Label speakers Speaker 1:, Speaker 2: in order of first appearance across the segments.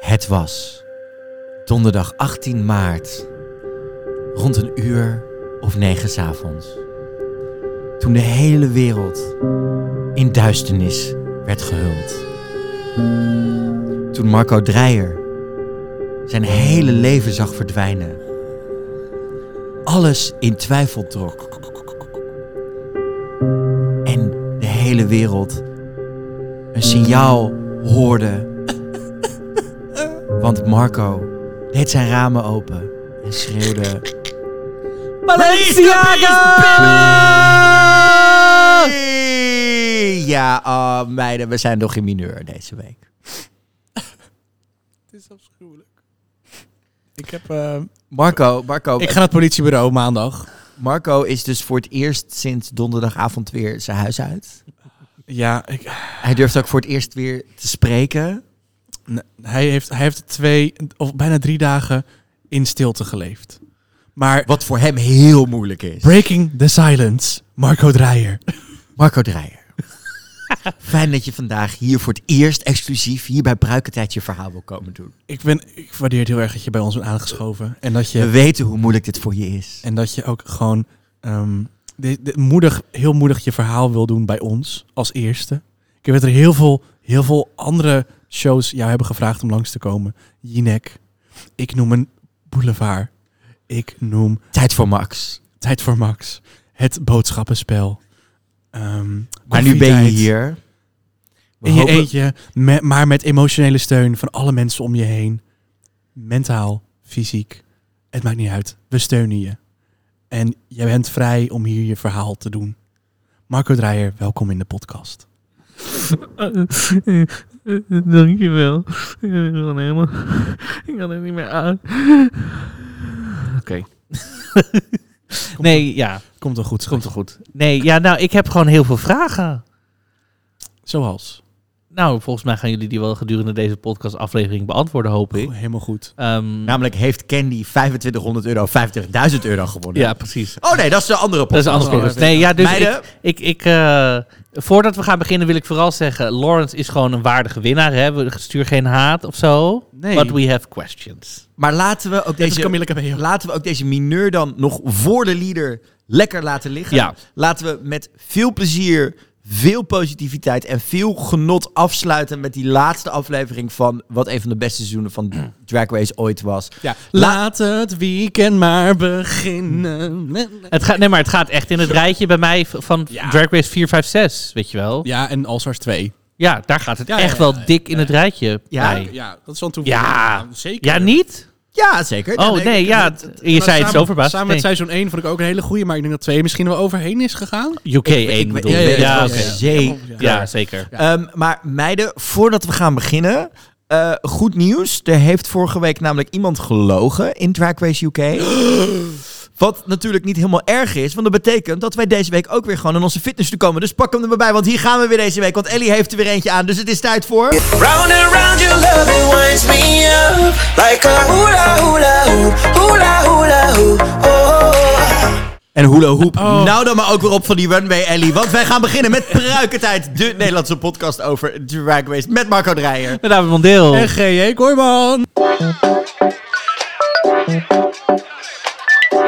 Speaker 1: Het was donderdag 18 maart, rond een uur of negen 's avonds, toen de hele wereld in duisternis werd gehuld. Toen Marco Dreyer zijn hele leven zag verdwijnen, alles in twijfel trok en de hele wereld een signaal hoorde. Want Marco deed zijn ramen open en schreeuwde... Balenciaga! Ja, oh, meiden, we zijn nog in mineur deze week.
Speaker 2: Het is afschuwelijk. Ik heb... eh,
Speaker 1: Marco, Marco,
Speaker 2: ik ga naar het politiebureau maandag.
Speaker 1: Marco is dus voor het eerst sinds donderdagavond weer zijn huis uit.
Speaker 2: Ja, ik,
Speaker 1: Hij durft ook voor het eerst weer te spreken.
Speaker 2: nee, hij, heeft, hij heeft twee of bijna drie dagen in stilte geleefd. Maar
Speaker 1: Wat voor hem heel moeilijk is.
Speaker 2: breaking the silence, Marco Dreyer.
Speaker 1: Marco Dreyer. Fijn dat je vandaag hier voor het eerst exclusief hier bij Bruikentijd je verhaal wil komen doen.
Speaker 2: Ik, ben, ik waardeer het heel erg dat je bij ons bent aangeschoven. En dat je,
Speaker 1: We weten hoe moeilijk dit voor je is.
Speaker 2: en dat je ook gewoon ehm, de- de- moedig, heel moedig je verhaal wil doen bij ons als eerste. Ik weet dat er heel veel, heel veel andere shows jou hebben gevraagd om langs te komen. Jinek, ik noem een boulevard. Ik noem
Speaker 1: Tijd voor Max.
Speaker 2: Tijd voor Max. Het boodschappenspel. Ehm,
Speaker 1: Maar nu ben je
Speaker 2: koffietijd.
Speaker 1: hier. We
Speaker 2: In je
Speaker 1: hopen-
Speaker 2: eentje, me- maar met emotionele steun van alle mensen om je heen. Mentaal, fysiek. Het maakt niet uit. We steunen je. En je bent vrij om hier je verhaal te doen. Marco Dreyer, welkom in de podcast.
Speaker 3: Dankjewel. Ik ben gewoon helemaal... Ik kan het niet meer aan. Oké. nee, ja.
Speaker 2: Komt wel goed.
Speaker 3: Komt toch goed. Nee, ja, nou, ik heb gewoon heel veel vragen.
Speaker 2: Zoals.
Speaker 3: Nou, volgens mij gaan jullie die wel gedurende deze podcast aflevering beantwoorden, hoop ik.
Speaker 2: Oh, helemaal goed.
Speaker 3: Ehm,
Speaker 1: Namelijk heeft Candy 2500 euro, 50.000 euro gewonnen.
Speaker 3: ja, precies.
Speaker 1: Oh nee, dat is de andere
Speaker 3: Dat is een
Speaker 1: podcast.
Speaker 3: andere podcast. Nee, ja, dus ik,
Speaker 1: Meiden,
Speaker 3: ik, ik eh, voordat we gaan beginnen wil ik vooral zeggen, Lawrence is gewoon een waardige winnaar. Hè? We stuur geen haat of zo.
Speaker 2: Nee.
Speaker 3: But we have questions.
Speaker 1: maar laten we, ook
Speaker 2: Deze
Speaker 1: deze,
Speaker 2: Camille Cabello.
Speaker 1: laten we ook deze mineur dan nog voor de leader lekker laten liggen.
Speaker 3: Ja.
Speaker 1: Laten we met veel plezier, veel positiviteit en veel genot afsluiten met die laatste aflevering van wat een van de beste seizoenen van Drag Race ooit was.
Speaker 2: Ja. Laat het weekend maar beginnen.
Speaker 3: Het gaat, nee, maar het gaat echt in het rijtje bij mij v- van
Speaker 2: Ja.
Speaker 3: Drag Race 4, 5, 6, weet je wel. Ja,
Speaker 2: Ja, en All Stars 2.
Speaker 3: daar gaat het
Speaker 2: Ja,
Speaker 3: echt
Speaker 2: ja,
Speaker 3: wel
Speaker 2: ja,
Speaker 3: dik in het rijtje
Speaker 1: Ja.
Speaker 3: bij.
Speaker 2: Ja, dat is wel een toeval.
Speaker 3: Ja.
Speaker 2: zeker.
Speaker 3: Ja, niet?
Speaker 1: Ja, zeker.
Speaker 3: Oh,
Speaker 1: ik-
Speaker 3: nee,
Speaker 1: ik-
Speaker 3: ja.
Speaker 1: het-
Speaker 3: Je zei het zo verbaasd.
Speaker 2: Nou, Samen
Speaker 3: Nee.
Speaker 2: met seizoen 1 vond ik ook een hele goede, maar ik denk dat 2 misschien wel overheen is gegaan.
Speaker 3: UK 1
Speaker 1: ik-
Speaker 3: bedoel
Speaker 1: ik
Speaker 3: ik.
Speaker 1: weet
Speaker 3: Ja,
Speaker 1: het wel
Speaker 3: oké.
Speaker 1: zeker.
Speaker 3: Ja, zeker.
Speaker 1: Ehm, maar meiden, voordat we gaan beginnen. eh, goed nieuws. Er heeft vorige week namelijk iemand gelogen in Drag Race UK. Wat natuurlijk niet helemaal erg is, want dat betekent dat wij deze week ook weer gewoon in onze fitness te komen. Dus pak hem er maar bij, want hier gaan we weer deze week. Want Ellie heeft er weer eentje aan, dus het is tijd voor...
Speaker 4: Round and round your love, it winds me up like a hula hula hoop, hula hula hoop. Oh.
Speaker 1: En hula hoop. Nou dan maar ook weer op van die runway, Ellie. Want wij gaan beginnen met Pruikentijd, de Nederlandse podcast over Drag Race met Marco Dreyer.
Speaker 3: Met David Mondeel.
Speaker 2: En G.J. Kooijman.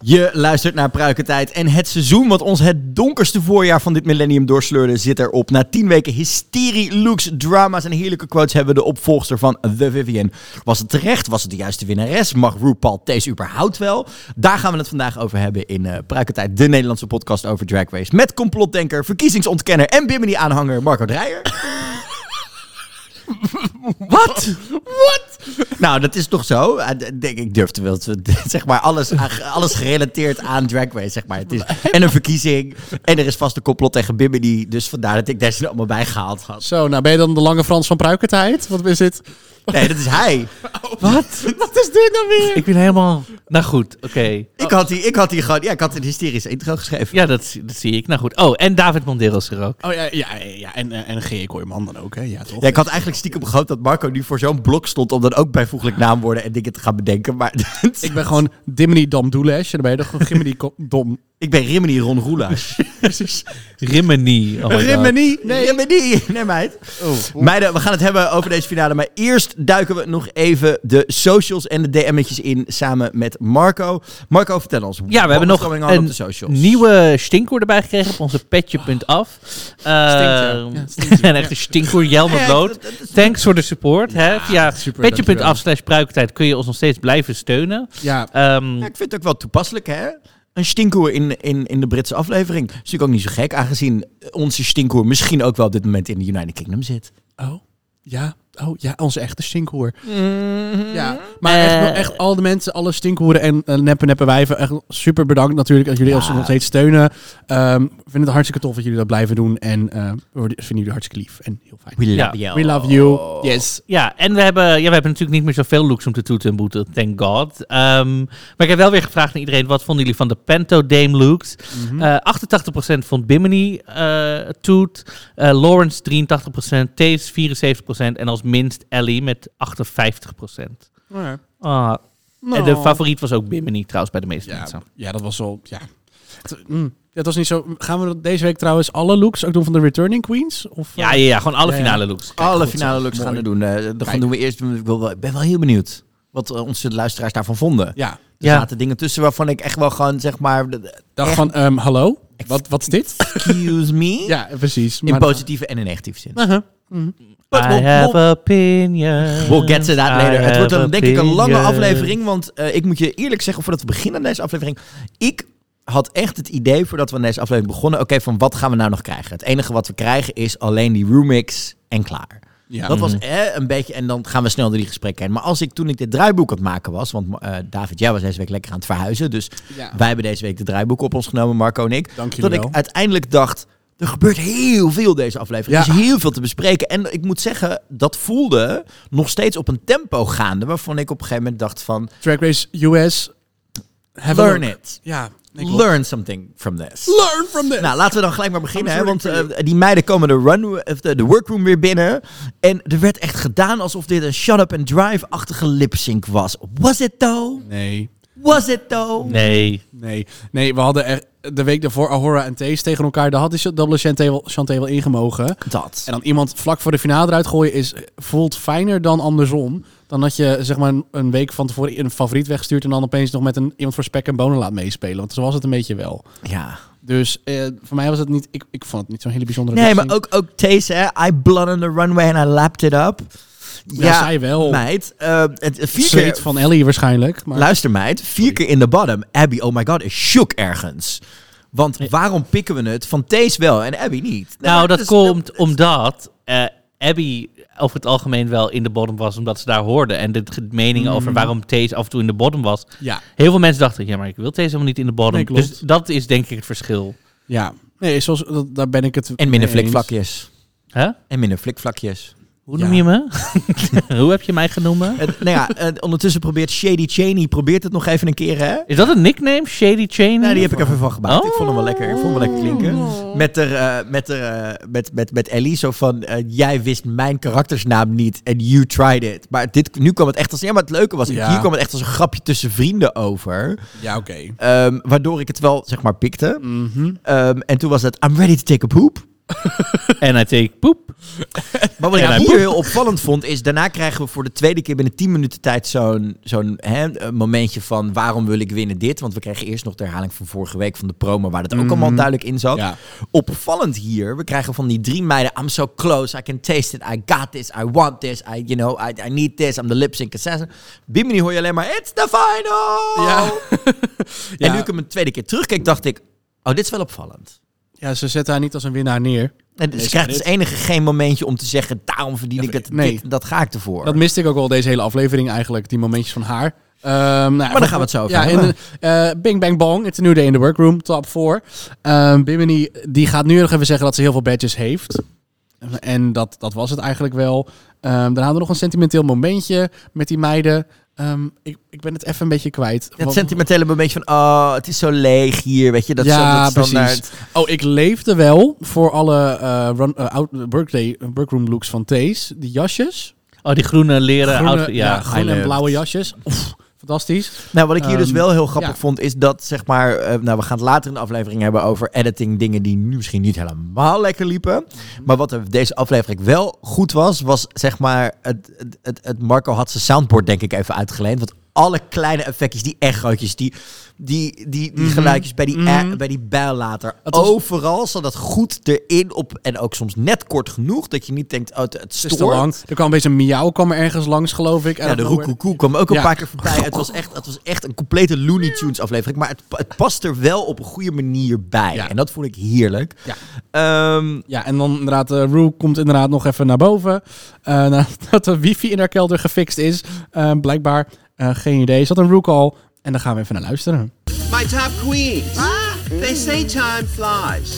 Speaker 1: Je luistert naar Pruikentijd en het seizoen wat ons het donkerste voorjaar van dit millennium doorsleurde zit erop. Na tien weken hysterie, looks, drama's en heerlijke quotes hebben we de opvolgster van The Vivian. Was het terecht? Was het de juiste winnares? Mag RuPaul deze überhaupt wel? Daar gaan we het vandaag over hebben in eh Pruikentijd, de Nederlandse podcast over Drag Race. Met complotdenker, verkiezingsontkenner en Bimini-aanhanger Marco Dreyer. Wat? Nou, dat is toch zo? Eh, d- denk Ik durf te wel, te- zeg maar, alles, aan- alles gerelateerd aan Drag Race, zeg maar. Het is en een verkiezing, en er is vast een complot tegen Bimini, dus vandaar dat ik deze er allemaal bij gehaald had.
Speaker 2: Zo, nou ben je dan de lange Frans van Pruikertijd? Wat is dit?
Speaker 1: Nee, dat is hij.
Speaker 3: Wat?
Speaker 2: Wat is dit nou weer?
Speaker 3: Ik ben helemaal... Nou goed, oké.
Speaker 1: Ik had die, ik had die gewoon, ja, ik had een hysterische intro geschreven.
Speaker 3: Ja, dat, zie- dat zie ik. Nou goed. Oh, en David Mondeel is er ook.
Speaker 2: Oh ja, ja, ja, ja. en, eh, en G.J. Kooijman dan ook, hè? Ja, toch?
Speaker 1: Ja, ik had eigenlijk stiekem gehoopt ongelooflijk dat Marco nu voor zo'n blok stond om dan ook bijvoeglijk naamwoorden en dingen te gaan bedenken. Maar
Speaker 2: Ik ben gewoon Dimini Damdoelesh. En dan ben je dan gewoon Gimini Ko- Dom.
Speaker 1: ik ben Rimini Ron Roelaars.
Speaker 2: Precies.
Speaker 3: Rimini. Oh my god.
Speaker 2: Rimini.
Speaker 1: Nee, Rimini. Nee, meid. Meiden, we gaan het hebben over deze finale. Maar eerst duiken we nog even de socials en de DM'tjes in samen met Marco. Marco, vertel ons.
Speaker 3: Ja, we hebben nog
Speaker 1: een op de
Speaker 3: een
Speaker 1: socials.
Speaker 3: nieuwe stinkhoer erbij gekregen op onze petje.af.
Speaker 2: ja.
Speaker 3: Uh,
Speaker 2: Ja, stinkt, ja.
Speaker 3: een echte stinkhoer, Jelmer
Speaker 1: Ja,
Speaker 3: Bloot. Thanks voor de support. hè. Via
Speaker 2: super, dankjewel.
Speaker 3: petje.af slash pruikentijd kun je ons nog steeds blijven steunen.
Speaker 2: Ja,
Speaker 3: Ehm,
Speaker 1: Ja, ik vind het ook wel toepasselijk, hè? Een stinkhoer in, in, in de Britse aflevering. is natuurlijk ook niet zo gek, aangezien onze stinkhoer misschien ook wel op dit moment in de United Kingdom zit.
Speaker 2: Oh, ja. Oh, ja, onze echte stinkhoer. Ja, maar echt, wel echt al de mensen, alle stinkhoeren en eh, neppe neppe wijven. Echt super bedankt natuurlijk dat jullie ons nog steeds steunen. Ehm we vinden het hartstikke tof dat jullie dat blijven doen. En eh, we worden- vinden jullie hartstikke lief en heel fijn.
Speaker 1: We love
Speaker 3: Ja,
Speaker 1: you.
Speaker 2: We love you.
Speaker 1: Oh,
Speaker 2: Yes.
Speaker 3: Ja, en we hebben, ja, we hebben natuurlijk niet meer zoveel looks om te toeten en boeten, thank god. Ehm, maar ik heb wel weer gevraagd aan iedereen, wat vonden jullie van de Panto Dame looks?
Speaker 1: Mhm.
Speaker 3: Eh, 88% vond Bimini eh toet, eh, Lawrence 83%, Taves 74% en als minst Ellie met 58%.
Speaker 1: Oh
Speaker 3: Ah, En
Speaker 1: Nou.
Speaker 3: de favoriet was ook Bimini trouwens bij de meeste
Speaker 2: Nou. Ja,
Speaker 3: mensen.
Speaker 2: ja, dat was wel... Ja. Het, mm, dat was niet zo... Gaan we dat deze week trouwens alle looks ook doen van de Returning Queens? Of, eh,
Speaker 3: Ja, ja, ja, gewoon alle
Speaker 2: Ja, ja.
Speaker 3: finale looks.
Speaker 1: Alle
Speaker 2: goed,
Speaker 1: finale
Speaker 2: zeg.
Speaker 1: looks
Speaker 2: Mooi.
Speaker 1: gaan we doen. Eh, dan gaan
Speaker 2: Kijk.
Speaker 1: doen we eerst. Ik wil wel- ik ben wel heel benieuwd wat eh, onze luisteraars daarvan vonden.
Speaker 2: ja.
Speaker 1: Er
Speaker 3: Ja.
Speaker 1: zaten dingen tussen waarvan ik echt wel gewoon zeg maar. de- de-
Speaker 2: Dag
Speaker 1: echt,
Speaker 2: van, ehm, hallo? Wat, wat is dit?
Speaker 1: Excuse me.
Speaker 2: ja, precies.
Speaker 1: In
Speaker 2: Maar-
Speaker 1: positieve en in negatieve zin.
Speaker 3: Uh-huh. I
Speaker 1: But we'll-
Speaker 3: have opinions.
Speaker 1: We'll get to that
Speaker 3: I
Speaker 1: later. Het wordt
Speaker 3: have
Speaker 1: dan denk ik een lange
Speaker 3: opinions.
Speaker 1: aflevering. Want eh, ik moet je eerlijk zeggen, voordat we beginnen aan deze aflevering. Ik had echt het idee, voordat we aan deze aflevering begonnen. Oké, van wat gaan we nou nog krijgen? Het enige wat we krijgen is alleen die remix en klaar.
Speaker 2: Ja.
Speaker 1: Dat was
Speaker 3: Mm-hmm.
Speaker 1: eh, een beetje, en dan gaan we snel door die gesprekken heen. Maar als ik toen ik dit draaiboek aan het maken was, want eh, David, jij was deze week lekker aan het verhuizen. Dus
Speaker 2: Ja.
Speaker 1: wij hebben deze week de draaiboek op ons genomen, Marco en ik.
Speaker 2: Dank jullie
Speaker 1: dat ik
Speaker 2: wel.
Speaker 1: uiteindelijk dacht, er gebeurt heel veel deze aflevering.
Speaker 2: Ja.
Speaker 1: Er is heel veel te bespreken. En ik moet zeggen, dat voelde nog steeds op een tempo gaande, waarvan ik op een gegeven moment dacht van,
Speaker 2: Track Race US. Have a
Speaker 1: learn
Speaker 2: look.
Speaker 1: it.
Speaker 2: Ja. ik wil-
Speaker 1: Learn something from this.
Speaker 2: Learn from this.
Speaker 1: Nou, laten we dan gelijk maar beginnen. Hè,
Speaker 2: I'm
Speaker 1: want
Speaker 2: sorry
Speaker 1: eh, die meiden komen de, run, of de, de workroom weer binnen. En er werd echt gedaan alsof dit een shut-up and drive-achtige lip-sync was. Was it though?
Speaker 2: nee.
Speaker 1: Was it though?
Speaker 3: Nee.
Speaker 2: Nee, nee, we hadden er, de week daarvoor Ahora en Thees tegen elkaar. Daar had die dubbele Chanté wel, Chanté wel ingemogen.
Speaker 1: Dat.
Speaker 2: En dan iemand vlak voor de finale eruit gooien is, voelt fijner dan andersom. Dan dat je zeg maar een, een week van tevoren een favoriet wegstuurt... en dan opeens nog met een, iemand voor spek en bonen laat meespelen. Want zo was het een beetje wel.
Speaker 1: Ja.
Speaker 2: Dus eh, voor mij was het niet... Ik, ik vond het niet zo'n hele bijzondere
Speaker 1: Nee, maar
Speaker 2: wissing.
Speaker 1: ook, ook Taze, hè. I blood on the runway and I lapped it up. Ja,
Speaker 2: Ja, zij wel.
Speaker 1: meid. eh, het,
Speaker 2: Het
Speaker 1: vier
Speaker 2: zweet
Speaker 1: keer,
Speaker 2: van Ellie waarschijnlijk. Maar
Speaker 1: luister meid, vier keer in de bottom. Abby, oh my god, is shook ergens. Want waarom pikken we het van Taze wel en Abby niet?
Speaker 3: Nou,
Speaker 1: maar
Speaker 3: dat
Speaker 1: het is-
Speaker 3: komt omdat eh, Abby over het algemeen wel in de bottom was, omdat ze daar hoorde. En de ge- meningen over waarom Thees af en toe in de bottom was.
Speaker 2: ja,
Speaker 3: Heel veel mensen dachten, ja, maar ik wil Thees helemaal niet in de bottom.
Speaker 2: Nee, klopt.
Speaker 3: dus dat is denk ik het verschil.
Speaker 2: ja. Nee, zoals, dat, daar ben ik het
Speaker 1: En minder
Speaker 2: mee eens.
Speaker 1: flikvlakjes.
Speaker 3: Hè?
Speaker 1: En minder flikvlakjes.
Speaker 3: Hoe
Speaker 2: Ja.
Speaker 3: noem je me? Hoe heb je mij genoemd?
Speaker 1: Het- nou ja, eh, ondertussen probeert Shady Cheney probeert het nog even een keer, hè?
Speaker 3: Is dat een nickname? Shady Chain?
Speaker 1: Nou, die heb ik even van gemaakt. Ik vond hem wel lekker. Ik vond hem wel lekker
Speaker 3: Oh.
Speaker 1: klinken. Met, er, eh, met, er, eh, met, met, met Ellie zo van... eh, jij wist mijn karaktersnaam niet en you tried it. Maar dit, nu kwam het echt als... Ja, maar het leuke was...
Speaker 2: Ja.
Speaker 1: Hier kwam het echt als een grapje tussen vrienden over.
Speaker 2: Ja, oké.
Speaker 1: ehm, waardoor ik het wel, zeg maar, pikte.
Speaker 2: Mhm.
Speaker 1: Ehm, en toen was het... I'm ready to take a poop.
Speaker 3: En I take poep.
Speaker 1: Maar wat ik
Speaker 2: nou
Speaker 3: En hij
Speaker 1: hier
Speaker 3: poept.
Speaker 1: heel opvallend vond, is daarna krijgen we voor de tweede keer binnen 10 minuten tijd zo'n zo'n hè, eh, momentje van waarom wil ik winnen dit? Want we kregen eerst nog de herhaling van vorige week van de promo, waar dat ook allemaal duidelijk in zat.
Speaker 2: Mhm. Ja.
Speaker 1: Opvallend hier, we krijgen van die drie meiden, I'm so close, I can taste it, I got this, I want this, I, you know, I, I need this, I'm the lip sync assassin. Bimini hoor je alleen maar, it's the final!
Speaker 2: Ja.
Speaker 1: En
Speaker 2: Ja.
Speaker 1: nu ik hem een tweede keer terugkeek, dacht ik, oh, dit is wel opvallend.
Speaker 2: ja, ze zetten haar niet als een winnaar neer.
Speaker 1: En
Speaker 2: Nee,
Speaker 1: ze
Speaker 2: ze
Speaker 1: krijgt
Speaker 2: dit-
Speaker 1: als enige geen momentje om te zeggen, daarom verdien ik het,
Speaker 2: nee.
Speaker 1: dit en dat ga ik ervoor.
Speaker 2: Dat miste ik ook wel deze hele aflevering eigenlijk, die momentjes van haar. Ehm, nou, maar
Speaker 1: daar gaan we het zo over
Speaker 2: ja,
Speaker 1: hebben.
Speaker 2: en, eh, Bing Bang Bong, It's a New Day in the Workroom, top 4. Ehm Bimini, die gaat nu nog even zeggen dat ze heel veel badges heeft. En dat, dat was het eigenlijk wel. Ehm dan hadden we nog een sentimenteel momentje met die meiden. Ehm, ik, ik ben het even een beetje kwijt.
Speaker 1: Dat
Speaker 2: Wat-
Speaker 1: sentimentele moment van, oh, het is zo leeg hier, weet je, dat is zo
Speaker 2: ja,
Speaker 1: dat standaard.
Speaker 2: precies. Oh, ik leefde eh, wel voor alle eh, run, eh, out, workday, workroom looks van Thees. Die jasjes.
Speaker 3: Oh, die groene leren outfit. Ja, I
Speaker 2: groene en
Speaker 3: love
Speaker 2: blauwe
Speaker 3: it.
Speaker 2: jasjes. Oef, fantastisch.
Speaker 1: Nou, wat ik hier dus
Speaker 2: Ehm,
Speaker 1: wel heel grappig
Speaker 2: ja.
Speaker 1: vond, is dat zeg maar. eh, nou, we gaan het later in de aflevering hebben over editing. Dingen die nu misschien niet helemaal lekker liepen. Maar wat er deze aflevering wel goed was, was zeg maar. Het, het, het, het Marco had zijn soundboard, denk ik, even uitgeleend. Want alle kleine effectjes, die echootjes, die, die, die, die geluidjes bij die, eh, bij die bijl later.
Speaker 2: Mhm. Het was-
Speaker 1: Overal zat dat goed erin op. En ook soms net kort genoeg dat je niet denkt, oh, het, het
Speaker 2: Het is te
Speaker 1: stoort.
Speaker 2: lang. Er kwam een beetje een miauw kwam er ergens langs, geloof ik.
Speaker 1: Ja, de roekoekoe kwam ook een
Speaker 2: Ja.
Speaker 1: paar keer voorbij. Het was, echt, het was echt een complete Looney Tunes aflevering. Maar het, het past er wel op een goede manier bij.
Speaker 2: Ja.
Speaker 1: En dat vond ik heerlijk.
Speaker 2: Ja.
Speaker 1: Ehm,
Speaker 2: Ja, en dan inderdaad, eh Rue komt inderdaad nog even naar boven. Eh, nadat de wifi in haar kelder gefixt is. Eh, blijkbaar, eh, geen idee. Zat een Rue al. En daar gaan we even naar luisteren.
Speaker 5: My top queens. They say time flies.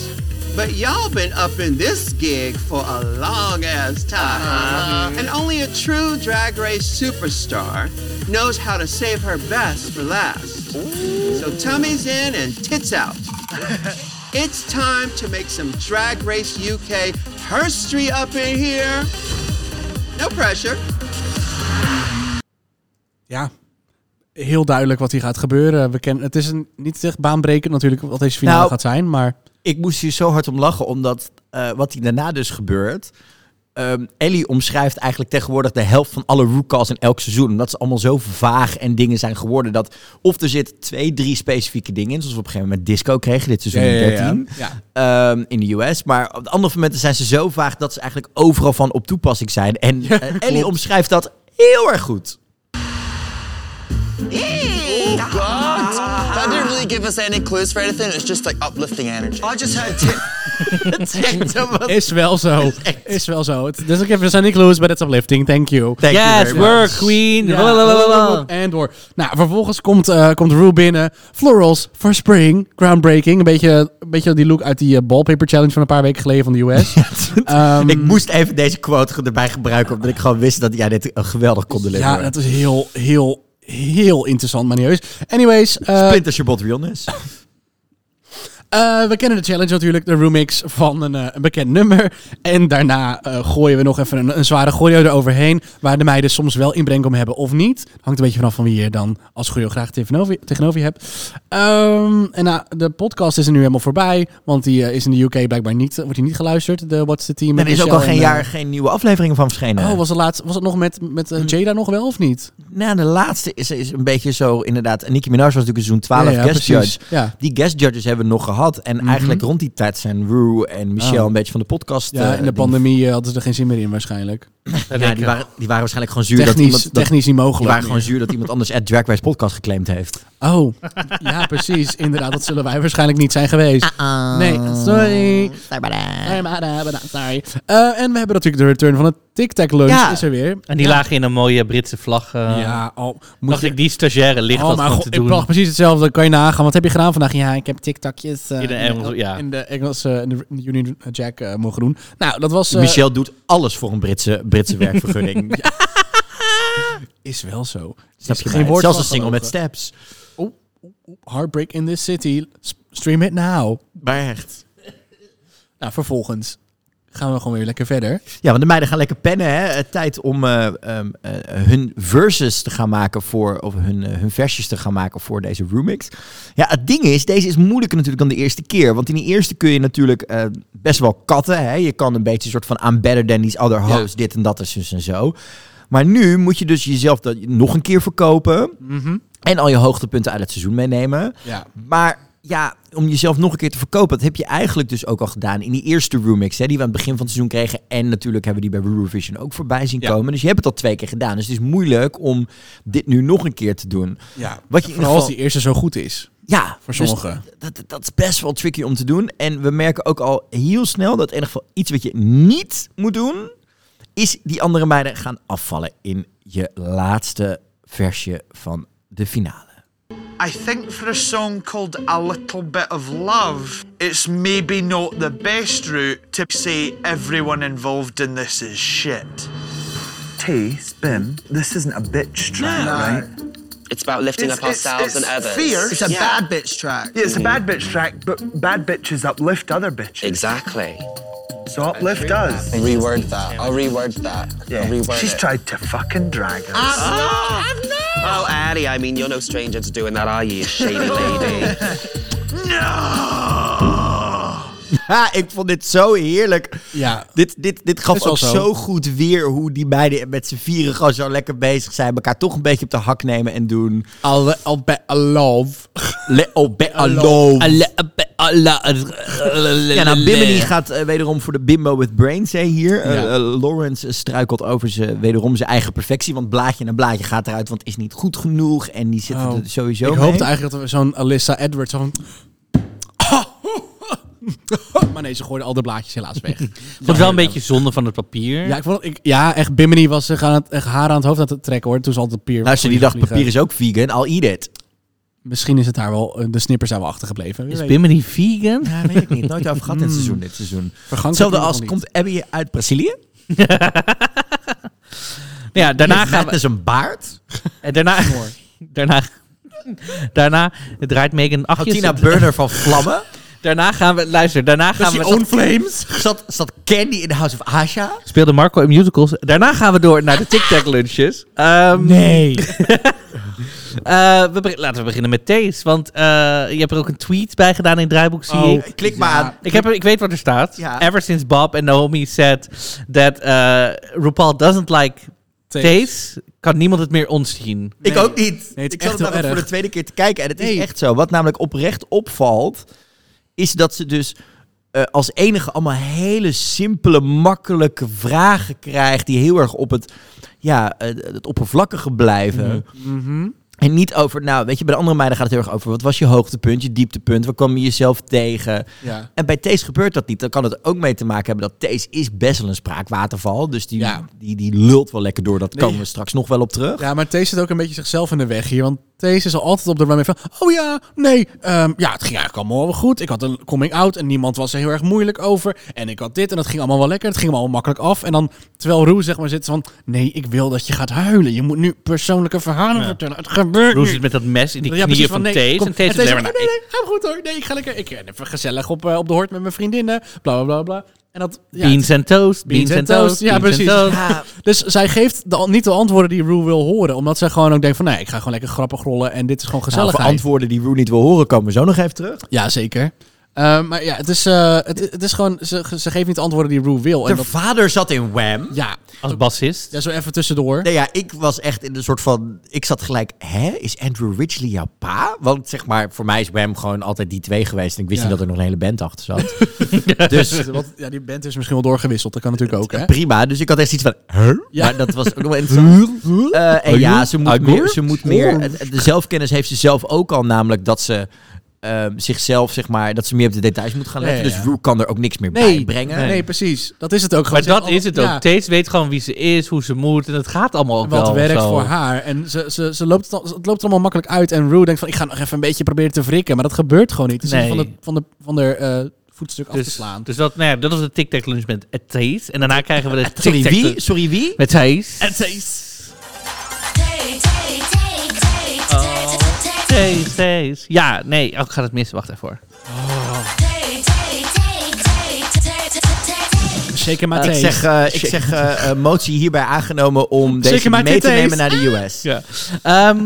Speaker 5: But y'all been up in this gig for a long ass time. And only a true drag race superstar knows how to save her best for last. So tummies in and tits out. it's time to make some Drag Race UK herstory up in here. No pressure.
Speaker 2: Ja, heel duidelijk wat hier gaat gebeuren. We kennen, het is een, niet echt baanbrekend natuurlijk wat deze finale
Speaker 1: Nou,
Speaker 2: gaat zijn. Maar
Speaker 1: ik moest hier zo hard om lachen, omdat eh, wat hier daarna dus gebeurt... ehm, Ellie omschrijft eigenlijk tegenwoordig de helft van alle rookcalls in elk seizoen. Omdat ze allemaal zo vaag en dingen zijn geworden. Dat of er zit twee, drie specifieke dingen in. Zoals we op een gegeven moment met disco kregen dit seizoen in 13.
Speaker 2: ja.
Speaker 1: ehm, in de US. Maar op de andere momenten zijn ze zo vaag dat ze eigenlijk overal van op toepassing zijn. En eh, Ellie omschrijft dat heel erg goed.
Speaker 6: That didn't really give us any clues for anything. It's just like uplifting energy.
Speaker 5: I just had tits.
Speaker 1: Het is echt zo wat.
Speaker 2: Is wel zo. Is wel zo. Het- Dus ik heb er zijn niet clues, but it's uplifting. Thank you.
Speaker 1: Thank you
Speaker 3: Yes,
Speaker 1: very much.
Speaker 3: work, queen.
Speaker 2: Ja,
Speaker 3: Blablabla.
Speaker 2: En door. Nou, vervolgens komt, eh komt Rue binnen. Florals for spring. Groundbreaking. Een beetje, een beetje die look uit die eh, ballpaper challenge van een paar weken geleden van de US. Ehm,
Speaker 1: Ik moest even deze quote ge- erbij gebruiken, omdat ik gewoon wist dat jij dit eh, geweldig kon
Speaker 2: ja,
Speaker 1: deliveren.
Speaker 2: dat is heel, heel, heel interessant, manieus. Anyways, eh,
Speaker 1: Splint als je bot real is.
Speaker 2: eh, we kennen de challenge natuurlijk. De remix van een, eh, een bekend nummer. En daarna eh, gooien we nog even een, een zware choreo eroverheen. Waar de meiden soms wel inbreng om hebben of niet. Hangt een beetje vanaf van wie je dan als choreo graag tegenover, tegenover je hebt. Ehm, en nou, de podcast is er nu helemaal voorbij. Want die eh, is in de UK blijkbaar niet, wordt die niet geluisterd. De What's the Team.
Speaker 1: Er is ook al geen jaar Hm.
Speaker 2: jaar.
Speaker 1: geen nieuwe aflevering van verschenen.
Speaker 2: Oh, was, de laatste, was het nog met, met eh, Jada nog wel of niet?
Speaker 1: Nou, de laatste is, is een beetje zo inderdaad. En Nicki Minaj was natuurlijk in seizoen 12
Speaker 2: Ja, ja,
Speaker 1: guest
Speaker 2: precies.
Speaker 1: judge.
Speaker 2: Ja.
Speaker 1: Die guest judges hebben we nog gehad. En eigenlijk rond die tijd zijn Rue en Michelle
Speaker 2: Oh.
Speaker 1: een beetje van de podcast.
Speaker 2: Ja,
Speaker 1: eh,
Speaker 2: in de
Speaker 1: dingen
Speaker 2: pandemie eh, hadden ze er geen zin meer in waarschijnlijk.
Speaker 1: Ja, die waren, die waren waarschijnlijk gewoon zuur dat
Speaker 2: Technisch,
Speaker 1: iemand... dat-
Speaker 2: technisch niet mogelijk.
Speaker 1: die waren gewoon
Speaker 2: meer.
Speaker 1: zuur dat iemand anders at Drag Race podcast geclaimd heeft.
Speaker 2: Oh, ja, precies. Inderdaad, dat zullen wij waarschijnlijk niet zijn geweest. Nee, sorry. Sorry, maar, eh, maar, Sorry. Eh, en we hebben natuurlijk de return van het Tic Tac Lunch.
Speaker 1: Ja.
Speaker 2: Is er weer.
Speaker 3: En die lagen in een mooie Britse vlag. eh.
Speaker 2: Ja, al moet
Speaker 3: Dacht
Speaker 2: je...
Speaker 3: ik, die stagiaire ligt
Speaker 2: Oh,
Speaker 3: dat
Speaker 2: maar
Speaker 3: gewoon
Speaker 2: god,
Speaker 3: te
Speaker 2: ik bracht
Speaker 3: doen.
Speaker 2: precies hetzelfde. Dan kan je nagaan. Wat heb je gedaan vandaag? Ja, ik heb TikTokjes eh
Speaker 3: In de Engelse- ja.
Speaker 2: in de Engelse in de Union Jack eh, mogen doen. Nou, dat was... eh,
Speaker 1: Michelle doet alles voor een Britse, Britse werkvergunning. Ja,
Speaker 2: Is wel zo.
Speaker 1: snap
Speaker 2: Is
Speaker 1: je
Speaker 2: geen
Speaker 1: mij?
Speaker 2: woord
Speaker 1: Zelfs
Speaker 2: van
Speaker 1: een single met
Speaker 2: gelogen.
Speaker 1: steps.
Speaker 2: Heartbreak in this city. S- Stream it now.
Speaker 1: Maar echt.
Speaker 2: Nou, vervolgens gaan we gewoon weer lekker verder.
Speaker 1: Ja, want de meiden gaan lekker pennen. Hè. Eh, Tijd om eh, ehm, eh, hun verses te gaan maken voor... of hun, eh, hun versjes te gaan maken voor deze remix. Ja, het ding is, deze is moeilijker natuurlijk dan de eerste keer. Want in die eerste kun je natuurlijk eh, best wel katten. Hè. Je kan een beetje een soort van... I'm better than these other hoes, dit en dat en zus en zo. Maar nu moet je dus jezelf dat nog een keer verkopen... En al je hoogtepunten uit het seizoen meenemen.
Speaker 2: Ja.
Speaker 1: Maar ja, om jezelf nog een keer te verkopen, dat heb je eigenlijk dus ook al gedaan in die eerste remix, hè, die we aan het begin van het seizoen kregen. En natuurlijk hebben we die bij Eurovision ook voorbij zien komen. Dus je hebt het al twee keer gedaan. Dus het is moeilijk om dit nu nog een keer te doen.
Speaker 2: Ja.
Speaker 1: Wat je in ieder
Speaker 2: Vooral als
Speaker 1: geval...
Speaker 2: die eerste zo goed is.
Speaker 1: Ja,
Speaker 2: Voor
Speaker 1: dus
Speaker 2: sommigen.
Speaker 1: dat, dat- dat is best wel tricky om te doen. En we merken ook al heel snel dat in ieder geval iets wat je niet moet doen, is die andere meiden gaan afvallen in je laatste versje van de finale.
Speaker 5: I think for a song called A Little Bit of Love, it's maybe not the best route to say everyone involved in this is shit.
Speaker 7: T, Spim, this isn't a bitch track, right?
Speaker 6: It's about lifting up ourselves and others.
Speaker 5: It's a bad bitch track.
Speaker 7: Yeah, it's a bad bitch track, but bad bitches uplift other bitches.
Speaker 6: Exactly.
Speaker 7: So uplift us.
Speaker 6: Reword that. I'll reword that. I'll reword
Speaker 7: She's
Speaker 6: it.
Speaker 7: tried to fucking drag us.
Speaker 4: Oh, Addie, I mean, you're no stranger to doing that, are you, you shady lady?
Speaker 1: Ha, ik vond dit zo heerlijk.
Speaker 2: Ja.
Speaker 1: Dit, dit, dit
Speaker 2: Is
Speaker 1: gaf
Speaker 2: wel
Speaker 1: ook
Speaker 2: zo.
Speaker 1: zo goed weer hoe die beiden met z'n vieren gewoon zo lekker bezig zijn. Elkaar toch een beetje op de hak nemen en doen.
Speaker 2: Alle, al bij love. oh,
Speaker 1: Leo Bello. Ja, nou, Bimini
Speaker 3: gaat.
Speaker 1: gaat eh, wederom voor de bimbo with brains hè, hier. Eh, eh, Lawrence struikelt over ze, wederom zijn eigen perfectie. Want blaadje na blaadje gaat eruit, want is niet goed genoeg. En die zitten
Speaker 2: Oh.
Speaker 1: er sowieso
Speaker 2: Ik
Speaker 1: mee.
Speaker 2: hoopte eigenlijk dat we zo'n Alyssa Edwards van... maar nee, ze gooiden al de blaadjes helaas weg.
Speaker 3: Ik vond het wel een beetje zonde van het papier.
Speaker 2: Ja, ik vond, ik, ja echt, Bimini was zich aan het, echt haar aan het hoofd aan het trekken hoor. Toen ze al het papier...
Speaker 1: Luister, die dacht,
Speaker 2: vliegen.
Speaker 1: papier is ook vegan. I'll eat it.
Speaker 2: Misschien is het daar wel... eh, De snippers zijn wel achtergebleven. Wie
Speaker 3: Is
Speaker 2: weet.
Speaker 3: Bimini vegan?
Speaker 1: Ja, weet ik niet. Nooit over gehad dit seizoen. Dit seizoen.
Speaker 2: Vergankelijk
Speaker 1: Hmm. Hetzelfde
Speaker 2: in ieder
Speaker 1: als,
Speaker 2: geval
Speaker 1: komt Abby uit Brazilië?
Speaker 3: Ja, daarna gaan
Speaker 1: Het is een baard.
Speaker 3: we... eh, Daarna... Daarna... Daarna draait Megan achtjes...
Speaker 1: Oh, Tina Burner van Vlammen.
Speaker 3: Daarna gaan we... Luister, daarna gaan we...
Speaker 1: Flames. Zat, zat Candy in House of Asha?
Speaker 3: Speelde Marco in musicals. Daarna gaan we door naar de Tic Tac lunches. Ehm,
Speaker 2: Nee.
Speaker 3: eh, we be- laten we beginnen met thees. Want eh, je hebt er ook een tweet bij gedaan in het draaiboek, zie ik.
Speaker 1: Klik maar aan.
Speaker 3: Ik, heb, er- ik weet wat er staat.
Speaker 1: Oh. Ja.
Speaker 3: Ever since Bob and Naomi said that eh RuPaul doesn't like
Speaker 2: Taste.
Speaker 3: taste, kan niemand het meer ontzien.
Speaker 1: Ik ook niet.
Speaker 2: Nee, het is
Speaker 1: ik zat het
Speaker 2: echt heel
Speaker 1: namelijk voor
Speaker 2: erg.
Speaker 1: de tweede keer te kijken. En het is
Speaker 2: Nee.
Speaker 1: echt zo. Wat namelijk oprecht opvalt, is dat ze dus eh, als enige allemaal hele simpele, makkelijke vragen krijgt. Die heel erg op het, ja, eh, het oppervlakkige blijven.
Speaker 2: Mhm.
Speaker 1: En niet over, nou weet je, bij de andere meiden gaat het heel erg over. Wat was je hoogtepunt, je dieptepunt? Waar kwam je jezelf tegen?
Speaker 2: Ja.
Speaker 1: En bij Thees gebeurt dat niet. Dan kan het ook mee te maken hebben dat Thees is best wel een spraakwaterval. Dus die,
Speaker 2: Ja.
Speaker 1: die, die lult wel lekker door. Dat
Speaker 2: Nee.
Speaker 1: komen we straks nog wel op terug.
Speaker 2: Ja, maar Thees zit ook een beetje zichzelf in de weg hier. Want Thees is al altijd op de waarmee van... Oh ja, nee, ehm, ja, het ging eigenlijk allemaal wel goed. Ik had een coming-out en niemand was er heel erg moeilijk over. En ik had dit en dat ging allemaal wel lekker. Het ging allemaal makkelijk af. En dan, terwijl Roe zeg maar zit van... Nee, ik wil dat je gaat huilen. Je moet nu persoonlijke verhalen vertellen. Het gebeurt
Speaker 3: Roe
Speaker 2: nu.
Speaker 3: zit met dat mes in die
Speaker 2: Ja,
Speaker 3: knieën
Speaker 2: precies,
Speaker 3: van
Speaker 2: nee,
Speaker 3: Thees.
Speaker 2: kom.
Speaker 3: En Thees
Speaker 2: En
Speaker 3: is alleen
Speaker 2: zegt,
Speaker 3: maar...
Speaker 2: nee, nee, gaat goed hoor. Nee, ik ga lekker. Ik ben even gezellig op, eh, op de hoort met mijn vriendinnen. Bla, bla, bla, bla. En dat... ja,
Speaker 3: Beans and toast, beans and toast,
Speaker 2: Ja,
Speaker 3: beans and
Speaker 2: precies.
Speaker 3: toast.
Speaker 2: Ja. Dus zij geeft de, niet de antwoorden die Rue wil horen. Omdat zij gewoon ook denkt van... Nee, ik ga gewoon lekker grappig rollen. En dit is gewoon
Speaker 1: Nou,
Speaker 2: gezellig.
Speaker 1: voor antwoorden die Roe niet wil horen, komen we zo nog even terug.
Speaker 2: Ja, zeker. Eh, maar ja, het is, eh, het, het is gewoon... Ze, ze geeft niet de antwoorden die Rue wil. En
Speaker 1: Haar
Speaker 2: dat,
Speaker 1: vader zat in Wham.
Speaker 2: ja,
Speaker 3: Als bassist.
Speaker 2: ja, zo even tussendoor.
Speaker 1: Nee, ja, ik was echt in een soort van... Ik zat gelijk, hè, is Andrew Ridgely jouw pa? Want zeg maar, voor mij is Wham gewoon altijd die twee geweest. En ik wist
Speaker 2: Ja.
Speaker 1: niet dat er nog een hele band achter zat. dus
Speaker 2: Want, ja, die band is misschien wel doorgewisseld. Dat kan natuurlijk ook, hè?
Speaker 1: prima. Dus ik had echt iets van... Huh?
Speaker 2: Ja.
Speaker 1: Maar dat was ook nog wel interessant. Eh, en ja, ze moet meer... Ze moet meer
Speaker 2: Oh.
Speaker 1: eh, de zelfkennis heeft ze zelf ook al. Namelijk dat ze... eh, zichzelf, zeg maar, dat ze meer op de details moet gaan
Speaker 2: Ja,
Speaker 1: letten.
Speaker 2: ja, ja.
Speaker 1: Dus Rue kan er ook niks meer bij
Speaker 2: Nee,
Speaker 1: brengen.
Speaker 2: nee. precies. Dat is het ook.
Speaker 3: Maar
Speaker 2: Gewoon,
Speaker 3: dat
Speaker 2: ze-
Speaker 3: is het ook.
Speaker 2: ja.
Speaker 3: Thees weet gewoon wie ze is, hoe ze moet. En het gaat allemaal ook
Speaker 2: Wat
Speaker 3: wel
Speaker 2: werkt
Speaker 3: zo.
Speaker 2: voor haar. En ze, ze, ze loopt het, al- het loopt er allemaal makkelijk uit. En Rue denkt van, ik ga nog even een beetje proberen te wrikken. Maar dat gebeurt gewoon niet. Dus
Speaker 3: Nee.
Speaker 2: van de, van de, van de eh, voetstuk af te
Speaker 3: Dus,
Speaker 2: slaan.
Speaker 3: dus dat, nou ja, dat was de tic-tac lunch met eh, Thees. En daarna krijgen we de
Speaker 1: Sorry,
Speaker 3: tic-tac
Speaker 1: wie?
Speaker 3: lunch
Speaker 1: Sorry, wie?
Speaker 3: met Thees. Thees, Thees. Oh. Ja, nee, oh, ik ga het missen. Wacht even hoor.
Speaker 2: Zeker maar
Speaker 1: Ik zeg, eh, ik zeg eh, eh, motie hierbij aangenomen om
Speaker 2: Zeker
Speaker 1: deze
Speaker 2: maar
Speaker 1: mee te
Speaker 2: titties.
Speaker 1: nemen naar de US.
Speaker 3: Ja. Ehm,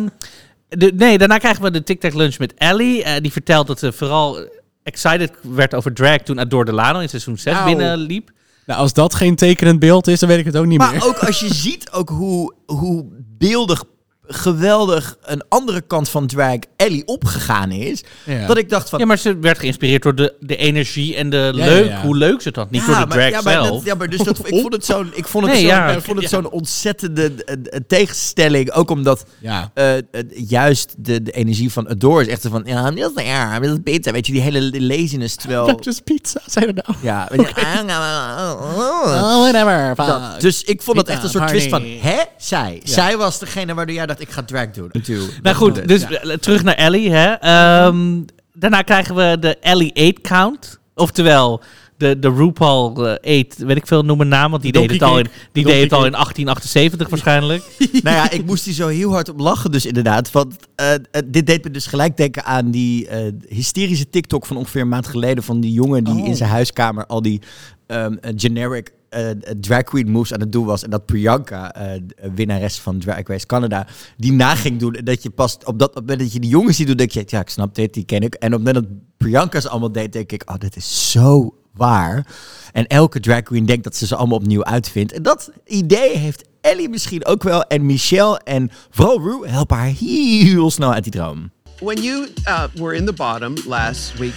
Speaker 3: de- nee, daarna krijgen we de tic-tac lunch met Ellie. Eh, die vertelt dat ze vooral excited werd over drag toen Adore Delano in seizoen 6
Speaker 2: Nou.
Speaker 3: binnenliep.
Speaker 2: Nou, als dat geen tekenend beeld is, dan weet ik het ook niet meer.
Speaker 1: Maar ook als je ziet ook hoe, hoe beeldig, geweldig een andere kant van drag Ellie opgegaan is.
Speaker 2: Ja.
Speaker 1: Dat ik dacht van...
Speaker 3: Ja, maar ze werd geïnspireerd door de, de energie en de
Speaker 2: ja,
Speaker 3: leuk,
Speaker 2: ja.
Speaker 3: hoe leuk ze dat. Niet
Speaker 1: Ja,
Speaker 3: door de
Speaker 1: maar-
Speaker 3: drag
Speaker 1: ja, maar
Speaker 3: zelf.
Speaker 1: dat- ja, maar dus dat, ik vond het zo'n ik vond het
Speaker 3: Nee,
Speaker 1: zo'n-
Speaker 3: ja.
Speaker 1: ik vond het zo'n ontzettende eh, eh, tegenstelling. Ook omdat
Speaker 2: Ja.
Speaker 1: eh, eh, juist de, de energie van Adore is echt zo van... Ja, dat is ja, dat is beter. Weet je, die hele laziness. Terwijl...
Speaker 2: Just pizza, zei er nou.
Speaker 1: Ja, weet je, ah, ah, ah, ah.
Speaker 2: Oh, whatever. fuck.
Speaker 1: Dat. Dus ik vond dat
Speaker 2: Rita,
Speaker 1: echt een soort
Speaker 2: party.
Speaker 1: twist van, hè, zij. Zij was degene waardoor jij dacht, ik ga drag doen. Doe.
Speaker 3: Nou goed, dus eh, terug naar Ellie. Hè. Ehm, daarna krijgen we de Ellie 8 count. Oftewel, de, de RuPaul 8, weet ik veel, noem een naam. Want die deed
Speaker 2: Donkey
Speaker 3: het al in,
Speaker 2: Kick.
Speaker 3: die deed
Speaker 2: Donkey
Speaker 3: het al in
Speaker 2: Kick.
Speaker 3: 1878 waarschijnlijk.
Speaker 1: nou ja, ik moest hier zo heel hard op lachen dus inderdaad. Want eh, eh, dit deed me dus gelijk denken aan die eh, hysterische TikTok van ongeveer een maand geleden... van die jongen die in zijn huiskamer al die ehm, een generic eh, drag queen moves aan het doen was. En dat Priyanka, eh, winnares van Drag Race Canada, die na ging doen. En dat je pas op dat op het moment dat je die jongens ziet doen, denk je, ja, ik snap dit, die ken ik. En op het moment dat Priyanka ze allemaal deed, denk ik, oh, dit is zo waar. En elke drag queen denkt dat ze ze allemaal opnieuw uitvindt. En dat idee heeft Ellie misschien ook wel. En Michelle en vooral Rue helpen haar heel snel uit die droom.
Speaker 5: When you uh, were in the bottom last week,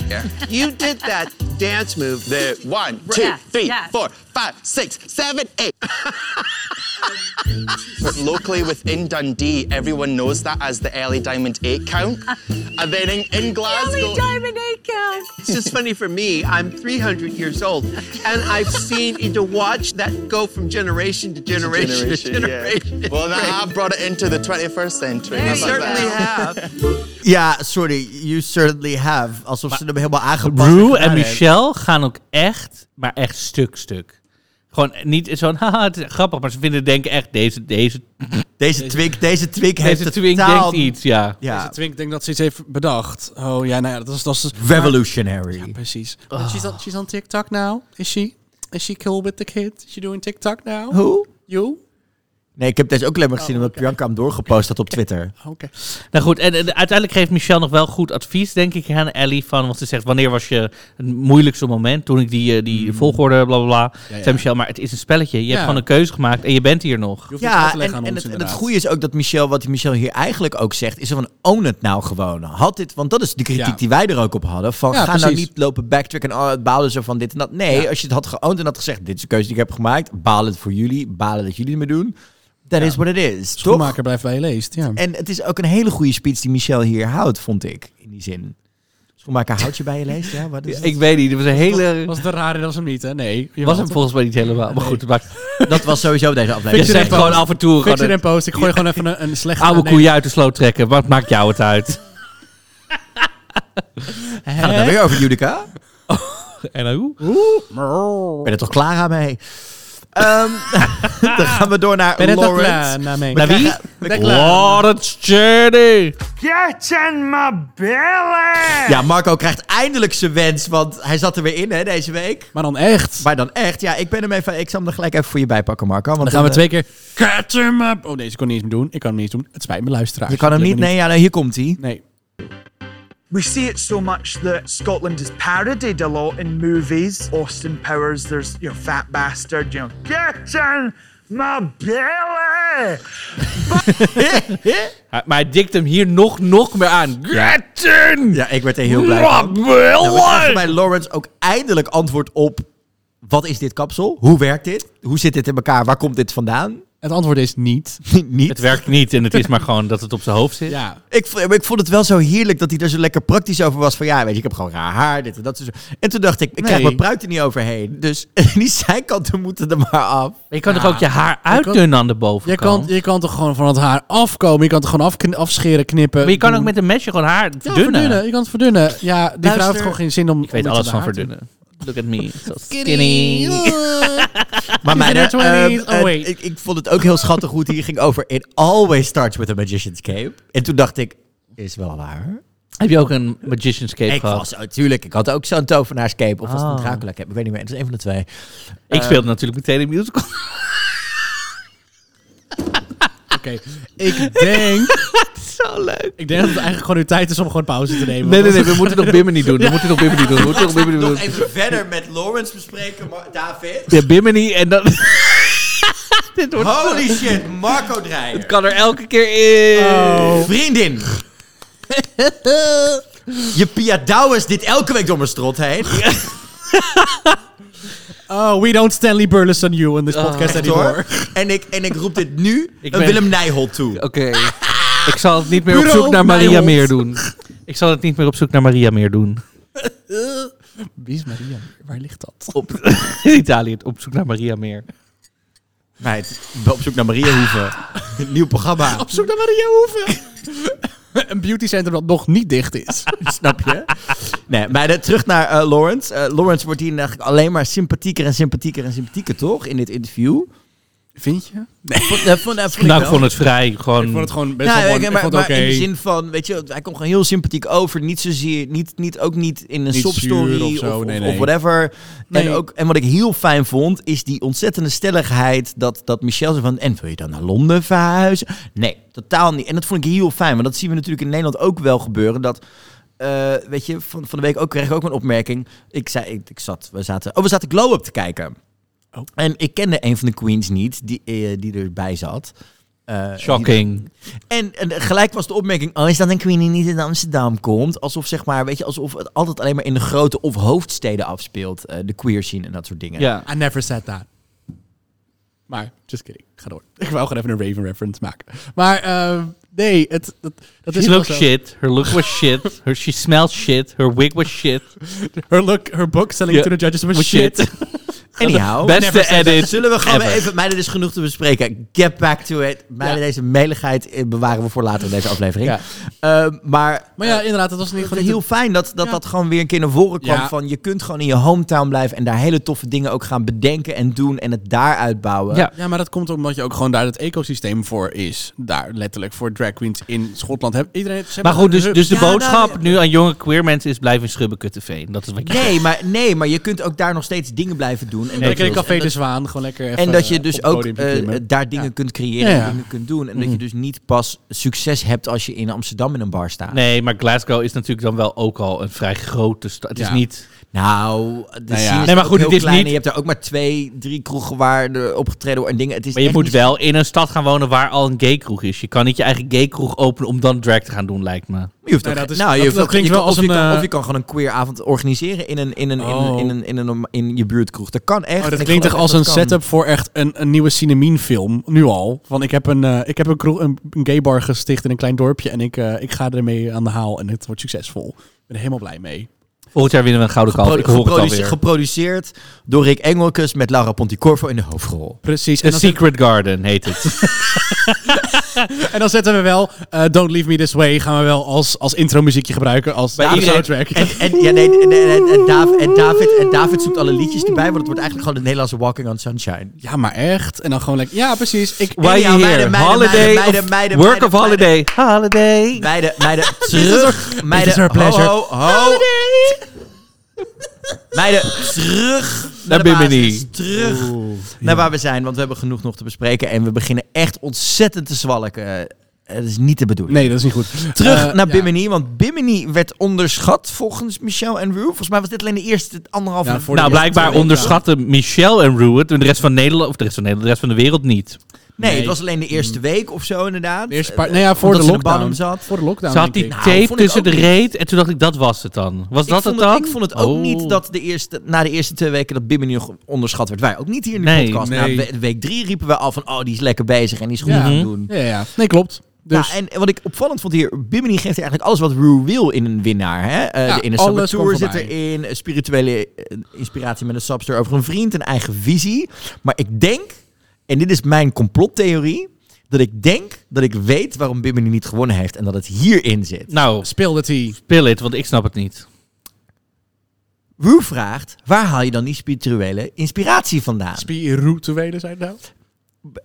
Speaker 5: you did that dance move.
Speaker 6: There, one, two,
Speaker 8: Yes,
Speaker 6: three,
Speaker 8: yes.
Speaker 6: four, five, six, seven, eight. But locally within Dundee, everyone knows that as the early Diamond 8 count. And then in, in Glasgow.
Speaker 8: Only diamond eight count.
Speaker 5: It's just funny for me. I'm 300 years old, and I've seen and to watch that go from generation to generation to generation.
Speaker 6: yeah. Well, now I've brought it into the 21st century.
Speaker 8: There
Speaker 6: How
Speaker 5: You
Speaker 8: you
Speaker 6: about that?
Speaker 5: certainly have.
Speaker 1: Ja, sorry, you certainly have. Alsof ze hem helemaal aangepast
Speaker 3: Rue
Speaker 1: gedaan
Speaker 3: en
Speaker 1: heeft.
Speaker 3: Michelle gaan ook echt, maar echt stuk stuk. Gewoon niet zo'n, haha, het is grappig, maar ze vinden denken echt, deze, deze,
Speaker 1: Deze twink, deze twink heeft
Speaker 3: deze
Speaker 1: het
Speaker 3: twink
Speaker 1: totaal...
Speaker 3: denkt iets, ja.
Speaker 1: Ja,
Speaker 2: Deze twink denkt dat ze iets heeft bedacht. Oh ja, nou ja, dat is... Dat is
Speaker 1: revolutionary.
Speaker 2: precies.
Speaker 1: Ah.
Speaker 2: But She's, on, she's on TikTok now. Is she? Is she cool with the kid? Is she doing TikTok now?
Speaker 1: Hoe?
Speaker 2: You? Oh,
Speaker 1: Nee, ik heb deze ook alleen maar gezien
Speaker 3: Oh,
Speaker 1: omdat Bianca hem doorgepost had op Twitter.
Speaker 2: Oké.
Speaker 3: Nou goed, en, en uiteindelijk geeft Michelle nog wel goed advies, denk ik, aan Ellie. Van, want ze zegt, wanneer was je het moeilijkste moment? Toen ik die, eh, die volgorde, bla bla bla. Zei Michelle, maar het is een spelletje. Je hebt
Speaker 2: Ja.
Speaker 3: gewoon een keuze gemaakt en je bent hier nog.
Speaker 2: Je hoeft niks af
Speaker 1: Ja,
Speaker 2: te
Speaker 1: en,
Speaker 2: leggen
Speaker 1: en,
Speaker 2: aan ons,
Speaker 1: het, en het
Speaker 2: inderdaad.
Speaker 1: goede is ook dat Michel, wat Michel hier eigenlijk ook zegt, is van own het nou gewoon. Had dit, want dat is de kritiek
Speaker 2: Ja.
Speaker 1: die wij er ook op hadden. Van
Speaker 2: Ja,
Speaker 1: ga nou
Speaker 2: precies.
Speaker 1: niet lopen backtracken en oh, het baalde zo van dit en dat. Nee, als je het had geowned en had gezegd, dit is de keuze die ik heb gemaakt. Balen het voor jullie, balen dat jullie het me doen. That is what it is, toch?
Speaker 2: Schoenmaker blijft bij je leest, ja.
Speaker 1: En het is ook een hele goede speech die Michel hier houdt, vond ik. In die zin. Schoenmaker houdt je bij je leest, ja? Wat is het?
Speaker 3: Ik weet niet, dat was een hele...
Speaker 2: Was het een rare dat ze hem niet, hè? Nee.
Speaker 3: was hem volgens mij niet helemaal, maar goed. het maakt-
Speaker 1: Dat was sowieso deze
Speaker 3: Je
Speaker 1: aflevering.
Speaker 2: Victor
Speaker 3: zegt
Speaker 2: en
Speaker 3: gewoon
Speaker 2: Paul.
Speaker 3: af en toe... gewoon
Speaker 2: Victor
Speaker 3: een
Speaker 2: en Post, ik gooi gewoon even een, een slechte...
Speaker 3: Oude
Speaker 2: nee,
Speaker 3: koeien uit de sloot trekken, wat maakt jou het uit?
Speaker 1: Gaat het nou weer over Judica?
Speaker 3: En dan hoe?
Speaker 1: Ik ben er toch klaar aan mee? Ehm, dan gaan we door naar
Speaker 2: Ben het
Speaker 1: Lawrence.
Speaker 2: klaar naar mee?
Speaker 3: Naar wie? Lawrence Cherry.
Speaker 1: Ja, Marco krijgt eindelijk zijn wens, want hij zat er weer in hè, deze week.
Speaker 2: Maar dan echt.
Speaker 1: Maar dan echt, ja, ik ben hem even, ik zal hem er gelijk even voor je bijpakken, Marco. Want
Speaker 2: Dan gaan we twee keer... Catch him up! Oh, deze kon ik niet eens doen. Ik kan hem niet eens doen. Het spijt me, luisteraars.
Speaker 1: Je eh, kan hem
Speaker 2: Het
Speaker 1: niet,
Speaker 2: lukt me
Speaker 1: nee, ja, nou, hier komt hij.
Speaker 2: Nee.
Speaker 7: We see it so much that Scotland is parodied a lot in movies. Austin Powers, there's you know, fat bastard, you know, get in my belly.
Speaker 3: Hij- Maar hij dikt hem hier nog, nog meer aan. Gretten!
Speaker 1: Ja, ik werd er heel blij van. Nou, we krijgen bij Lawrence ook eindelijk antwoord op, wat is dit kapsel? Hoe werkt dit? Hoe zit dit in elkaar? Waar komt dit vandaan?
Speaker 2: Het antwoord is niet.
Speaker 1: niet.
Speaker 3: Het werkt niet en het is maar gewoon dat het op zijn hoofd zit.
Speaker 2: Ja.
Speaker 1: Ik, vo- maar ik vond het wel zo heerlijk dat hij er zo lekker praktisch over was. Van ja, weet je, ik heb gewoon raar haar, dit en dat. Dus, En toen dacht ik, ik krijg mijn pruit er niet overheen. Dus die zijkanten moeten er maar af.
Speaker 3: Maar je kan toch ook je haar uitdunnen aan de
Speaker 2: Je
Speaker 3: bovenkant?
Speaker 2: kan, je kan toch gewoon van het haar afkomen. Je kan het gewoon afkn- afscheren, knippen.
Speaker 3: maar je kan ook met een mesje gewoon haar
Speaker 2: Ja,
Speaker 3: verdunnen.
Speaker 2: verdunnen. Je kan het verdunnen. Ja, die vrouw heeft gewoon geen zin om...
Speaker 3: Ik weet alles van verdunnen. Look at me. So
Speaker 2: Skinny.
Speaker 3: skinny.
Speaker 1: Maar mijn,
Speaker 2: Internet
Speaker 1: eh,
Speaker 2: twenties.
Speaker 1: eh,
Speaker 2: Oh, wait.
Speaker 1: ik, ik vond het ook heel schattig hoe het hier ging over. It always starts with a magician's cape. En toen dacht ik, is wel waar.
Speaker 3: Heb je ook een magician's cape
Speaker 1: Ik
Speaker 3: gehad?
Speaker 1: was, natuurlijk, ik had ook zo'n tovenaarscape. Of was het een
Speaker 3: Oh.
Speaker 1: Dracula cape? Ik weet niet meer. Het is een van de twee.
Speaker 3: Ik speelde natuurlijk meteen een musical.
Speaker 2: Oké. Ik denk...
Speaker 3: Zo leuk.
Speaker 2: Ik denk dat het eigenlijk gewoon uw tijd is om gewoon pauze te nemen.
Speaker 3: Nee, nee, nee. We moeten nog Bimini doen. We moeten nog Bimini doen. We moeten nog Bimini doen.
Speaker 1: even verder met Lawrence bespreken, David.
Speaker 3: Ja, Bimini en dan... Dit wordt...
Speaker 1: Holy shit, Marco Dreyer.
Speaker 3: kan er elke keer in.
Speaker 1: Oh.
Speaker 2: Oh.
Speaker 1: Vriendin. Je Pia Douwens dit elke week door mijn strot heen.
Speaker 2: Oh, we don't Stanley Burleson you in this
Speaker 3: Oh,
Speaker 2: podcast anymore.
Speaker 1: Hoor. En, ik, en ik roep dit nu
Speaker 3: Ik
Speaker 1: een
Speaker 3: ben-
Speaker 1: Willem Nijholt toe.
Speaker 3: Oké. Ik zal het niet meer op
Speaker 2: Bureau
Speaker 3: zoek naar Maria
Speaker 2: Nijholt.
Speaker 3: meer doen. Ik zal het niet meer op zoek naar Maria meer doen.
Speaker 2: Wie is Maria? Waar ligt dat?
Speaker 3: Op, in Italië, op zoek naar Maria meer.
Speaker 1: Meid, ik ben op zoek naar Maria Hoeven. Nieuw programma.
Speaker 2: Op zoek naar Maria Hoeven. Een beautycentrum dat nog niet dicht is.
Speaker 1: Snap je? Nee, maar de- terug naar eh, Lawrence. Eh, Lawrence wordt hier eigenlijk alleen maar sympathieker en sympathieker en sympathieker, toch? In dit interview.
Speaker 2: Vind je?
Speaker 1: Vond, eh, vond, eh, vond ik
Speaker 3: Nou, ik
Speaker 1: wel.
Speaker 3: vond het vrij gewoon...
Speaker 2: Ik vond het gewoon best
Speaker 1: Ja,
Speaker 2: wel
Speaker 1: ik-
Speaker 2: mooi.
Speaker 1: Nou, maar,
Speaker 2: ik vond
Speaker 1: maar
Speaker 2: het oké.
Speaker 1: in de zin van, weet je, hij komt gewoon heel sympathiek over. Niet zozeer, niet, niet, ook niet in een
Speaker 2: Niet
Speaker 1: sopstory
Speaker 2: zuur of
Speaker 1: of,
Speaker 2: zo,
Speaker 1: of,
Speaker 2: nee,
Speaker 1: of
Speaker 2: nee.
Speaker 1: whatever.
Speaker 2: Nee.
Speaker 1: En, ook, en wat ik heel fijn vond, is die ontzettende stelligheid dat, dat Michel zei van... En wil je dan naar Londen verhuizen? Nee, totaal niet. En dat vond ik heel fijn, want dat zien we natuurlijk in Nederland ook wel gebeuren. Dat, eh, weet je, van, van de week ook, kreeg ik ook een opmerking. Ik zei, ik, ik zat, we zaten, oh, we zaten Glow Up te kijken.
Speaker 2: Oh.
Speaker 1: En ik kende een van de queens niet, die, eh, die erbij zat. Eh,
Speaker 3: Shocking.
Speaker 1: en, en gelijk was de opmerking, oh is dat een queen die niet in Amsterdam komt? Alsof zeg maar, weet je, alsof het altijd alleen maar in de grote of hoofdsteden afspeelt. eh, de queer scene en dat soort dingen.
Speaker 3: Ja.
Speaker 2: I never said that. Maar, just kidding. Ga door. Ik wou gewoon even een Raven reference maken. Maar, eh, nee, het, dat, dat is
Speaker 3: She
Speaker 2: wel
Speaker 3: looked
Speaker 2: zo.
Speaker 3: shit. Her look was shit. Her, she smelled shit. Her wig was shit.
Speaker 2: Her look, her book selling
Speaker 3: Ja.
Speaker 2: to the judges was
Speaker 3: Was
Speaker 2: shit.
Speaker 3: shit.
Speaker 1: Anyhow,
Speaker 3: Beste edit
Speaker 1: zullen we gewoon
Speaker 3: ever.
Speaker 1: even, meiden, dit is genoeg te bespreken. Get back to it. Meiden, deze meligheid eh, bewaren we voor later in deze aflevering.
Speaker 2: Ja.
Speaker 1: Eh, maar
Speaker 2: Maar ja, inderdaad, dat was niet
Speaker 1: ik
Speaker 2: gewoon
Speaker 1: vind het heel fijn dat dat,
Speaker 2: Ja.
Speaker 1: dat gewoon weer een keer naar voren kwam.
Speaker 2: Ja.
Speaker 1: Van je kunt gewoon in je hometown blijven en daar hele toffe dingen ook gaan bedenken en doen en het daar uitbouwen.
Speaker 3: Ja.
Speaker 2: Ja, maar dat komt omdat je ook gewoon daar het ecosysteem voor is. Daar letterlijk voor drag queens in Schotland. Heb, iedereen heeft- ze
Speaker 3: Maar
Speaker 2: hebben
Speaker 3: goed, dus,
Speaker 2: hun-
Speaker 3: dus de
Speaker 2: Ja,
Speaker 3: boodschap
Speaker 2: nou,
Speaker 3: nu aan jonge queer mensen is blijf in Schubbekutteveen. Dat is wat je
Speaker 1: Nee maar, nee, maar je kunt ook daar nog steeds dingen blijven doen. En, dat
Speaker 2: Lekker in
Speaker 1: is- en
Speaker 2: Café
Speaker 1: dat-
Speaker 2: de Zwaan, gewoon lekker even,
Speaker 1: En dat je
Speaker 2: eh, op
Speaker 1: dus
Speaker 2: het
Speaker 1: ook
Speaker 2: podiumpje
Speaker 1: eh,
Speaker 2: klimmen.
Speaker 1: daar dingen
Speaker 2: Ja.
Speaker 1: kunt creëren
Speaker 2: Ja, Mhm. ja.
Speaker 1: en dingen kunt doen. En dat je dus niet pas succes hebt als je in Amsterdam in een bar staat.
Speaker 3: Nee, maar Glasgow is natuurlijk dan wel ook al een vrij grote stad. Het
Speaker 2: Ja.
Speaker 3: is niet...
Speaker 1: Nou, de
Speaker 2: ja.
Speaker 1: scene is
Speaker 3: Nee, maar
Speaker 1: ook
Speaker 3: goed,
Speaker 1: heel
Speaker 3: het is
Speaker 1: klein
Speaker 3: niet-
Speaker 1: en Je hebt daar ook maar twee, drie kroegen waar er opgetreden wordt en dingen. Het is
Speaker 3: Maar je
Speaker 1: echt
Speaker 3: moet
Speaker 1: niet-
Speaker 3: wel in een stad gaan wonen waar al een gaykroeg is. Je kan niet je eigen gaykroeg openen om dan drag te gaan doen, lijkt me.
Speaker 1: Je hoeft
Speaker 2: Nee,
Speaker 1: ook-
Speaker 2: dat is-
Speaker 1: nou, je
Speaker 2: dat-
Speaker 1: hoeft
Speaker 2: dat
Speaker 1: ook-
Speaker 2: klinkt
Speaker 1: je
Speaker 2: wel
Speaker 1: kan-
Speaker 2: als
Speaker 1: of je
Speaker 2: een,
Speaker 1: kan-
Speaker 2: eh,
Speaker 1: Of je kan gewoon een queer avond organiseren in, een, in, een, in, een,
Speaker 2: Oh.
Speaker 1: in, een, in, een, in je buurtkroeg. Dat kan echt.
Speaker 2: Oh, dat
Speaker 1: En ik
Speaker 2: klinkt
Speaker 1: geloof
Speaker 2: toch als
Speaker 1: dat
Speaker 2: een
Speaker 1: dat kan.
Speaker 2: setup voor echt een, een nieuwe Cinemien-film, nu al. Van ik heb een, eh, ik heb een, kroeg, een, een gay bar gesticht in een klein dorpje en ik, eh, ik ga ermee aan de haal en het wordt succesvol. Ik ben er helemaal blij mee.
Speaker 3: Volgend jaar winnen we een gouden kalf. Oh, Ik
Speaker 1: Geprodu-
Speaker 3: hoor het
Speaker 1: geproduce-
Speaker 3: alweer.
Speaker 1: Geproduceerd door Rick Engelkes met Laura Ponticorvo in de hoofdrol.
Speaker 2: Precies.
Speaker 3: The
Speaker 2: En dan, zet-
Speaker 3: Secret Garden heet het.
Speaker 2: en dan zetten we wel eh, Don't Leave Me This Way gaan we wel als, als intro-muziekje gebruiken. Als
Speaker 3: Bij
Speaker 2: de
Speaker 3: iedereen-
Speaker 2: soundtrack.
Speaker 1: En, en, ja, nee, en, en, en, en Dav- en David, en David zoekt alle liedjes erbij, want het wordt eigenlijk gewoon de Nederlandse Walking on Sunshine.
Speaker 2: Ja, maar echt. En dan gewoon lekker... Ja, precies. Ik,
Speaker 3: Why
Speaker 1: Ja,
Speaker 3: you
Speaker 1: meiden, meiden,
Speaker 3: here?
Speaker 1: meiden,
Speaker 3: Holiday
Speaker 1: meiden,
Speaker 3: of-
Speaker 1: meiden,
Speaker 3: Work
Speaker 1: meiden,
Speaker 3: of holiday. Holiday.
Speaker 1: Meiden, meiden, terug. Meiden,
Speaker 2: her pleasure.
Speaker 1: Ho, ho, ho. Meiden, terug naar, de
Speaker 3: Bimini.
Speaker 1: basis. Terug naar waar we zijn, want we hebben genoeg nog te bespreken. En we beginnen echt ontzettend te zwalken. Eh, Dat is niet de bedoeling.
Speaker 2: Nee, dat is niet goed.
Speaker 1: Terug
Speaker 2: Eh,
Speaker 1: naar
Speaker 2: ja.
Speaker 1: Bimini, want Bimini werd onderschat volgens Michel en Rue. Volgens mij was dit alleen de eerste anderhalf
Speaker 2: Ja,
Speaker 1: uur.
Speaker 2: voor de
Speaker 3: Nou,
Speaker 2: eerste
Speaker 3: blijkbaar
Speaker 2: twee weken.
Speaker 3: onderschatten Michel en Rue het en de rest van Nederland, of de rest van Nederland, de rest van de wereld niet.
Speaker 1: Nee,
Speaker 2: Nee. Mm.
Speaker 1: het was alleen de eerste week of zo inderdaad.
Speaker 2: De eerste paar... Nee, ja, voor de
Speaker 1: Omdat ze in de
Speaker 2: lockdown.
Speaker 1: bottom zat.
Speaker 2: Voor de lockdown,
Speaker 3: Ze had die
Speaker 2: denk ik.
Speaker 1: Nou,
Speaker 3: tape
Speaker 1: vond ik
Speaker 3: tussen de
Speaker 1: ook niet.
Speaker 3: reet en toen dacht ik, dat was het dan. Was
Speaker 1: Ik
Speaker 3: dat
Speaker 1: vond
Speaker 3: het dan?
Speaker 1: Ik vond het ook
Speaker 3: Oh.
Speaker 1: niet dat de eerste, na de eerste twee weken dat Bimini nog onderschat werd. Wij ook niet hier in de
Speaker 3: Nee,
Speaker 1: podcast.
Speaker 2: nee.
Speaker 1: Na we- week drie riepen we al van, oh, die is lekker bezig en die is goed
Speaker 2: Ja.
Speaker 3: Mhm.
Speaker 1: aan het doen.
Speaker 2: Ja, ja. Nee, klopt. Dus...
Speaker 1: Ja, en wat ik opvallend vond hier, Bimini geeft hier eigenlijk alles wat Rue wil in een winnaar. Hè? Eh,
Speaker 2: Ja,
Speaker 1: de Inner
Speaker 2: alles
Speaker 1: Summer Tour
Speaker 2: kwam
Speaker 1: zit
Speaker 2: voorbij.
Speaker 1: erin, eh, spirituele eh, inspiratie met een subster over een vriend, een eigen visie. Maar ik denk, en dit is mijn complottheorie, dat ik denk dat ik weet waarom Bimini niet gewonnen heeft en dat het hierin zit.
Speaker 3: Nou,
Speaker 2: speelde hij.
Speaker 3: speel het, want ik snap het niet.
Speaker 1: Rue vraagt, waar haal je dan die spirituele inspiratie vandaan?
Speaker 2: Spirituele zijn nou?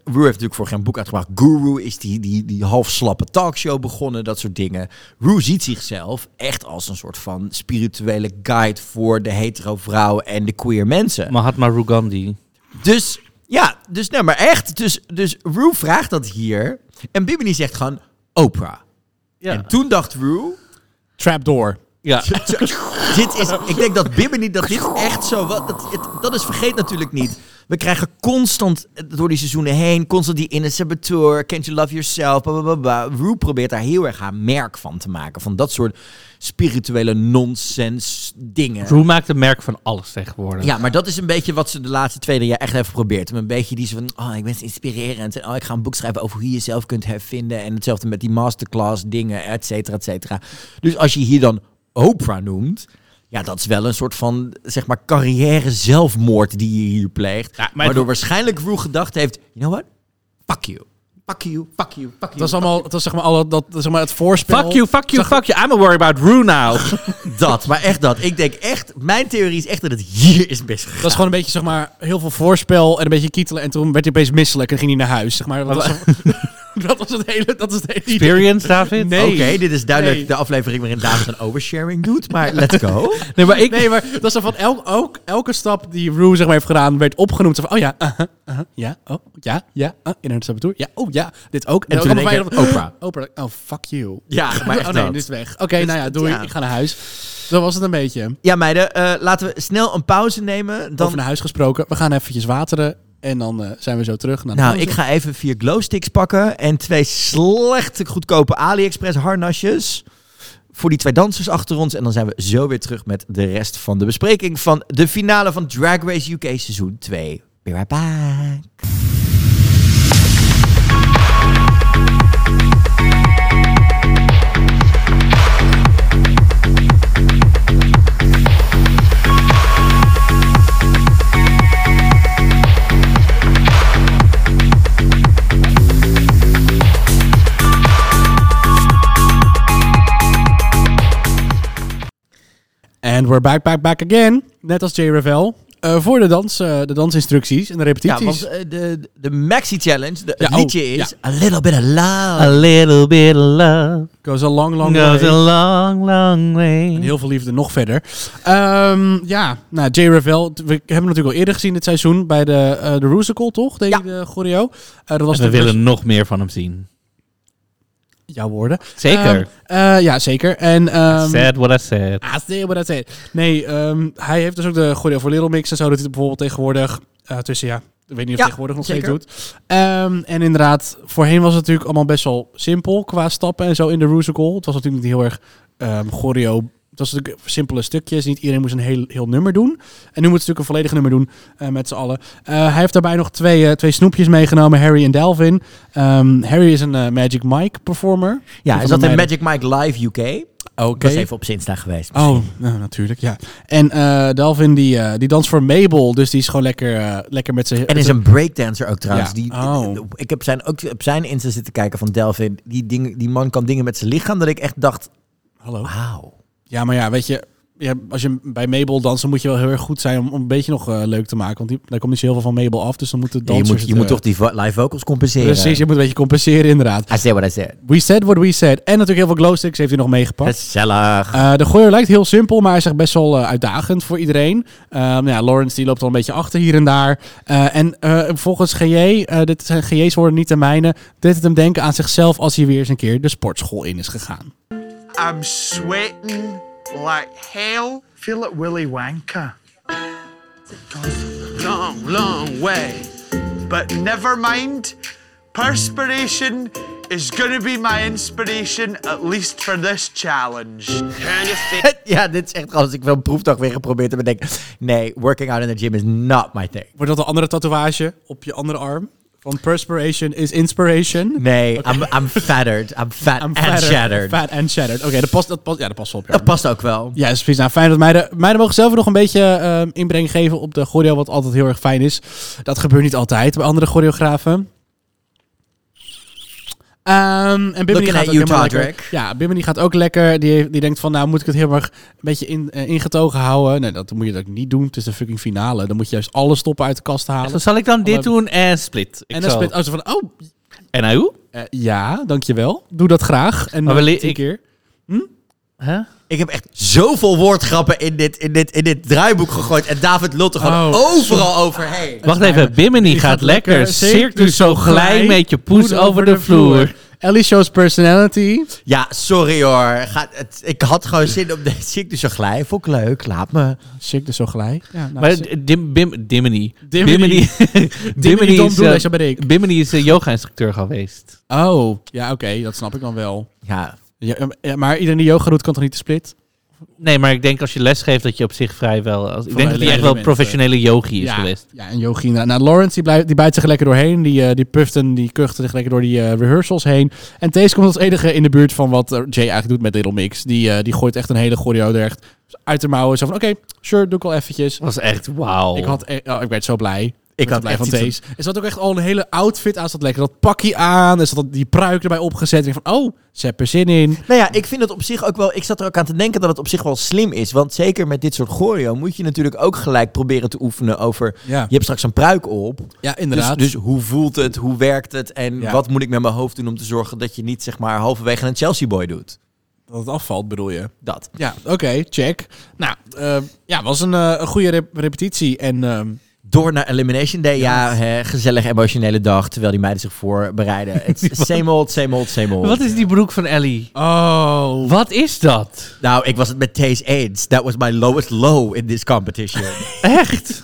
Speaker 1: Rue heeft natuurlijk voor geen boek uitgebracht. Guru is die, die, die halfslappe talkshow begonnen, dat soort dingen. Rue ziet zichzelf echt als een soort van spirituele guide voor de hetero vrouw en de queer mensen.
Speaker 3: Mahatma Rugandhi.
Speaker 1: Dus ja, dus nee, maar echt. Dus, dus Rue vraagt dat hier. En Bimini zegt gewoon Oprah. En toen dacht Rue,
Speaker 2: Trapdoor.
Speaker 3: Ja.
Speaker 1: dit is, ik denk dat Bimini dat dit echt zo wat Dat, het- dat is vergeet natuurlijk niet. We krijgen constant eh, door die seizoenen heen, constant die Inner Saboteur, Can't You Love Yourself, bla bla bla. bla. Rue probeert daar heel erg haar merk van te maken. Van dat soort spirituele nonsens dingen.
Speaker 3: Rue maakt een merk van alles tegenwoordig.
Speaker 1: Ja, maar dat is een beetje wat ze de laatste twee drie jaar echt heeft geprobeerd. Om een beetje die zo van, oh, ik ben inspirerend. En oh, ik ga een boek schrijven over hoe je jezelf kunt hervinden. En hetzelfde met die masterclass dingen, et cetera, et cetera. Dus als je hier dan Oprah noemt... Ja, dat is wel een soort van, zeg maar, carrière zelfmoord die je hier pleegt.
Speaker 3: Ja, maar het-
Speaker 1: waardoor waarschijnlijk Rue gedacht heeft, you know what? Fuck you. Fuck you, fuck you, fuck you.
Speaker 2: Dat was allemaal, dat was zeg maar, al dat, zeg maar het voorspel.
Speaker 3: Fuck you, fuck you, fuck you. I'm a worry about Rue now.
Speaker 1: dat, maar echt dat. Ik denk echt, mijn theorie is echt dat het hier is misgegaan.
Speaker 2: Dat is gewoon een beetje, zeg maar, heel veel voorspel en een beetje kietelen. En toen werd hij opeens misselijk en ging hij naar huis, zeg maar. Dat, was, dat was het hele, dat is het hele idee.
Speaker 3: Experience, David?
Speaker 2: Nee.
Speaker 1: Oké, dit is duidelijk
Speaker 2: Nee.
Speaker 1: de aflevering waarin David een oversharing doet, maar let's go.
Speaker 3: Nee, maar ik...
Speaker 2: Nee, maar dat is dan van elk, ook, elke stap die Rue zeg maar, heeft gedaan, werd opgenoemd. Zo Van, oh ja, aha, aha, ja, oh ja, ja, ah, inderdaad, saboteur. Ja, oh ja, dit ook. En
Speaker 1: toen
Speaker 2: dan
Speaker 1: in één
Speaker 2: allemaal
Speaker 1: keer,
Speaker 2: van- Oprah, oh fuck you.
Speaker 1: Ja, maar echt
Speaker 2: oh nee,
Speaker 1: dat.
Speaker 2: dit is weg. Oké, nou ja, doei,
Speaker 1: ja.
Speaker 2: ik ga naar huis. Zo was het een beetje.
Speaker 1: Ja, meiden, eh, laten we snel een pauze nemen. Dan
Speaker 2: Over naar huis gesproken. We gaan eventjes wateren en dan eh, zijn we zo terug. Naar de
Speaker 1: Nou,
Speaker 2: pauze.
Speaker 1: ik ga even vier glowsticks pakken en twee slecht goedkope AliExpress harnasjes. Voor die twee dansers achter ons. En dan zijn we zo weer terug met de rest van de bespreking van de finale van Drag Race UK seizoen 2. Be right back.
Speaker 2: And we're back, back, back again. Net als Jay Ravel. Eh, voor de, dans, eh, de dansinstructies en de
Speaker 1: Ja,
Speaker 2: repetities.
Speaker 1: want eh, de, de Maxi Challenge, de, het
Speaker 2: Ja, oh,
Speaker 1: liedje
Speaker 2: ja.
Speaker 1: is A Little Bit of
Speaker 3: A
Speaker 1: Love.
Speaker 3: little bit of love
Speaker 2: Goes a long, long
Speaker 3: goes
Speaker 2: way.
Speaker 3: a long, long way.
Speaker 2: En heel veel liefde nog verder. Ehm, ja, nou, Jay Ravel. We hebben hem natuurlijk al eerder gezien dit seizoen bij de, eh de Rusical, toch? Deed
Speaker 1: Ja.
Speaker 2: hij de choreo. Eh, dat was
Speaker 3: We
Speaker 2: de
Speaker 3: willen nog meer van hem zien.
Speaker 2: Jouw woorden.
Speaker 3: Zeker.
Speaker 2: Ehm, eh, ja, zeker. En, ehm,
Speaker 3: said what I said.
Speaker 2: Ah, see what I said. Nee, ehm, hij heeft dus ook de choreo voor Little Mix en zo. Dat hij het bijvoorbeeld tegenwoordig eh, tussen, ja, ik weet niet of
Speaker 1: Ja,
Speaker 2: hij tegenwoordig nog
Speaker 1: zeker.
Speaker 2: steeds doet. Ehm, en inderdaad, voorheen was het natuurlijk allemaal best wel simpel qua stappen en zo in de Rusical. Het was natuurlijk niet heel erg ehm, choreo. Het was natuurlijk simpele stukjes. Niet iedereen moest een heel, heel nummer doen. En nu moet het natuurlijk een volledig nummer doen eh, met z'n allen. Eh, hij heeft daarbij nog twee, eh, twee snoepjes meegenomen, Harry en Delvin. Ehm, Harry is een eh, Magic Mike performer.
Speaker 1: Ja, hij
Speaker 2: Van
Speaker 1: zat
Speaker 2: de
Speaker 1: in
Speaker 2: meiden.
Speaker 1: Magic Mike Live UK. Ik
Speaker 2: Oké.
Speaker 1: was even op Zinsta geweest.
Speaker 2: Oh, nou, natuurlijk, ja. En eh Delvin, die, eh, die danst voor Mabel, dus die is gewoon lekker, eh, lekker met zijn...
Speaker 1: En is een breakdancer ook trouwens.
Speaker 2: Ja.
Speaker 1: Die,
Speaker 2: Oh.
Speaker 1: Ik heb zijn, ook op zijn Insta zitten kijken van Delvin. Die, ding, die man kan dingen met zijn lichaam dat ik echt dacht,
Speaker 2: Hallo?
Speaker 1: wauw.
Speaker 2: Ja, maar ja, weet je, ja, als je bij Mabel danst, dan moet je wel heel erg goed zijn om, om een beetje nog eh, leuk te maken. Want die, daar komt niet zo heel veel van Mabel af, dus dan moeten
Speaker 1: Je
Speaker 2: dansers...
Speaker 1: moet, je
Speaker 2: het,
Speaker 1: moet
Speaker 2: eh,
Speaker 1: toch die vo- live vocals compenseren.
Speaker 2: Precies, je moet een beetje compenseren, inderdaad.
Speaker 1: I said what I said.
Speaker 2: We said what we said. En natuurlijk heel veel glowsticks heeft hij nog meegepakt.
Speaker 1: Gezellig.
Speaker 2: Eh, de gooier lijkt heel simpel, maar hij is echt best wel eh, uitdagend voor iedereen. Ehm, nou ja, Lawrence die loopt al een beetje achter hier en daar. Eh, en eh, volgens GJ, eh, dit zijn GJ's worden niet de mijne, deed het hem denken aan zichzelf als hij weer eens een keer de sportschool in is gegaan.
Speaker 7: I'm sweating like hell. Feel like Willy Wanker.
Speaker 5: Long, long way.
Speaker 7: But never mind. Perspiration is gonna be my inspiration, at least for this challenge.
Speaker 4: Turn your face.
Speaker 1: ja, dit is echt gewoon als ik wel een proefdag weer geprobeerd heb en denk, nee, working out in the gym is not my thing.
Speaker 2: Wordt dat een andere tatoeage op je andere arm? Van perspiration is inspiration.
Speaker 1: Nee, I'm, I'm fattered. I'm fat
Speaker 2: I'm
Speaker 1: and
Speaker 2: fatter,
Speaker 1: shattered.
Speaker 2: Fat and shattered. Oké, dat past, dat past, ja, dat past wel op je
Speaker 1: Dat
Speaker 2: arm.
Speaker 1: past ook wel.
Speaker 2: Ja, is precies. Nou, fijn dat meiden, meiden mogen zelf nog een beetje ehm, inbreng geven op de choreo, wat altijd heel erg fijn is. Dat gebeurt niet altijd bij andere choreografen. Ehm en Bimini
Speaker 1: Looking
Speaker 2: gaat
Speaker 1: at
Speaker 2: ook
Speaker 1: you,
Speaker 2: helemaal
Speaker 1: Todrick.
Speaker 2: lekker. Ja, Bimini gaat ook lekker. Die, heeft- die denkt van, nou moet ik het heel erg een beetje in, eh, ingetogen houden. Nee, dat moet je ook niet doen. Het is de fucking finale. Dan moet je juist alle stoppen uit de kast halen.
Speaker 3: Zo zal ik dan dit doen en split. Ik
Speaker 2: en dan
Speaker 3: zal-
Speaker 2: split oh, ze van, oh,
Speaker 3: En nou, hij hoe?
Speaker 2: eh, ja, dankjewel. Doe dat graag. En
Speaker 3: Maar we le-
Speaker 2: tien
Speaker 3: ik-
Speaker 2: keer.
Speaker 3: Huh?
Speaker 1: Ik heb echt zoveel woordgrappen in dit, in dit, in dit draaiboek gegooid en David lult er gewoon
Speaker 2: Oh,
Speaker 1: overal overheen.
Speaker 3: Wacht even, Bimini gaat lekker. Cirque du zo glij met je poes over de vloer.
Speaker 2: Ellie shows personality.
Speaker 1: Ja, sorry hoor. Ga, het, ik had gewoon zin om deze ziekte dus zo glij. Vond ik leuk, laat me.
Speaker 2: Chic dus zo gelijk. Ja, nou,
Speaker 3: Maar
Speaker 2: sick.
Speaker 3: Dim, Bim, Dimini.
Speaker 2: Dimini.
Speaker 3: Bimini. Bimini
Speaker 2: Don
Speaker 3: is,
Speaker 2: Doel,
Speaker 3: eh,
Speaker 2: deze ben ik.
Speaker 3: Bimini is eh, yoga-instructeur geweest.
Speaker 2: oh, ja, oké, dat snap ik dan wel.
Speaker 1: Ja,
Speaker 2: Ja, eh, ja, maar iedereen die yoga doet, kan toch niet de split?
Speaker 3: Nee, maar ik denk als je lesgeeft dat je op zich vrijwel... Als, ik denk dat hij echt wel
Speaker 2: elementen.
Speaker 3: professionele yogi is
Speaker 2: ja,
Speaker 3: geweest.
Speaker 2: Ja, en yogi. inderdaad. Nou, Lawrence, die, blijft, die bijt zich lekker doorheen. Die, eh die puft en die kucht zich lekker door die eh, rehearsals heen. En Thees komt als enige in de buurt van wat eh, Jay eigenlijk doet met Little Mix. Die, eh, die gooit echt een hele choreo er echt uit de mouwen. Zo van, oké, sure, doe ik wel eventjes.
Speaker 3: Dat was echt wauw.
Speaker 2: Ik, had, eh, oh, ik werd zo blij.
Speaker 1: Ik had
Speaker 2: blij
Speaker 1: echt
Speaker 2: van
Speaker 1: iets
Speaker 2: deze. Er zat ook echt al een hele outfit aan. Er zat lekker dat pakje aan. Er zat al die pruik erbij opgezet. Ik denk van, oh, ze hebben er zin in.
Speaker 1: Nou ja, ik vind het op zich ook wel. Ik zat er ook aan te denken dat het op zich wel slim is. Want zeker met dit soort choreo moet je natuurlijk ook gelijk proberen te oefenen over.
Speaker 2: Ja.
Speaker 1: Je hebt straks een pruik op.
Speaker 2: Ja,
Speaker 1: Dus,
Speaker 2: inderdaad.
Speaker 1: dus hoe voelt het? Hoe werkt het? En
Speaker 2: Ja.
Speaker 1: wat moet ik met mijn hoofd doen om te zorgen dat je niet zeg maar halverwege een Chelsea boy doet?
Speaker 2: dat het afvalt, bedoel je?
Speaker 1: Dat.
Speaker 2: Ja, oké, check. Nou, eh, ja, was een, eh, een goede rep- repetitie. En ehm,
Speaker 1: Door naar Elimination Day. Ja, hè, gezellig emotionele dag. Terwijl die meiden zich voorbereiden. Het is same old, same old, same old.
Speaker 3: Wat is die broek van Ellie?
Speaker 2: oh,
Speaker 3: Wat is dat?
Speaker 1: Nou, ik was het met Taze AIDS. That was my lowest low in this competition.
Speaker 3: Echt?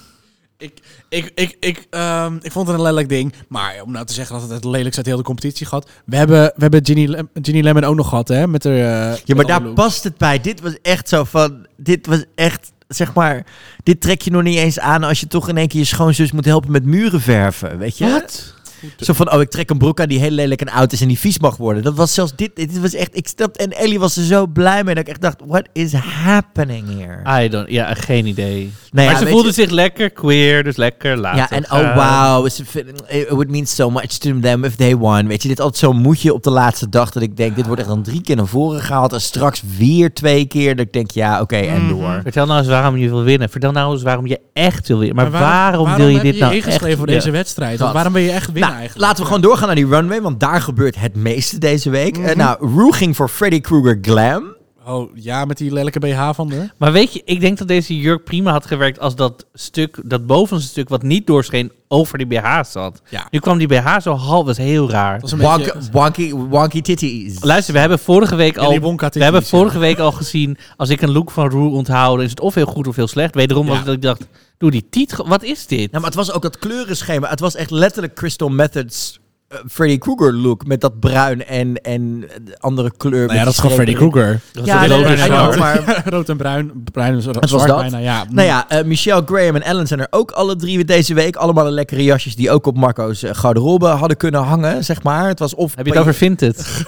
Speaker 2: ik, ik, ik, ik, ehm, ik vond het een lelijk ding. Maar om nou te zeggen dat het het lelijkste uit heel de competitie gehad. We hebben, we hebben Ginny, Lem- Ginny Lemon ook nog gehad, hè? Met haar, eh,
Speaker 1: Ja, maar
Speaker 2: met
Speaker 1: daar
Speaker 2: haar look.
Speaker 1: past het bij. Dit was echt zo van. Dit was echt. Zeg maar, dit trek je nog niet eens aan als je toch in één keer je schoonzus moet helpen met muren verven, weet je?
Speaker 3: Wat?
Speaker 1: Zo van, oh, ik trek een broek aan die heel lelijk en oud is en die vies mag worden. Dat was zelfs dit, dit was echt, ik snap, en Ellie was er zo blij mee dat ik echt dacht, what is happening here?
Speaker 3: I don't, ja, geen idee.
Speaker 1: Nou ja,
Speaker 3: maar ze
Speaker 1: weet
Speaker 3: voelde
Speaker 1: je-
Speaker 3: zich lekker queer, dus lekker laat.
Speaker 1: ja, en oh wow, is it, it would mean so much to them if they won. Weet je, dit altijd zo'n moedje op de laatste dag dat ik denk, dit wordt echt dan drie keer naar voren gehaald en straks weer twee keer. Dat ik denk, ja, oké, en door.
Speaker 3: Vertel nou eens waarom je wil winnen. Vertel nou eens waarom je echt wil winnen. Maar,
Speaker 2: Maar
Speaker 3: waarom, wil je
Speaker 2: heb
Speaker 3: dit nou
Speaker 2: ingeschreven
Speaker 3: echt
Speaker 2: voor
Speaker 3: Ja.
Speaker 2: deze wedstrijd? Want
Speaker 1: Dat.
Speaker 2: waarom ben je echt winnen
Speaker 1: Nou,
Speaker 2: eigenlijk?
Speaker 1: laten we gewoon doorgaan naar die runway, want daar gebeurt het meeste deze week. Eh, nou, Rue ging voor Freddy Krueger Glam.
Speaker 2: Oh, ja, met die lelijke BH van haar.
Speaker 3: Maar weet je, ik denk dat deze jurk prima had gewerkt als dat stuk, dat bovenste stuk wat niet doorscheen, over die BH zat.
Speaker 2: Ja.
Speaker 3: Nu kwam die BH zo half, was heel raar.
Speaker 2: Dat was een
Speaker 1: Wonky,
Speaker 2: beetje...
Speaker 1: wonky, wonky titties.
Speaker 3: Luister, we hebben vorige week al,
Speaker 2: die Wonka
Speaker 3: we hebben
Speaker 2: titties, ja.
Speaker 3: vorige week al gezien, als ik een look van Rue onthoud, dan is het of heel goed of heel slecht. Wederom was
Speaker 2: Ja.
Speaker 3: het dat ik dacht, doe die tiet, ge- wat is dit?
Speaker 1: Nou, maar het was ook dat kleurenschema. Het was echt letterlijk Crystal Methods eh, Freddy Krueger look met dat bruin en, en de andere kleur. met
Speaker 2: Nou ja, dat is gewoon Freddy
Speaker 1: strepen.
Speaker 2: Krueger.
Speaker 3: Dat
Speaker 1: Ja,
Speaker 3: was
Speaker 1: nee,
Speaker 3: ook
Speaker 1: nee,
Speaker 3: weer
Speaker 1: nee,
Speaker 3: zo.
Speaker 1: I know, maar-
Speaker 2: rood en bruin. Bruin en zo-
Speaker 1: Het was
Speaker 2: zwart
Speaker 1: dat.
Speaker 2: bijna, ja.
Speaker 1: Nou ja, eh, Michelle, Graham en Ellen zijn er ook alle drie deze week. Allemaal een lekkere jasjes die ook op Marco's eh, garderobe hadden kunnen hangen, zeg maar. Het was of
Speaker 3: Heb je het over vindt het?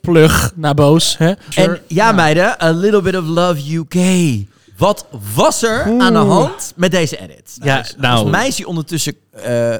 Speaker 2: Plug naar boos, hè?
Speaker 1: En ja, meiden, a little bit of love UK. Wat was er aan de hand met deze edit?
Speaker 3: Ja, nou,
Speaker 1: Volgens mij is die ondertussen eh,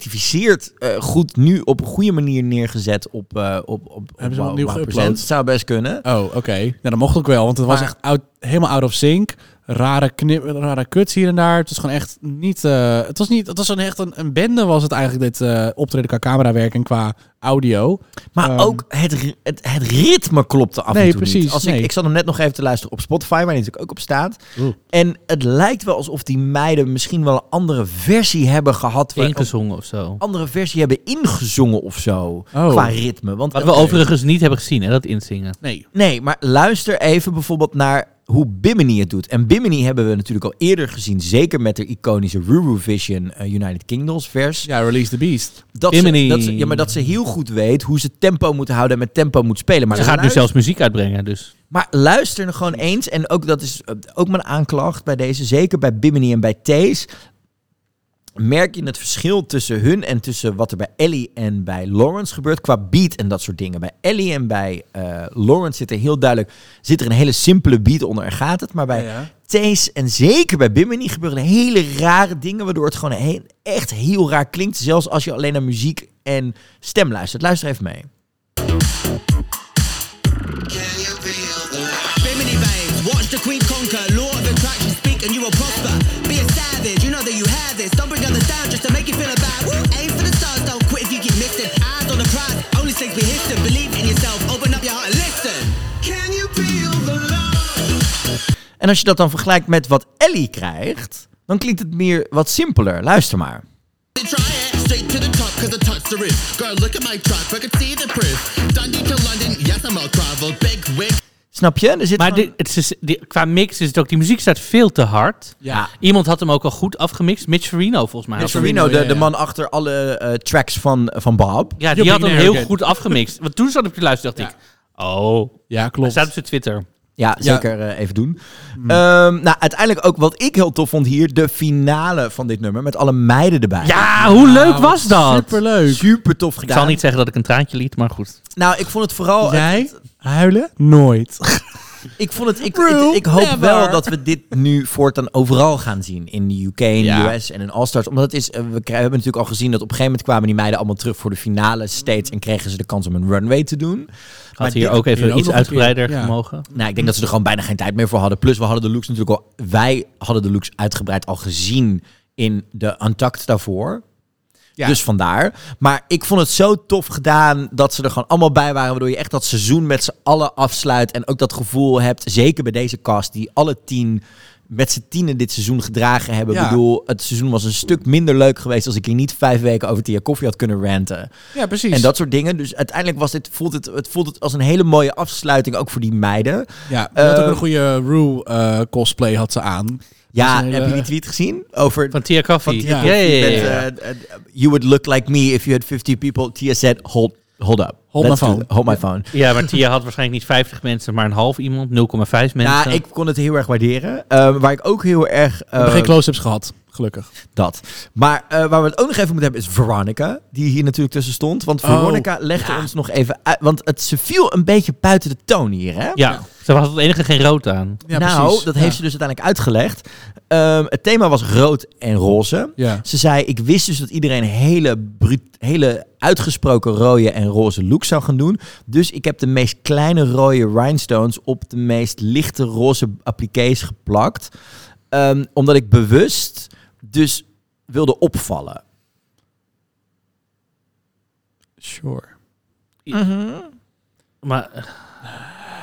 Speaker 1: gerectificeerd. eh, goed, nu op een goede manier neergezet op, eh op, op, op
Speaker 2: Hebben ze hem
Speaker 1: Wow-
Speaker 2: opnieuw
Speaker 1: Wow
Speaker 2: geüpload?
Speaker 1: Presents. zou best kunnen.
Speaker 2: Oh, oké. Nou, dat mocht ook wel, want het was
Speaker 1: Maar-
Speaker 2: echt out, helemaal out of sync. Rare, knip, rare cuts hier en daar. Het was gewoon echt niet... eh, het was, niet, het was een, echt een, een bende was het eigenlijk, dit eh, optreden qua camerawerk en qua audio.
Speaker 1: Maar
Speaker 2: Ehm.
Speaker 1: ook het, ri- het, het ritme klopte af en
Speaker 2: Nee,
Speaker 1: toe niet.
Speaker 2: precies,
Speaker 1: Als
Speaker 2: nee.
Speaker 1: ik, ik zat hem net nog even te luisteren op Spotify, waar hij natuurlijk ook op staat.
Speaker 2: Oeh.
Speaker 1: En het lijkt wel alsof die meiden misschien wel een andere versie hebben gehad. waar-
Speaker 3: ingezongen of zo.
Speaker 1: een andere versie hebben ingezongen of zo.
Speaker 2: Oh.
Speaker 1: Qua ritme. Want,
Speaker 3: Wat we overigens niet hebben gezien, hè, dat inzingen.
Speaker 2: Nee.
Speaker 1: Nee, maar luister even bijvoorbeeld naar hoe Bimini het doet. En Bimini hebben we natuurlijk al eerder gezien. Zeker met de iconische Ruru Vision eh, United Kingdoms vers.
Speaker 2: Ja, Release the Beast.
Speaker 1: dat
Speaker 3: Bimini.
Speaker 1: Ze, dat ze, ja, maar dat ze heel goed weet hoe ze tempo moet houden en met tempo moet spelen. Maar
Speaker 3: Ze gaat nu
Speaker 1: luister-
Speaker 3: zelfs muziek uitbrengen, dus.
Speaker 1: Maar luister er gewoon eens. En ook dat is eh, ook mijn aanklacht bij deze. Zeker bij Bimini en bij Thees. Merk je het verschil tussen hun en tussen wat er bij Ellie en bij Lawrence gebeurt qua beat en dat soort dingen. Bij Ellie en bij eh, Lawrence zit er heel duidelijk zit er een hele simpele beat onder en gaat het. Maar bij Thees en zeker bij Bimini gebeuren hele rare dingen waardoor het gewoon heel- echt heel raar klinkt. Zelfs als je alleen naar muziek en stem luistert. Luister even mee.
Speaker 8: Bimini babes, watch the queen conquer. Law of attraction, speak and you will prosper. Be a savage, you know that you have this. Don't bring down the sound just to make you feel bad. Woo! Aim for the stars, don't quit if you keep missing. Eyes on the prize, only things we hissing. Believe in yourself, open up your heart and listen. Can you feel the love?
Speaker 1: En als je dat dan vergelijkt met wat Ellie krijgt, dan klinkt het meer wat simpeler. Luister maar.
Speaker 8: Try it straight to the top, cause I touched the roof. Girl, look at my track, I can see the proof. Dundee to London, yes, I'm all traveled. Big wig,
Speaker 1: Snap je? Er zit
Speaker 3: Maar
Speaker 1: gewoon-
Speaker 3: dit, het is, dus- die- qua mix is het ook, die muziek staat veel te hard.
Speaker 1: Ja.
Speaker 3: Iemand had hem ook al goed afgemixt, Mitch Farino volgens mij. had hem-
Speaker 1: Sorino, de,
Speaker 2: ja, ja.
Speaker 1: de man achter alle eh, tracks van, van Bob.
Speaker 3: Ja, die
Speaker 2: You're
Speaker 3: had hem
Speaker 2: being
Speaker 3: heel
Speaker 2: arrogant.
Speaker 3: goed afgemixt. Want toen zat ik te luisteren, dacht ik, oh,
Speaker 2: Ja,
Speaker 3: hij
Speaker 2: klopt.
Speaker 3: staat op zijn Twitter.
Speaker 1: Ja, zeker eh, even doen. Ehm, nou, uiteindelijk ook wat ik heel tof vond hier, de finale van dit nummer met alle meiden erbij.
Speaker 3: Ja, hoe leuk was dat?
Speaker 2: nou, Ah, Superleuk.
Speaker 1: Super tof
Speaker 3: Ik
Speaker 1: gedaan.
Speaker 3: zal niet zeggen dat ik een traantje liet, maar goed.
Speaker 1: Nou, ik vond het vooral.
Speaker 2: Jij huilen? Nooit.
Speaker 1: Ik, vond het, ik,
Speaker 2: True,
Speaker 1: ik, ik hoop
Speaker 2: never.
Speaker 1: wel dat we dit nu voortaan overal gaan zien. In de UK, in
Speaker 2: Ja.
Speaker 1: de US en in All-Stars. Omdat het is, eh, we, krij- we hebben natuurlijk al gezien dat op een gegeven moment kwamen die meiden allemaal terug voor de finale steeds. En kregen ze de kans om een runway te doen. Maar
Speaker 3: Had hier
Speaker 1: dit-
Speaker 3: ook even
Speaker 2: hier ook
Speaker 3: iets
Speaker 2: nog een keer,
Speaker 3: uitgebreider
Speaker 2: ja.
Speaker 3: gemogen.
Speaker 1: Nou, ik denk dat ze er gewoon bijna geen tijd meer voor hadden. Plus we hadden de looks natuurlijk al... Wij hadden de looks uitgebreid al gezien in de Untucked daarvoor.
Speaker 2: Ja.
Speaker 1: Dus vandaar. Maar ik vond het zo tof gedaan dat ze er gewoon allemaal bij waren. Waardoor je echt dat seizoen met z'n allen afsluit. En ook dat gevoel hebt, zeker bij deze cast, die alle tien met z'n tienen dit seizoen gedragen hebben.
Speaker 2: Ja.
Speaker 1: Ik bedoel, het seizoen was een stuk minder leuk geweest als ik hier niet vijf weken over Tia Koffie had kunnen ranten.
Speaker 2: Ja, precies.
Speaker 1: En dat soort dingen. Dus uiteindelijk was dit, voelt het, het voelt het als een hele mooie afsluiting, ook voor die meiden.
Speaker 2: ja, je had ook
Speaker 1: Eh,
Speaker 2: een goede Rue eh, cosplay had ze aan.
Speaker 1: Ja,
Speaker 2: Dat is een
Speaker 1: heb
Speaker 2: hele-
Speaker 1: je die tweet gezien? Over
Speaker 3: Van Tia Coffee.
Speaker 1: Tia
Speaker 3: ja,
Speaker 1: Coffee
Speaker 3: ja, ja,
Speaker 1: met,
Speaker 3: ja.
Speaker 1: eh, eh, You would look like me if you had 50 people. Tia said, hold, hold up.
Speaker 2: Hold my
Speaker 1: do
Speaker 2: phone.
Speaker 1: it. Hold my phone.
Speaker 3: Ja, maar Tia had waarschijnlijk niet 50 mensen, maar een half iemand, 0,5 mensen.
Speaker 1: Ja, ik kon het heel erg waarderen. Eh, waar ik ook heel erg...
Speaker 2: We hebben
Speaker 1: eh,
Speaker 2: geen close-ups gehad, gelukkig.
Speaker 1: dat. Maar eh, waar we het ook nog even moeten hebben is Veronica. Die hier natuurlijk tussen stond.
Speaker 2: Oh.
Speaker 1: Want Veronica legde ons nog even uit. Want het, ze viel een beetje buiten de toon hier, hè?
Speaker 3: Ja, ze had het enige geen rood aan.
Speaker 2: Ja,
Speaker 1: nou,
Speaker 2: precies.
Speaker 1: dat
Speaker 2: Ja.
Speaker 1: heeft ze dus uiteindelijk uitgelegd. Ehm, het thema was rood en roze.
Speaker 2: Ja.
Speaker 1: Ze zei, ik wist dus dat iedereen hele, brut- hele uitgesproken rode en roze look zou gaan doen. Dus ik heb de meest kleine rode rhinestones op de meest lichte roze appliqués geplakt. Ehm, omdat ik bewust dus wilde opvallen.
Speaker 2: Sure.
Speaker 3: Maar, eh,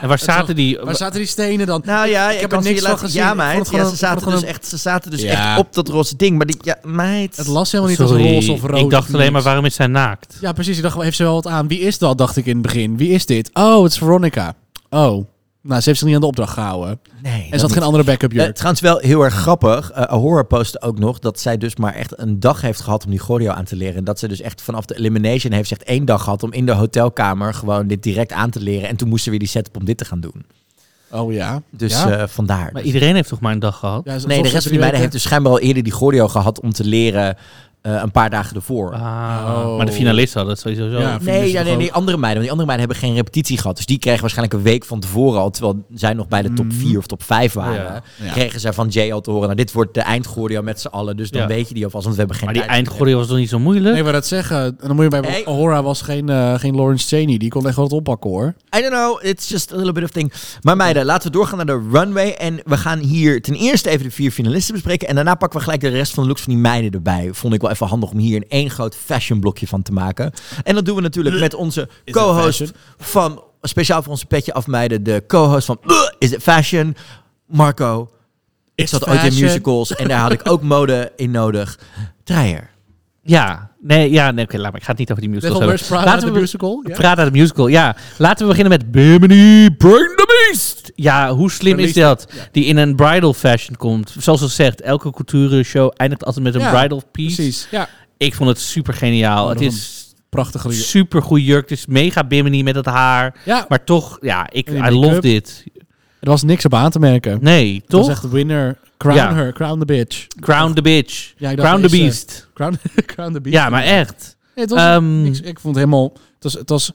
Speaker 3: en waar zaten die?
Speaker 2: Waar zaten die stenen dan?
Speaker 1: Nou ja,
Speaker 2: ik heb er niks van gezien.
Speaker 1: Ja,
Speaker 2: Ik vond
Speaker 1: meid.
Speaker 2: het gewoon
Speaker 1: Ja,
Speaker 2: een-
Speaker 1: ze zaten
Speaker 2: ik vond het
Speaker 1: dus echt, ze zaten dus
Speaker 2: Ja.
Speaker 1: echt op dat roze ding. Maar die, ja, meid.
Speaker 2: Het las helemaal niet
Speaker 3: Sorry,
Speaker 2: als roze of rood.
Speaker 3: ik dacht
Speaker 2: of
Speaker 3: alleen maar,
Speaker 2: niks.
Speaker 3: waarom is zij naakt?
Speaker 2: Ja, precies. Ik dacht, wel, heeft ze wel wat aan? Wie is dat, dacht ik in het begin. Wie is dit? Oh, het is Veronica. Oh. Nou, ze heeft zich niet aan de opdracht gehouden.
Speaker 1: nee,
Speaker 2: En
Speaker 1: dat
Speaker 2: ze had
Speaker 1: niet.
Speaker 2: geen andere backup
Speaker 1: Eh,
Speaker 2: jurk.
Speaker 1: trouwens wel heel erg grappig. Eh Ahora postte ook nog dat zij dus maar echt een dag heeft gehad om die choreo aan te leren. En dat ze dus echt vanaf de elimination heeft ze echt één dag gehad om in de hotelkamer gewoon dit direct aan te leren. En toen moesten we weer die setup om dit te gaan doen.
Speaker 2: oh ja.
Speaker 1: Dus
Speaker 2: ja?
Speaker 1: eh, vandaar.
Speaker 3: Maar iedereen heeft toch maar een dag gehad?
Speaker 2: Ja, alsof
Speaker 1: nee,
Speaker 2: ze
Speaker 1: de rest van
Speaker 2: drie
Speaker 1: die meiden heeft
Speaker 2: weken-
Speaker 1: dus schijnbaar al eerder die choreo gehad om te leren eh, een paar dagen ervoor.
Speaker 3: Ah,
Speaker 2: Oh.
Speaker 3: Maar de finalisten hadden het sowieso zo.
Speaker 2: Ja,
Speaker 1: Nee,
Speaker 2: vinden ze
Speaker 1: ja,
Speaker 2: toch
Speaker 1: nee,
Speaker 2: ook-
Speaker 1: die andere meiden. Want die andere meiden hebben geen repetitie gehad. Dus die kregen waarschijnlijk een week van tevoren al. Terwijl zij nog bij de top 4 of top 5 waren.
Speaker 2: Mhm. Ja.
Speaker 1: Kregen zij van Jay al te horen. Nou, dit wordt de eindgoordia met z'n allen. Dus dan
Speaker 3: Ja.
Speaker 1: weet je die alvast. Want we hebben geen
Speaker 3: maar die
Speaker 1: tijd.
Speaker 3: eindgordel was toch niet zo moeilijk?
Speaker 2: Nee, maar dat zeggen. En dan moet je bij
Speaker 1: Hey.
Speaker 2: Ahora was geen, eh, geen Lawrence Cheney. Die kon echt wel wat oppakken
Speaker 3: Dus
Speaker 2: hoor.
Speaker 1: I don't know. It's just a little bit of thing. Maar meiden, laten we doorgaan naar de runway. En we gaan hier ten eerste even de vier finalisten bespreken. En daarna pakken we gelijk de rest van de looks van die meiden erbij. Vond ik wel even handig om hier in één groot fashionblokje van te maken. En dat doen we natuurlijk met onze co-host van... Speciaal voor onze petje af meiden. De co-host van eh, Is It Fashion? Marco. Ik
Speaker 2: Is
Speaker 1: zat
Speaker 2: it
Speaker 1: ooit in
Speaker 2: fashion?
Speaker 1: musicals en daar had ik ook mode in nodig. Dreyer.
Speaker 3: Ja, nee, ja, nee oké, laat maar. Ik ga het niet over die musical
Speaker 2: Little Where's Prada
Speaker 3: Laten
Speaker 2: the
Speaker 3: we-
Speaker 2: musical? Ja.
Speaker 3: Prada the musical, ja. Laten we beginnen met Bimini Bring the Beast. Ja, hoe slim is dat? Die in een bridal fashion komt. Zoals gezegd, elke couture show eindigt altijd met een
Speaker 2: Ja,
Speaker 3: bridal piece.
Speaker 2: Precies. Ja.
Speaker 3: Ik vond het super geniaal. het
Speaker 2: nog
Speaker 3: is
Speaker 2: Prachtige. jurk.
Speaker 3: super goede jurk. Het is mega Bimini met het haar.
Speaker 2: Ja. Maar
Speaker 3: Maar toch, ja, ik,
Speaker 2: En die
Speaker 3: I love
Speaker 2: make-up.
Speaker 3: dit.
Speaker 2: er was niks op aan te merken.
Speaker 3: Nee,
Speaker 2: Het was
Speaker 3: toch?
Speaker 2: echt winner. Crown
Speaker 3: Ja.
Speaker 2: her. Crown the bitch.
Speaker 3: Crown the bitch.
Speaker 2: Ja, ik dacht,
Speaker 3: Crown the
Speaker 2: is, eh,
Speaker 3: beast.
Speaker 2: Crown, crown the bitch.
Speaker 3: ja, maar echt.
Speaker 2: Nee, het was
Speaker 3: Ehm,
Speaker 2: niks. Ik vond het helemaal. Het was, het was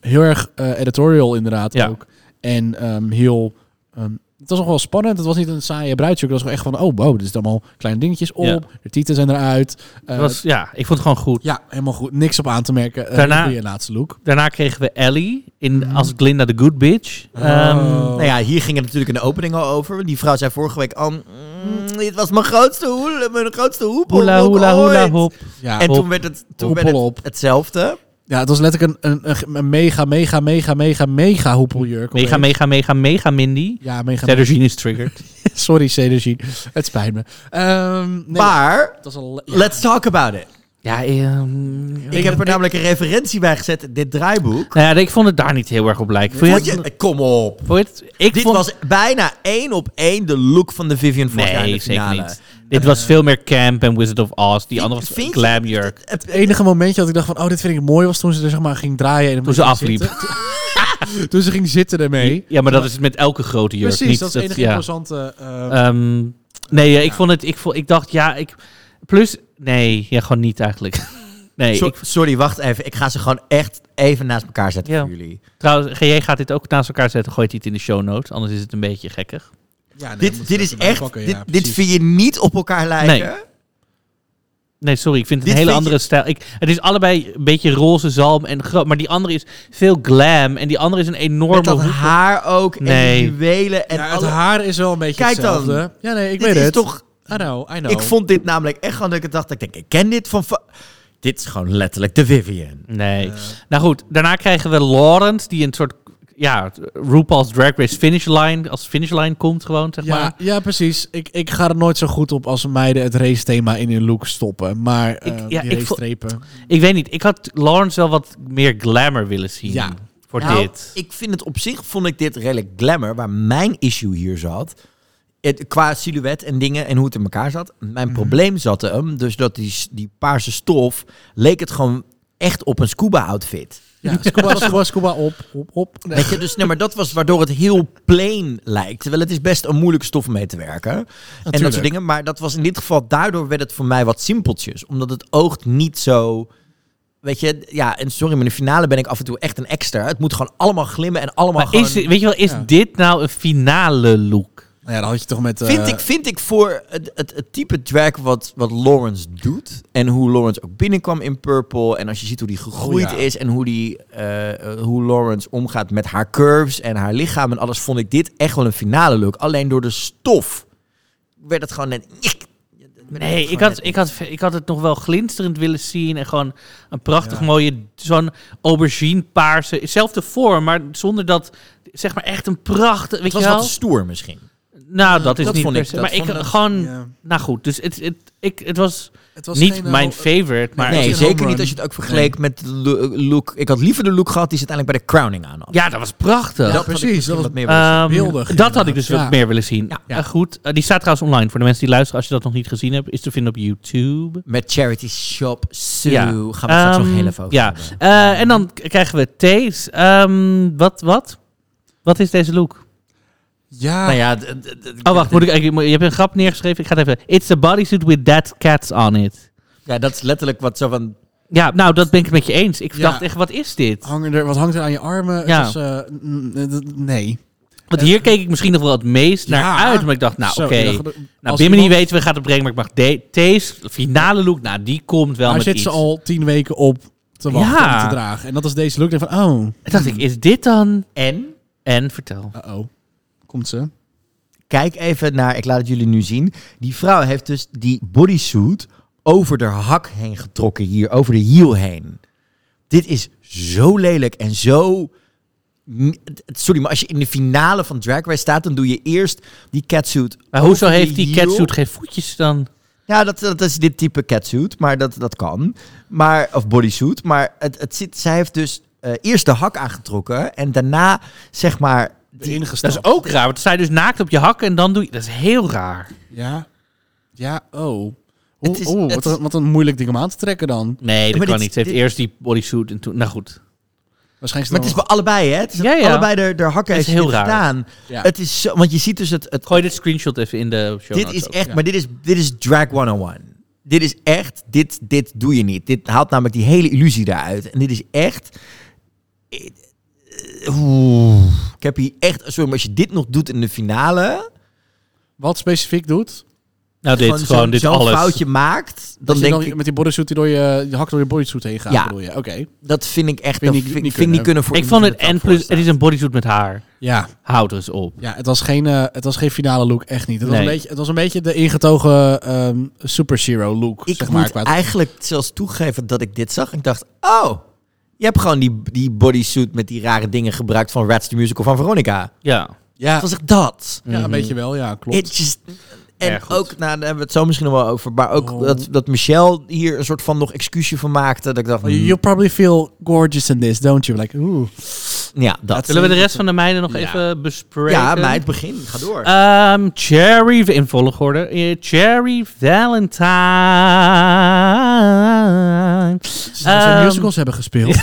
Speaker 2: heel erg eh, editorial, inderdaad.
Speaker 3: Ja.
Speaker 2: ook. En ehm, heel. ehm, het was nog wel spannend. Het was niet een saaie bruidsjurk. Het was gewoon echt van. Oh, wow, dit is allemaal kleine dingetjes op.
Speaker 3: Ja.
Speaker 2: De tieten zijn eruit. Eh,
Speaker 3: Het was, ja, ik vond het gewoon goed.
Speaker 2: Ja, helemaal goed. Niks op aan te merken. Eh,
Speaker 3: Daarna-
Speaker 2: goeie laatste look.
Speaker 3: Daarna kregen we Ellie in,
Speaker 2: Mm.
Speaker 3: als Glinda the Good Bitch.
Speaker 2: Oh.
Speaker 3: Ehm,
Speaker 1: Nou ja, hier ging het natuurlijk in de opening al over. Die vrouw zei vorige week al... "Mm, dit was mijn grootste, hoel, mijn grootste hoep.
Speaker 3: Hoela, hoela, hoela,
Speaker 1: ooit."
Speaker 3: hop.
Speaker 2: Ja,
Speaker 1: En
Speaker 3: Hop.
Speaker 1: toen werd het, toen
Speaker 2: Hop,
Speaker 1: werd
Speaker 2: hop.
Speaker 1: het hetzelfde.
Speaker 2: ja, het was letterlijk een, een, een, een mega, mega, mega, mega, mega hoepeljurk.
Speaker 3: Mega,
Speaker 2: Opeens.
Speaker 3: mega, mega, mega Mindy.
Speaker 2: Ja, mega.
Speaker 3: Cedergine is triggered.
Speaker 2: Sorry, Cedergine. Het spijt me. Ehm nee,
Speaker 1: Maar,
Speaker 2: het was al, ja.
Speaker 1: let's talk about it.
Speaker 3: Ja, ehm,
Speaker 1: Ik, heb er namelijk een referentie bij gezet, dit draaiboek.
Speaker 3: nou ja, ik vond het daar niet heel erg op lijken. Vond je
Speaker 1: Vond
Speaker 3: het-
Speaker 1: je, kom op.
Speaker 3: vond je het- ik
Speaker 1: Dit
Speaker 3: vond,
Speaker 1: was bijna één op één de look van de Vivian vorig jaar in
Speaker 3: Nee,
Speaker 1: de
Speaker 3: zeker
Speaker 1: finale.
Speaker 3: niet. Dit was veel meer Camp en Wizard of Oz. Die
Speaker 1: Vind-
Speaker 3: andere was een
Speaker 1: vind-
Speaker 3: glam jurk.
Speaker 2: Het enige momentje dat ik dacht van, oh, dit vind ik mooi, was toen ze er zeg maar ging draaien. En
Speaker 3: Toen ze
Speaker 2: ging
Speaker 3: afliep.
Speaker 2: zitten. toen ze ging zitten ermee.
Speaker 3: Ja, maar dat is met elke grote jurk.
Speaker 2: Precies,
Speaker 3: niet
Speaker 2: dat is het enige
Speaker 3: ja.
Speaker 2: imposante... eh,
Speaker 3: Ehm, nee, eh, ik vond het. Ik, vond, ik dacht, ja, ik. Plus, nee, ja, gewoon niet eigenlijk. Nee,
Speaker 1: So-
Speaker 3: ik,
Speaker 1: sorry, wacht even. Ik ga ze gewoon echt even naast elkaar zetten
Speaker 3: Ja.
Speaker 1: voor jullie.
Speaker 3: trouwens, GJ gaat dit ook naast elkaar zetten. Gooit hij het in de show notes, anders is het een beetje gekkig.
Speaker 1: dit dit is echt... dit, dit vind je niet op elkaar lijken.
Speaker 3: Nee. Nee, sorry, ik vind het
Speaker 1: Dit
Speaker 3: een hele
Speaker 1: vind je-
Speaker 3: andere stijl. Ik, het is allebei een beetje roze zalm en groot, maar die andere is veel glam en die andere is een enorme
Speaker 1: Met dat
Speaker 3: hoek.
Speaker 1: haar ook en
Speaker 3: Nee.
Speaker 1: die juwelen en
Speaker 2: het
Speaker 1: alle-
Speaker 2: haar is wel een beetje
Speaker 1: Kijk dan.
Speaker 2: hetzelfde. Ja, nee, ik
Speaker 1: Dit
Speaker 2: weet
Speaker 1: is
Speaker 2: het. Nou.
Speaker 1: toch...
Speaker 2: I know, I know.
Speaker 1: Ik vond dit namelijk echt gewoon dat ik het dacht. Ik denk, ik ken dit van... fa- Dit is gewoon letterlijk de Vivian.
Speaker 3: Nee. Nou goed, daarna krijgen we Laurent, die een soort ja, RuPaul's Drag Race finishline, als finishline komt gewoon, zeg
Speaker 2: ja,
Speaker 3: maar.
Speaker 2: ja, precies. Ik, ik ga er nooit zo goed op als meiden het race thema in hun look stoppen. Maar eh
Speaker 3: ja,
Speaker 2: die
Speaker 3: ik
Speaker 2: race
Speaker 3: vo-
Speaker 2: strepen.
Speaker 3: Ik weet niet, ik had Laurent wel wat meer glamour willen zien
Speaker 2: Ja.
Speaker 3: voor
Speaker 1: Nou,
Speaker 3: dit.
Speaker 1: Ik vind het op zich, vond ik dit redelijk glamour. Waar mijn issue hier zat, het, qua silhouet en dingen en hoe het in elkaar zat. Mijn probleem zat hem, dus dat die, s- die paarse stof, leek het gewoon echt op een scuba-outfit.
Speaker 2: Ja, scuba, scuba, scuba, op, op, op. Nee.
Speaker 1: Weet je, dus nee, maar dat was waardoor het heel plain lijkt. Terwijl het is best een moeilijke stof om mee te werken. En dat soort dingen. Maar dat was in dit geval, daardoor werd het voor mij wat simpeltjes. Omdat het oogt niet zo... Weet je, ja, en sorry, maar in de finale ben ik af en toe echt een extra. Het moet gewoon allemaal glimmen en allemaal
Speaker 3: Maar
Speaker 1: gewoon...
Speaker 3: is, dit- weet je wel, is dit nou een finale look?
Speaker 2: Nou ja, dan had je toch met... eh,
Speaker 1: Vind, ik, vind ik voor het, het, het type drag wat, wat Lawrence doet. En hoe Lawrence ook binnenkwam in Purple. En als je ziet hoe die gegroeid
Speaker 2: Oh ja.
Speaker 1: is. En hoe, die, eh, eh, hoe Lawrence omgaat met haar curves en haar lichaam en alles. Vond ik dit echt wel een finale look. Alleen door de stof werd het gewoon net... Ik-
Speaker 3: Nee, ik
Speaker 1: gewoon
Speaker 3: had,
Speaker 1: net-
Speaker 3: ik, had, ik had het nog wel glinsterend willen zien. En gewoon een prachtig mooie, zo'n aubergine paarse. Zelfde vorm, maar zonder dat, zeg maar echt een prachtig,
Speaker 1: Het
Speaker 3: weet
Speaker 1: was
Speaker 3: je
Speaker 1: wat
Speaker 3: wel?
Speaker 1: te stoer misschien.
Speaker 3: Nou, dat is
Speaker 1: dat
Speaker 3: niet
Speaker 1: vond
Speaker 3: per
Speaker 1: ik-
Speaker 3: se,
Speaker 1: dat
Speaker 3: Maar ik
Speaker 1: vond ik-
Speaker 3: gewoon,
Speaker 2: ja.
Speaker 3: nou goed. Dus het, het, ik, het was,
Speaker 2: Het was
Speaker 3: niet
Speaker 2: geen, eh,
Speaker 3: mijn
Speaker 2: ho-
Speaker 3: favorite, maar...
Speaker 1: nee,
Speaker 2: geen
Speaker 1: zeker
Speaker 2: home
Speaker 1: niet
Speaker 2: run.
Speaker 1: als je het ook vergeleek met de lo- look. Ik had liever de look gehad die ze uiteindelijk bij de crowning aan had.
Speaker 3: Ja, dat was prachtig.
Speaker 2: Ja,
Speaker 1: had ik
Speaker 2: precies,
Speaker 1: misschien
Speaker 2: dat
Speaker 1: wat meer willen zien.
Speaker 3: Ehm,
Speaker 2: beeldig,
Speaker 3: dat had ik
Speaker 2: inderdaad.
Speaker 3: dus
Speaker 2: Ja.
Speaker 3: wat meer willen zien.
Speaker 1: Ja.
Speaker 3: Ja. goed, Eh, die staat trouwens online voor de mensen die luisteren. Als je dat nog niet gezien hebt, is te vinden op YouTube.
Speaker 1: Met Charity Shop Sue.
Speaker 3: Ja.
Speaker 1: Gaan we straks nog
Speaker 3: Ehm,
Speaker 1: heel even over
Speaker 3: Ja.
Speaker 1: hebben.
Speaker 3: Eh, en dan k- krijgen we Thees. Ehm, wat, wat? Wat is deze look?
Speaker 2: Ja,
Speaker 1: Nou ja, d- d- d-
Speaker 3: Oh, wacht. Moet ik, ik moet- je hebt een grap neergeschreven. Ik ga het even... It's a bodysuit with dead cats on it.
Speaker 1: Ja, dat is letterlijk wat zo van...
Speaker 3: Ja, nou, dat ben ik het met je eens. Ik
Speaker 2: Ja.
Speaker 3: dacht echt, wat is
Speaker 1: Oh,
Speaker 3: dit?
Speaker 2: hangen er, wat hangt er aan je armen?
Speaker 3: Ja.
Speaker 2: Het was, eh, n- n- d- nee.
Speaker 3: Want hier keek ik misschien nog wel het meest naar
Speaker 2: Ja.
Speaker 3: uit. Maar ik dacht, nou,
Speaker 2: Zo,
Speaker 3: oké.
Speaker 2: ik dacht,
Speaker 3: Nou,
Speaker 2: als
Speaker 3: Bimini
Speaker 2: iemand-
Speaker 3: weten we gaat het brengen. Maar ik mag de- Thees, finale look. Nou, die komt wel
Speaker 2: Daar
Speaker 3: met
Speaker 2: zit
Speaker 3: iets.
Speaker 2: ze al tien weken op te wachten
Speaker 3: Ja.
Speaker 2: en te dragen. En dat is deze look. Ik denk van, oh,
Speaker 3: Toen dacht ik, is dit dan...
Speaker 1: En?
Speaker 3: En, vertel.
Speaker 2: uh-oh. Komt ze.
Speaker 1: Kijk even naar, ik laat het jullie nu zien. Die vrouw heeft dus die bodysuit over de hak heen getrokken hier. Over de hiel heen. Dit is zo lelijk en zo... Sorry, maar als je in de finale van Drag Race staat, dan doe je eerst die catsuit.
Speaker 3: Maar hoezo
Speaker 1: over de
Speaker 3: heeft die
Speaker 1: hiel.
Speaker 3: catsuit geen voetjes dan?
Speaker 1: Ja, dat, dat is dit type catsuit, maar dat, dat kan. Maar, of bodysuit. Maar het, het zit, zij heeft dus eh, eerst de hak aangetrokken en daarna zeg maar... die-
Speaker 3: Dat is ook raar, want zij dus naakt op je hakken en dan doe je... Dat is heel raar.
Speaker 2: Ja. Ja, oh.
Speaker 1: Het
Speaker 2: Het
Speaker 1: is-
Speaker 2: is, oh
Speaker 1: het-
Speaker 2: wat, een, wat een moeilijk ding om aan te trekken dan.
Speaker 3: Nee, dat
Speaker 1: maar
Speaker 3: kan
Speaker 1: dit-
Speaker 3: niet. Ze heeft
Speaker 1: dit-
Speaker 3: eerst die bodysuit en toen... Nou goed.
Speaker 2: Waarschijnlijk
Speaker 1: Maar het is bij allebei, hè? Het is
Speaker 3: Ja, ja.
Speaker 1: allebei de, de hakken
Speaker 3: Het
Speaker 1: heeft
Speaker 3: is
Speaker 1: ze
Speaker 3: heel
Speaker 1: dit
Speaker 3: raar.
Speaker 1: gedaan.
Speaker 2: Ja.
Speaker 1: Het is zo, want je ziet dus het... het
Speaker 3: Gooi dit screenshot even in de show
Speaker 1: dit
Speaker 3: notes
Speaker 1: is
Speaker 3: ook.
Speaker 1: echt, maar dit is, dit is drag 101. Dit is echt, dit, dit doe je niet. Dit haalt namelijk die hele illusie daaruit. En dit is echt... eh, Oeh, ik heb hier echt... Sorry, maar als je dit nog doet in de finale...
Speaker 2: Wat specifiek doet,
Speaker 3: Nou, dit gewoon,
Speaker 1: zo'n-
Speaker 3: dit
Speaker 1: zo'n
Speaker 3: alles.
Speaker 1: foutje maakt,
Speaker 2: dat
Speaker 1: dan
Speaker 2: je
Speaker 1: denk
Speaker 2: dan
Speaker 1: ik,
Speaker 2: met die bodysuit die door je, je hak door je bodysuit heen gaat,
Speaker 1: Ja.
Speaker 2: bedoel je? Oké.
Speaker 1: dat vind ik echt,
Speaker 2: Vind
Speaker 1: dat
Speaker 2: ik
Speaker 1: vind ik
Speaker 2: niet
Speaker 1: vind ik niet
Speaker 2: kunnen.
Speaker 1: kunnen voor
Speaker 3: Ik
Speaker 1: iemand
Speaker 3: vond
Speaker 1: die
Speaker 3: het
Speaker 1: er
Speaker 3: en
Speaker 1: dan
Speaker 3: plus...
Speaker 1: voor
Speaker 3: Het is een bodysuit met haar.
Speaker 2: Ja.
Speaker 3: Houd er eens op.
Speaker 2: Ja, het was geen, eh, het was geen finale look, echt niet. Het, was,
Speaker 3: Nee.
Speaker 2: een beetje, het was een beetje de ingetogen ehm superhero look,
Speaker 1: staat. Ik
Speaker 2: zeg
Speaker 1: moet
Speaker 2: maar. qua-
Speaker 1: eigenlijk zelfs toegeven dat ik dit zag. Ik dacht, oh, je hebt gewoon die, die bodysuit met die rare dingen gebruikt van Rats the Musical van Veronica.
Speaker 3: Ja.
Speaker 2: ja,
Speaker 1: Dat was echt dat.
Speaker 2: ja, een beetje wel, ja, klopt.
Speaker 1: It just- en
Speaker 3: Ja, goed.
Speaker 1: ook, nou, daar hebben we het zo misschien nog wel over, maar ook
Speaker 2: Oh.
Speaker 1: dat, dat Michelle hier een soort van nog excuusje van maakte. Dat ik
Speaker 3: Oh,
Speaker 1: dacht,
Speaker 2: You you probably feel gorgeous in this, don't you? Like, ooh.
Speaker 1: hmm, ja, dat.
Speaker 3: Zullen we de rest van de meiden nog even bespreken?
Speaker 1: Ja, meid, begin. Ga door.
Speaker 3: Ehm, Cherry, in volgorde. Eh, Cherry Valentine.
Speaker 2: Ze zijn
Speaker 3: Ehm,
Speaker 2: musicals hebben gespeeld.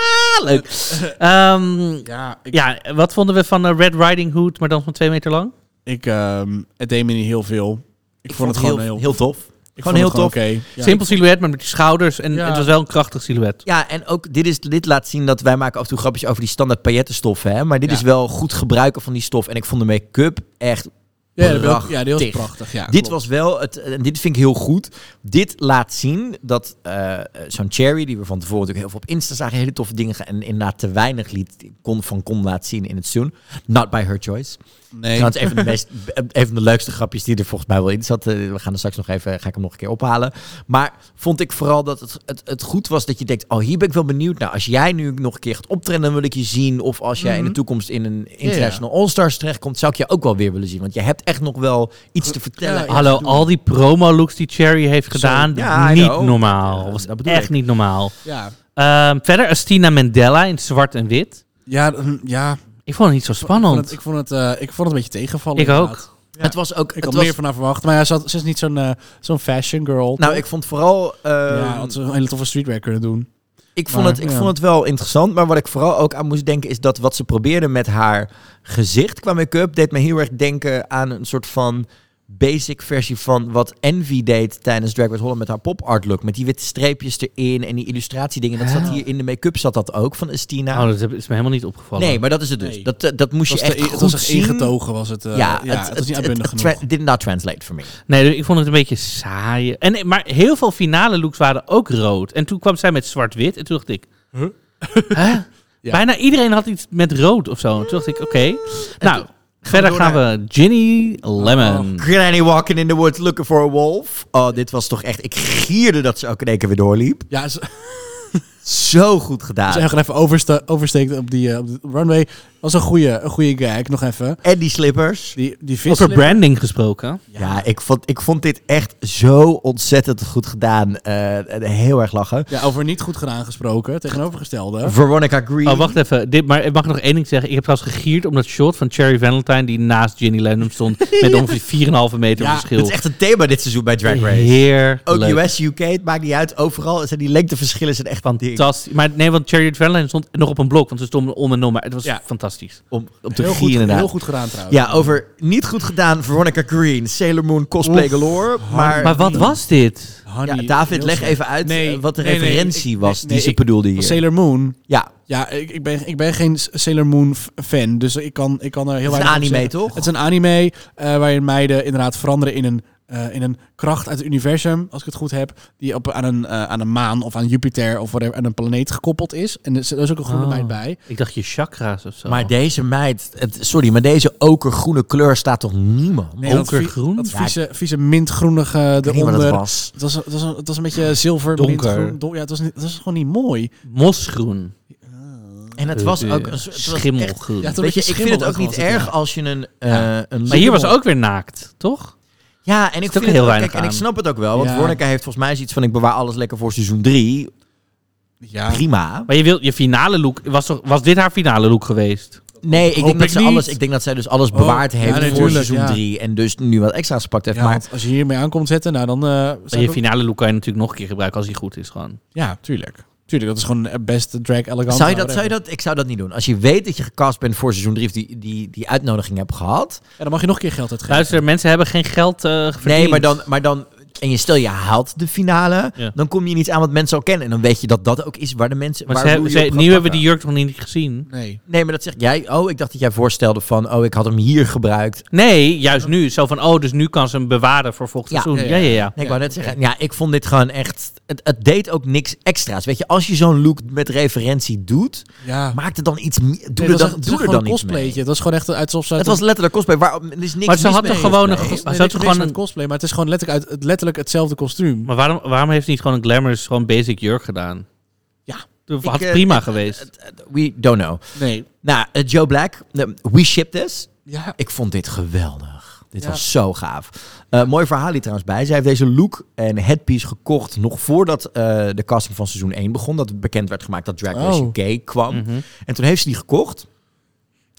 Speaker 3: Ah, leuk. Ehm,
Speaker 2: ja, ik,
Speaker 3: ja, wat vonden we van eh, Red Riding Hood, maar dan van twee meter lang?
Speaker 2: ik ehm, het deed me niet heel veel. Ik, vond het
Speaker 1: heel,
Speaker 2: gewoon heel,
Speaker 1: heel tof.
Speaker 2: Ik
Speaker 1: Gewoon heel tof.
Speaker 2: Oké.
Speaker 3: Simpel silhouet, maar met die schouders. En,
Speaker 2: Ja.
Speaker 3: en het was wel een krachtig silhouet.
Speaker 1: Ja, en ook dit, is, dit laat zien dat wij maken af en toe grapjes over die standaard paillettenstoffen. Hè? Maar dit
Speaker 2: Ja.
Speaker 1: is wel goed gebruiken van die stof. En ik vond de make-up echt
Speaker 2: Ja, dat wil-
Speaker 1: prachtig.
Speaker 2: ja, die was prachtig. Ja,
Speaker 1: dit
Speaker 2: klopt.
Speaker 1: was wel, het, en dit vind ik heel goed. Dit laat zien dat eh, eh, zo'n Cherry, die we van tevoren natuurlijk heel veel op Insta zagen, hele toffe dingen. En inderdaad te weinig liet, kon, van kon laten zien in het seizoen. Not by her choice.
Speaker 2: Nee.
Speaker 1: Dat is even de, best, een van de leukste grapjes die er volgens mij wel in zat. Eh, We gaan er straks nog even, ga ik hem nog een keer ophalen. Maar vond ik vooral dat het, het, het goed was dat je denkt, oh hier ben ik wel benieuwd naar. Als jij nu nog een keer gaat optreden, dan wil ik je zien. Of als jij in de toekomst in een International All-Stars terechtkomt, zou ik je ook wel weer willen zien. Want je hebt echt nog wel iets te vertellen.
Speaker 3: Hallo, al die promo-looks die Cherry heeft gedaan,
Speaker 1: Ja, I
Speaker 3: niet
Speaker 1: know.
Speaker 3: normaal.
Speaker 1: Ja,
Speaker 3: was
Speaker 1: dat bedoel
Speaker 3: echt
Speaker 1: ik.
Speaker 3: niet normaal.
Speaker 2: Ja.
Speaker 3: Ehm, verder Astina Mandela in zwart en wit.
Speaker 2: Ja, mm, ja.
Speaker 3: Ik vond het niet zo
Speaker 2: Ik
Speaker 3: spannend.
Speaker 2: vond het, ik vond het, eh, ik vond het een beetje tegenvallen.
Speaker 3: Ik
Speaker 2: inderdaad.
Speaker 3: ook.
Speaker 1: Het was ook...
Speaker 2: Ik
Speaker 1: het
Speaker 2: had
Speaker 1: was,
Speaker 2: meer van haar verwacht. Maar ja, ze, had- ze is niet zo'n eh, zo'n fashion girl.
Speaker 1: nou, ik vond vooral... eh,
Speaker 2: ja, had ze een hele toffe streetwear kunnen doen.
Speaker 1: Ik vond,
Speaker 2: Maar,
Speaker 1: het, ik
Speaker 2: ja.
Speaker 1: vond het wel interessant, maar wat ik vooral ook aan moest denken is dat wat ze probeerde met haar gezicht qua make-up deed me heel erg denken aan een soort van basic versie van wat Envy deed tijdens Drag Race Holland met haar pop art look. Met die witte streepjes erin en die illustratiedingen. Dat zat hier in de make-up zat dat ook van Estina.
Speaker 3: Oh, dat heb- is me helemaal niet opgevallen.
Speaker 1: nee, maar dat is het dus.
Speaker 2: Nee.
Speaker 1: Dat, eh, dat moest
Speaker 2: Het
Speaker 1: je
Speaker 2: was,
Speaker 1: echt
Speaker 2: te-
Speaker 1: goed
Speaker 2: het was echt
Speaker 1: zien.
Speaker 2: ingetogen, was het. eh,
Speaker 1: Ja, het,
Speaker 2: was
Speaker 1: het,
Speaker 2: niet
Speaker 1: het,
Speaker 2: uitbundig
Speaker 1: het
Speaker 2: genoeg.
Speaker 1: tra- did not translate voor me.
Speaker 3: Nee, dus ik vond het een beetje saai. En, maar heel veel finale looks waren ook rood. En toen kwam zij met zwart-wit. En toen dacht ik... Hè? Bijna iedereen had iets met rood of zo. En toen dacht ik, oké. Nou, verder gaan we Ginny Lemon.
Speaker 1: Granny walking in the woods looking for a wolf. Oh, dit was toch echt... Ik gierde dat ze ook in één keer weer doorliep.
Speaker 2: Ja, ze,
Speaker 1: Zo goed gedaan.
Speaker 2: ze gewoon even overste, oversteekt op die, eh, op de runway. Was een goede, een goede gag, nog even.
Speaker 1: En die slippers.
Speaker 2: Die, die vis.
Speaker 3: Over branding gesproken.
Speaker 1: Ja, ik, vond, ik vond dit echt zo ontzettend goed gedaan. Eh, en heel erg lachen.
Speaker 2: Ja, over niet goed gedaan gesproken, tegenovergestelde.
Speaker 1: Veronica Green.
Speaker 3: Oh, wacht even. Dit, maar ik mag nog één ding zeggen. Ik heb trouwens gegierd om dat shot van Cherry Valentine... die naast Ginny Lennon stond. Met ongeveer 4,5 meter
Speaker 1: Ja,
Speaker 3: verschil.
Speaker 1: dat is echt een thema dit seizoen bij Drag Race.
Speaker 3: Heerlijk.
Speaker 1: Ook US, UK, het maakt niet uit. Overal zijn die lengteverschillen zijn echt fantastisch.
Speaker 3: Fantastisch. Maar nee, want Cherry Valentine stond nog op een blok. Want ze stonden om en om. Maar het was
Speaker 2: Ja.
Speaker 3: fantastisch.
Speaker 1: Om, om te
Speaker 2: Heel goed,
Speaker 1: gieren inderdaad.
Speaker 2: heel goed gedaan trouwens.
Speaker 1: Ja, over niet goed gedaan Veronica Green, Sailor Moon, cosplay galore. Maar,
Speaker 3: Maar wat was dit?
Speaker 1: ja,
Speaker 2: Honey,
Speaker 1: David,
Speaker 2: heel
Speaker 1: leg
Speaker 2: slecht.
Speaker 1: even uit
Speaker 2: Nee,
Speaker 1: eh, wat de
Speaker 2: nee, nee,
Speaker 1: referentie
Speaker 2: ik-
Speaker 1: was
Speaker 2: nee,
Speaker 1: die
Speaker 2: nee,
Speaker 1: ze
Speaker 2: ik-
Speaker 1: bedoelde hier.
Speaker 2: Van Sailor Moon.
Speaker 1: Ja,
Speaker 2: Ja, ik, ik, ben, ik ben geen S- Sailor Moon f- fan, dus ik kan, ik kan er heel
Speaker 1: is
Speaker 2: weinig
Speaker 1: een
Speaker 2: op
Speaker 1: anime,
Speaker 2: zeggen.
Speaker 1: toch?
Speaker 2: Het is een anime eh, waarin meiden inderdaad veranderen in een, eh, in een kracht uit het universum, als ik het goed heb, die op, aan, een, eh, aan een maan of aan Jupiter of whatever, aan een planeet gekoppeld is. En er is er is ook een
Speaker 1: Ah.
Speaker 2: groene
Speaker 3: Oh.
Speaker 2: meid bij.
Speaker 3: Ik dacht je chakra's of zo.
Speaker 1: maar deze meid, het- sorry, maar deze okergroene kleur staat toch niemand?
Speaker 2: Nee, dat
Speaker 3: Donkergroen?
Speaker 2: vie- Dat
Speaker 1: Ja,
Speaker 2: vieze, vieze mintgroenige
Speaker 1: ik weet niet wat het
Speaker 2: eronder.
Speaker 1: was.
Speaker 2: Het was, het, was een, het was een beetje zilver,
Speaker 3: Donker.
Speaker 2: mintgroen. don- ja, het was, niet, het was gewoon niet mooi.
Speaker 3: mosgroen.
Speaker 1: En het was ook een soort- het was echt-
Speaker 3: schimmelgroen.
Speaker 2: Ja, het was
Speaker 1: Weet je,
Speaker 2: een
Speaker 1: ik vind het ook
Speaker 2: schimmel
Speaker 1: niet
Speaker 2: was het, ja.
Speaker 1: erg als je een, eh, een
Speaker 3: maar hier was ze
Speaker 1: label-
Speaker 3: ook weer naakt, toch?
Speaker 1: Ja, en ik
Speaker 3: ook
Speaker 1: vind het
Speaker 3: heel
Speaker 1: ook-
Speaker 3: weinig
Speaker 1: kijk, en ik
Speaker 3: aan.
Speaker 1: snap het ook wel, want
Speaker 2: Ja.
Speaker 1: Veronica heeft volgens mij zoiets van ik bewaar alles lekker voor seizoen 3.
Speaker 2: Ja,
Speaker 1: Prima.
Speaker 3: Maar je, wil, je finale look, was, toch, was dit haar finale look geweest?
Speaker 1: Nee, ik
Speaker 2: Hoop
Speaker 1: denk, dat
Speaker 2: ik
Speaker 1: ze
Speaker 2: niet.
Speaker 1: alles, ik denk dat zij dus alles
Speaker 2: Oh,
Speaker 1: bewaard
Speaker 2: ja,
Speaker 1: heeft
Speaker 2: nee,
Speaker 1: voor
Speaker 2: tuurlijk,
Speaker 1: seizoen
Speaker 2: ja.
Speaker 1: 3 en dus nu wat extra's gepakt heeft.
Speaker 2: ja,
Speaker 1: maar
Speaker 2: want als je hiermee aankomt zetten, nou dan... eh,
Speaker 3: Maar
Speaker 2: zijn
Speaker 3: je
Speaker 2: we-
Speaker 3: finale look kan je natuurlijk nog een keer gebruiken als hij goed is gewoon.
Speaker 2: Ja, tuurlijk. Tuurlijk, dat is gewoon het beste drag elegant.
Speaker 1: zou je, dat, zou je dat, ik zou dat niet doen. Als je weet dat je gecast bent voor seizoen 3 of die, die, die uitnodiging hebt gehad.
Speaker 2: Ja, dan mag je nog een keer geld uitgeven.
Speaker 3: Luister, mensen hebben geen geld eh verdiend.
Speaker 1: Nee, maar dan, maar dan. En je stel je haalt de finale.
Speaker 3: Ja.
Speaker 1: Dan kom je niet aan wat mensen al kennen. En dan weet je dat dat ook is waar de mensen.
Speaker 3: Maar
Speaker 1: waar
Speaker 3: ze hebben-
Speaker 1: Louis
Speaker 3: ze-
Speaker 1: op gaat
Speaker 3: nu hebben we
Speaker 1: pakken.
Speaker 3: die jurk nog niet gezien.
Speaker 2: Nee.
Speaker 1: Nee, maar dat zeg jij. Oh, ik dacht dat jij voorstelde van. Oh, ik had hem hier gebruikt.
Speaker 3: Nee, juist nu. Zo van, oh, dus nu kan ze hem bewaren voor volgend
Speaker 1: Ja.
Speaker 3: seizoen.
Speaker 2: Ja,
Speaker 3: Ja,
Speaker 2: ja,
Speaker 3: ja, ja.
Speaker 1: Nee, ik wou net zeggen. Ja, ik vond dit gewoon echt. Het, het deed ook niks extra's. Weet je, als je zo'n look met referentie doet.
Speaker 2: Ja.
Speaker 1: Maak er dan iets. mee- Doe
Speaker 2: Nee,
Speaker 1: er
Speaker 2: het was
Speaker 1: dan,
Speaker 2: echt- het
Speaker 1: doe
Speaker 2: was
Speaker 1: er
Speaker 2: gewoon
Speaker 1: dan
Speaker 2: een
Speaker 1: iets mee.
Speaker 2: cosplaytje. Het was gewoon echt uit
Speaker 1: Het was letterlijk cosplay. Waarom, er is niks
Speaker 3: Maar ze
Speaker 1: mis
Speaker 3: had
Speaker 1: mee
Speaker 3: toch gewoon een
Speaker 1: cosplay?
Speaker 3: gos- ze had toch gewoon
Speaker 2: een
Speaker 3: een-
Speaker 2: cosplay, maar het is gewoon letterlijk, uit, het- letterlijk hetzelfde kostuum.
Speaker 3: Maar waarom, waarom heeft ze niet gewoon een glamorous, gewoon basic jurk gedaan?
Speaker 2: Ja.
Speaker 3: Dat had
Speaker 1: Ik, eh,
Speaker 3: prima
Speaker 1: eh,
Speaker 3: geweest.
Speaker 1: We don't know.
Speaker 2: Nee.
Speaker 1: Nou, eh, Joe Black. eh, We ship this.
Speaker 2: Ja.
Speaker 1: Ik vond dit geweldig. Dit
Speaker 2: Ja.
Speaker 1: was zo gaaf. Eh, mooi verhaal hier trouwens bij. Zij heeft deze look en headpiece gekocht nog voordat eh, de casting van seizoen 1 begon. Dat bekend werd gemaakt dat Drag Race
Speaker 2: Oh.
Speaker 1: UK kwam. En toen heeft ze die gekocht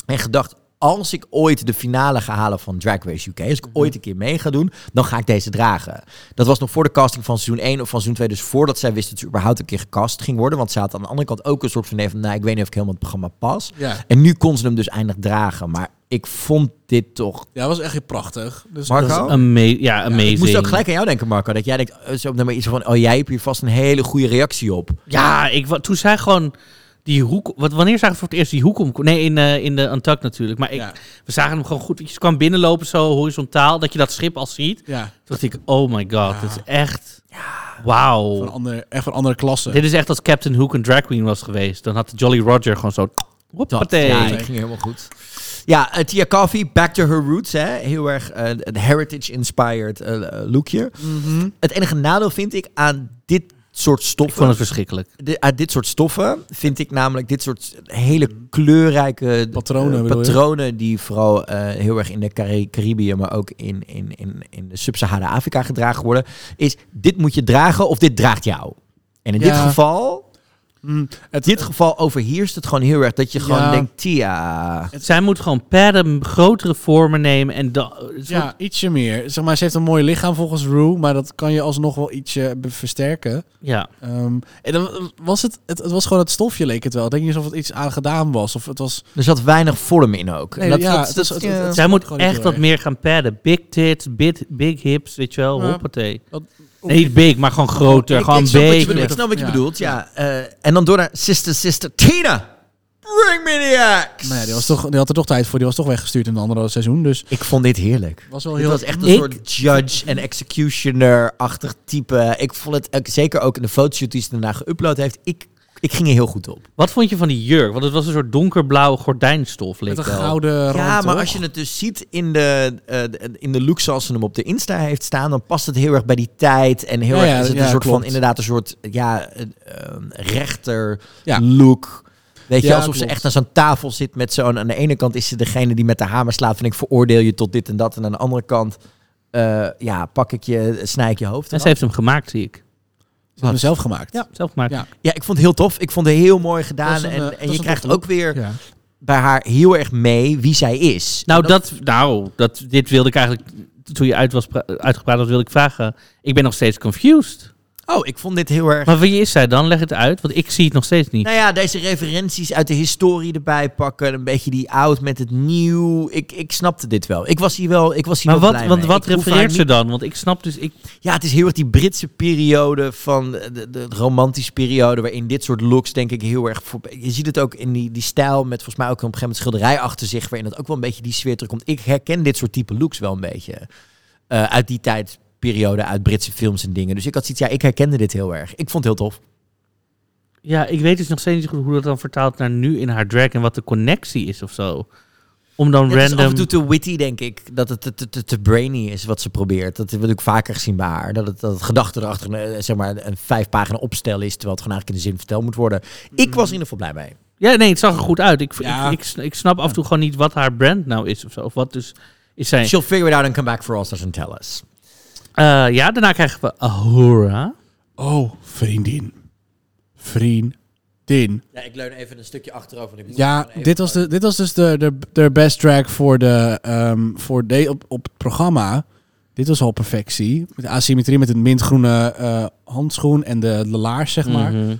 Speaker 1: en gedacht... Als ik ooit de finale ga halen van Drag Race UK, als ik ooit een keer mee ga doen, dan ga ik deze dragen. Dat was nog voor de casting van seizoen 1 of van seizoen 2, dus voordat zij wist dat ze überhaupt een keer gecast ging worden. Want ze had aan de andere kant ook een soort van idee van, nou, ik weet niet of ik helemaal in het programma pas.
Speaker 2: Ja.
Speaker 1: En nu kon ze hem dus eindelijk dragen. Maar ik vond dit toch...
Speaker 2: Ja, was echt heel prachtig. Dus
Speaker 1: Marco?
Speaker 3: Ama- ja, amazing.
Speaker 1: Oh. ik moest ook gelijk aan jou denken, Marco. Dat jij denkt, eh, zo, maar iets van, oh, jij hebt hier vast een hele goede reactie op.
Speaker 3: Ja, ik, wa- toen zij gewoon die hoek... Wat, wanneer zagen we voor het eerst die hoek om? Nee, in, eh, in de Antak natuurlijk. Maar ik,
Speaker 2: Ja.
Speaker 3: we zagen hem gewoon goed. Ze kwam binnenlopen zo horizontaal, dat je dat schip al ziet. Toen
Speaker 2: ja,
Speaker 3: dacht ik, oh my god, dit is echt... Wauw.
Speaker 2: van andere, echt van andere klassen.
Speaker 3: Dit is echt als Captain Hook een drag queen was geweest. Dan had Jolly Roger gewoon zo... Hoppatee.
Speaker 1: Ja, dat ging helemaal goed. Ja, eh, Tia Coffey, back to her roots. Hè? Heel erg eh, een heritage-inspired eh, lookje. Het enige nadeel vind ik aan dit soort
Speaker 3: ik vond
Speaker 1: stoffen...
Speaker 3: het verschrikkelijk.
Speaker 1: Di- uit dit soort stoffen vind ik namelijk dit soort hele kleurrijke
Speaker 2: Patronen,
Speaker 1: eh,
Speaker 2: bedoel je?
Speaker 1: patronen die vooral eh, heel erg in de Cari- Caribië, maar ook in, in, in, in de Sub-Sahara-Afrika gedragen worden, is dit moet je dragen of dit draagt jou. En in dit
Speaker 2: Ja.
Speaker 1: geval,
Speaker 2: Mm. het,
Speaker 1: dit geval overheerst het gewoon heel erg dat je gewoon
Speaker 2: Ja.
Speaker 1: denkt, Tia,
Speaker 3: Zij moet gewoon padden, grotere vormen nemen en... da-
Speaker 2: ja, ietsje meer. Zeg maar, ze heeft een mooi lichaam volgens Rue, maar dat kan je alsnog wel ietsje be- versterken.
Speaker 3: ja.
Speaker 2: Ehm, en dan was het, het, het was gewoon het stofje leek het wel. Ik denk niet alsof het iets aan gedaan was. Of het was,
Speaker 1: er zat weinig vorm in ook.
Speaker 2: Nee, ja, het is- het- het-
Speaker 3: Zij
Speaker 2: snap
Speaker 3: moet
Speaker 2: ik gewoon niet
Speaker 3: echt
Speaker 2: heel
Speaker 3: wat meer gaan padden. Big tits, big, big hips, weet je wel.
Speaker 2: Ja.
Speaker 3: Hoppatee.
Speaker 2: Wat-
Speaker 3: Nee, niet big, maar gewoon groter.
Speaker 1: Ik-
Speaker 3: gewoon
Speaker 1: ik, snap wat je
Speaker 3: big.
Speaker 1: bedoelt, ik snap wat je
Speaker 2: Ja.
Speaker 1: bedoelt, ja. Eh, en dan door naar Sister Sister Tina. Bring me the axe.
Speaker 2: nou ja, die, was toch, die had er toch tijd voor. Die was toch weggestuurd in een andere seizoen. Dus
Speaker 1: Ik vond dit heerlijk.
Speaker 2: was wel
Speaker 1: Het
Speaker 2: heel...
Speaker 1: was echt een
Speaker 3: Ik-
Speaker 1: soort judge en executioner-achtig type. Ik vond het ook- zeker ook in de fotoshoot die ze daarna geüpload heeft. Ik, ik ging er heel goed op.
Speaker 3: Wat vond je van die jurk? Want het was een soort donkerblauwe gordijnstof. Leek
Speaker 2: met een
Speaker 3: wel.
Speaker 2: gouden rand,
Speaker 1: Ja, maar
Speaker 2: toch?
Speaker 1: als je het dus ziet in de, eh, de- in de look zoals ze hem op de Insta heeft staan, dan past het heel erg bij die tijd. En heel
Speaker 2: Ja,
Speaker 1: erg
Speaker 2: ja,
Speaker 1: is het
Speaker 2: ja,
Speaker 1: een soort van,
Speaker 2: klopt.
Speaker 1: inderdaad, een soort ja, een, ehm, rechter
Speaker 2: Ja.
Speaker 1: look. Weet je,
Speaker 2: Ja,
Speaker 1: alsof ze
Speaker 2: klopt.
Speaker 1: echt aan zo'n tafel zit met zo'n... Aan de ene kant is ze degene die met de hamer slaat van ik veroordeel je tot dit en dat. En aan de andere kant, eh, ja, pak ik je, snij ik je hoofd.
Speaker 3: En
Speaker 1: eraf.
Speaker 3: ze heeft hem gemaakt, zie ik.
Speaker 2: Ze hebben hem zelf gemaakt.
Speaker 3: Ja, zelf gemaakt.
Speaker 2: Ja.
Speaker 1: Ja, ik vond het heel tof. Ik vond het heel mooi
Speaker 2: Dat
Speaker 1: gedaan.
Speaker 2: is een, eh,
Speaker 1: en
Speaker 2: dat
Speaker 1: en
Speaker 2: is
Speaker 1: je
Speaker 2: een
Speaker 1: krijgt
Speaker 2: toffe
Speaker 1: ook weer
Speaker 2: Ja.
Speaker 1: bij haar heel erg mee wie zij is.
Speaker 3: Nou, dat, nou dat, dit wilde ik eigenlijk... Toen je uit was pra- uitgepraat, dat wilde ik vragen. Ik ben nog steeds confused.
Speaker 1: Oh, ik vond dit heel erg...
Speaker 3: Maar wie is zij dan? Leg het uit, want ik zie het nog steeds niet.
Speaker 1: Nou ja, deze referenties uit de historie erbij pakken. Een beetje die oud met het nieuw. Ik, ik snapte dit wel. Ik was hier wel, ik was hier
Speaker 3: maar
Speaker 1: wel
Speaker 3: wat,
Speaker 1: blij
Speaker 3: want
Speaker 1: mee.
Speaker 3: wat
Speaker 1: Ik hoef haar
Speaker 3: refereert ze
Speaker 1: niet-
Speaker 3: dan? Want ik snap dus... Ik,
Speaker 1: Ja, het is heel erg die Britse periode van de, de, de romantische periode. Waarin dit soort looks denk ik heel erg... Voor, je ziet het ook in die, die stijl met volgens mij ook op een gegeven moment schilderij achter zich. Waarin dat ook wel een beetje die sfeer terugkomt. Ik herken dit soort type looks wel een beetje. eh, uit die tijdperiode, uit Britse films en dingen. Dus ik had zoiets, ja, ik herkende dit heel erg. Ik vond het heel tof.
Speaker 3: Ja, ik weet dus nog steeds niet goed hoe dat dan vertaalt naar nu in haar drag en wat de connectie is of zo. Om dan
Speaker 1: Het is af
Speaker 3: random.
Speaker 1: en toe te witty, denk ik. Dat het te, te- te, te brainy is wat ze probeert. Dat hebben we natuurlijk vaker gezien bij haar. Dat het, dat het gedachte erachter eh, zeg maar, een vijf pagina opstel is. Terwijl het gewoon eigenlijk in de zin verteld moet worden. Ik
Speaker 2: Mm.
Speaker 1: was in ieder geval blij mee.
Speaker 3: Ja, nee, het zag er goed uit. Ik,
Speaker 2: Ja.
Speaker 3: ik, ik, sn- ik snap af en toe gewoon niet wat haar brand nou is of zo. Of wat dus is zij.
Speaker 1: She'll figure it out and come back for us and tell us.
Speaker 3: Eh, ja, daarna krijgen we Ahura.
Speaker 2: Oh, vriendin. Vriendin.
Speaker 1: Ja, ik leun even een stukje achterover. Want ik moet
Speaker 2: Ja, dit was, de, dit was dus de, de, de best track voor, de, ehm, voor de, op, op het programma. Dit was al perfectie. Met de asymmetrie met het mintgroene eh, handschoen en de, de laars, zeg maar.
Speaker 3: Mhm.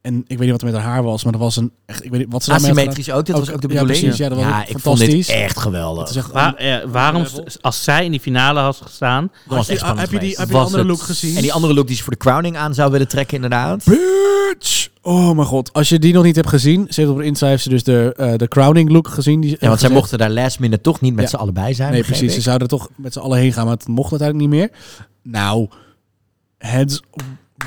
Speaker 2: En ik weet niet wat er met haar haar was, maar dat was een... Echt, ik weet niet wat ze daarmee had
Speaker 1: Asymmetrisch ook, dat
Speaker 2: Ook-
Speaker 1: was ook de
Speaker 2: ja,
Speaker 1: bedoeling.
Speaker 2: precies, ja, dat was ook
Speaker 1: ik vond dit
Speaker 2: fantastisch. "Oh,
Speaker 1: echt
Speaker 2: gedaan.
Speaker 1: geweldig.
Speaker 2: Het is echt
Speaker 3: Wa- eh, waarom, s- als zij in die finale had gestaan.
Speaker 1: Dat was echt
Speaker 2: heb,
Speaker 1: spannend
Speaker 2: je die,
Speaker 1: geweest.
Speaker 2: heb je die
Speaker 3: Was
Speaker 2: andere
Speaker 3: het-
Speaker 2: look gezien?
Speaker 1: En die andere look die ze voor de crowning aan zou willen trekken inderdaad.
Speaker 2: Bitch! Oh mijn god, als je die nog niet hebt gezien, ze heeft op Insta heeft ze dus de, eh, de crowning look gezien. Die,
Speaker 1: Ja, want zij
Speaker 2: gezet.
Speaker 1: mochten daar last minute toch niet met
Speaker 2: Ja.
Speaker 1: z'n allebei zijn.
Speaker 2: Nee,
Speaker 1: begreep
Speaker 2: precies. Dus Ze
Speaker 1: ik.
Speaker 2: zouden er toch met z'n allen heen gaan, maar het mocht uiteindelijk niet meer. Nou, heads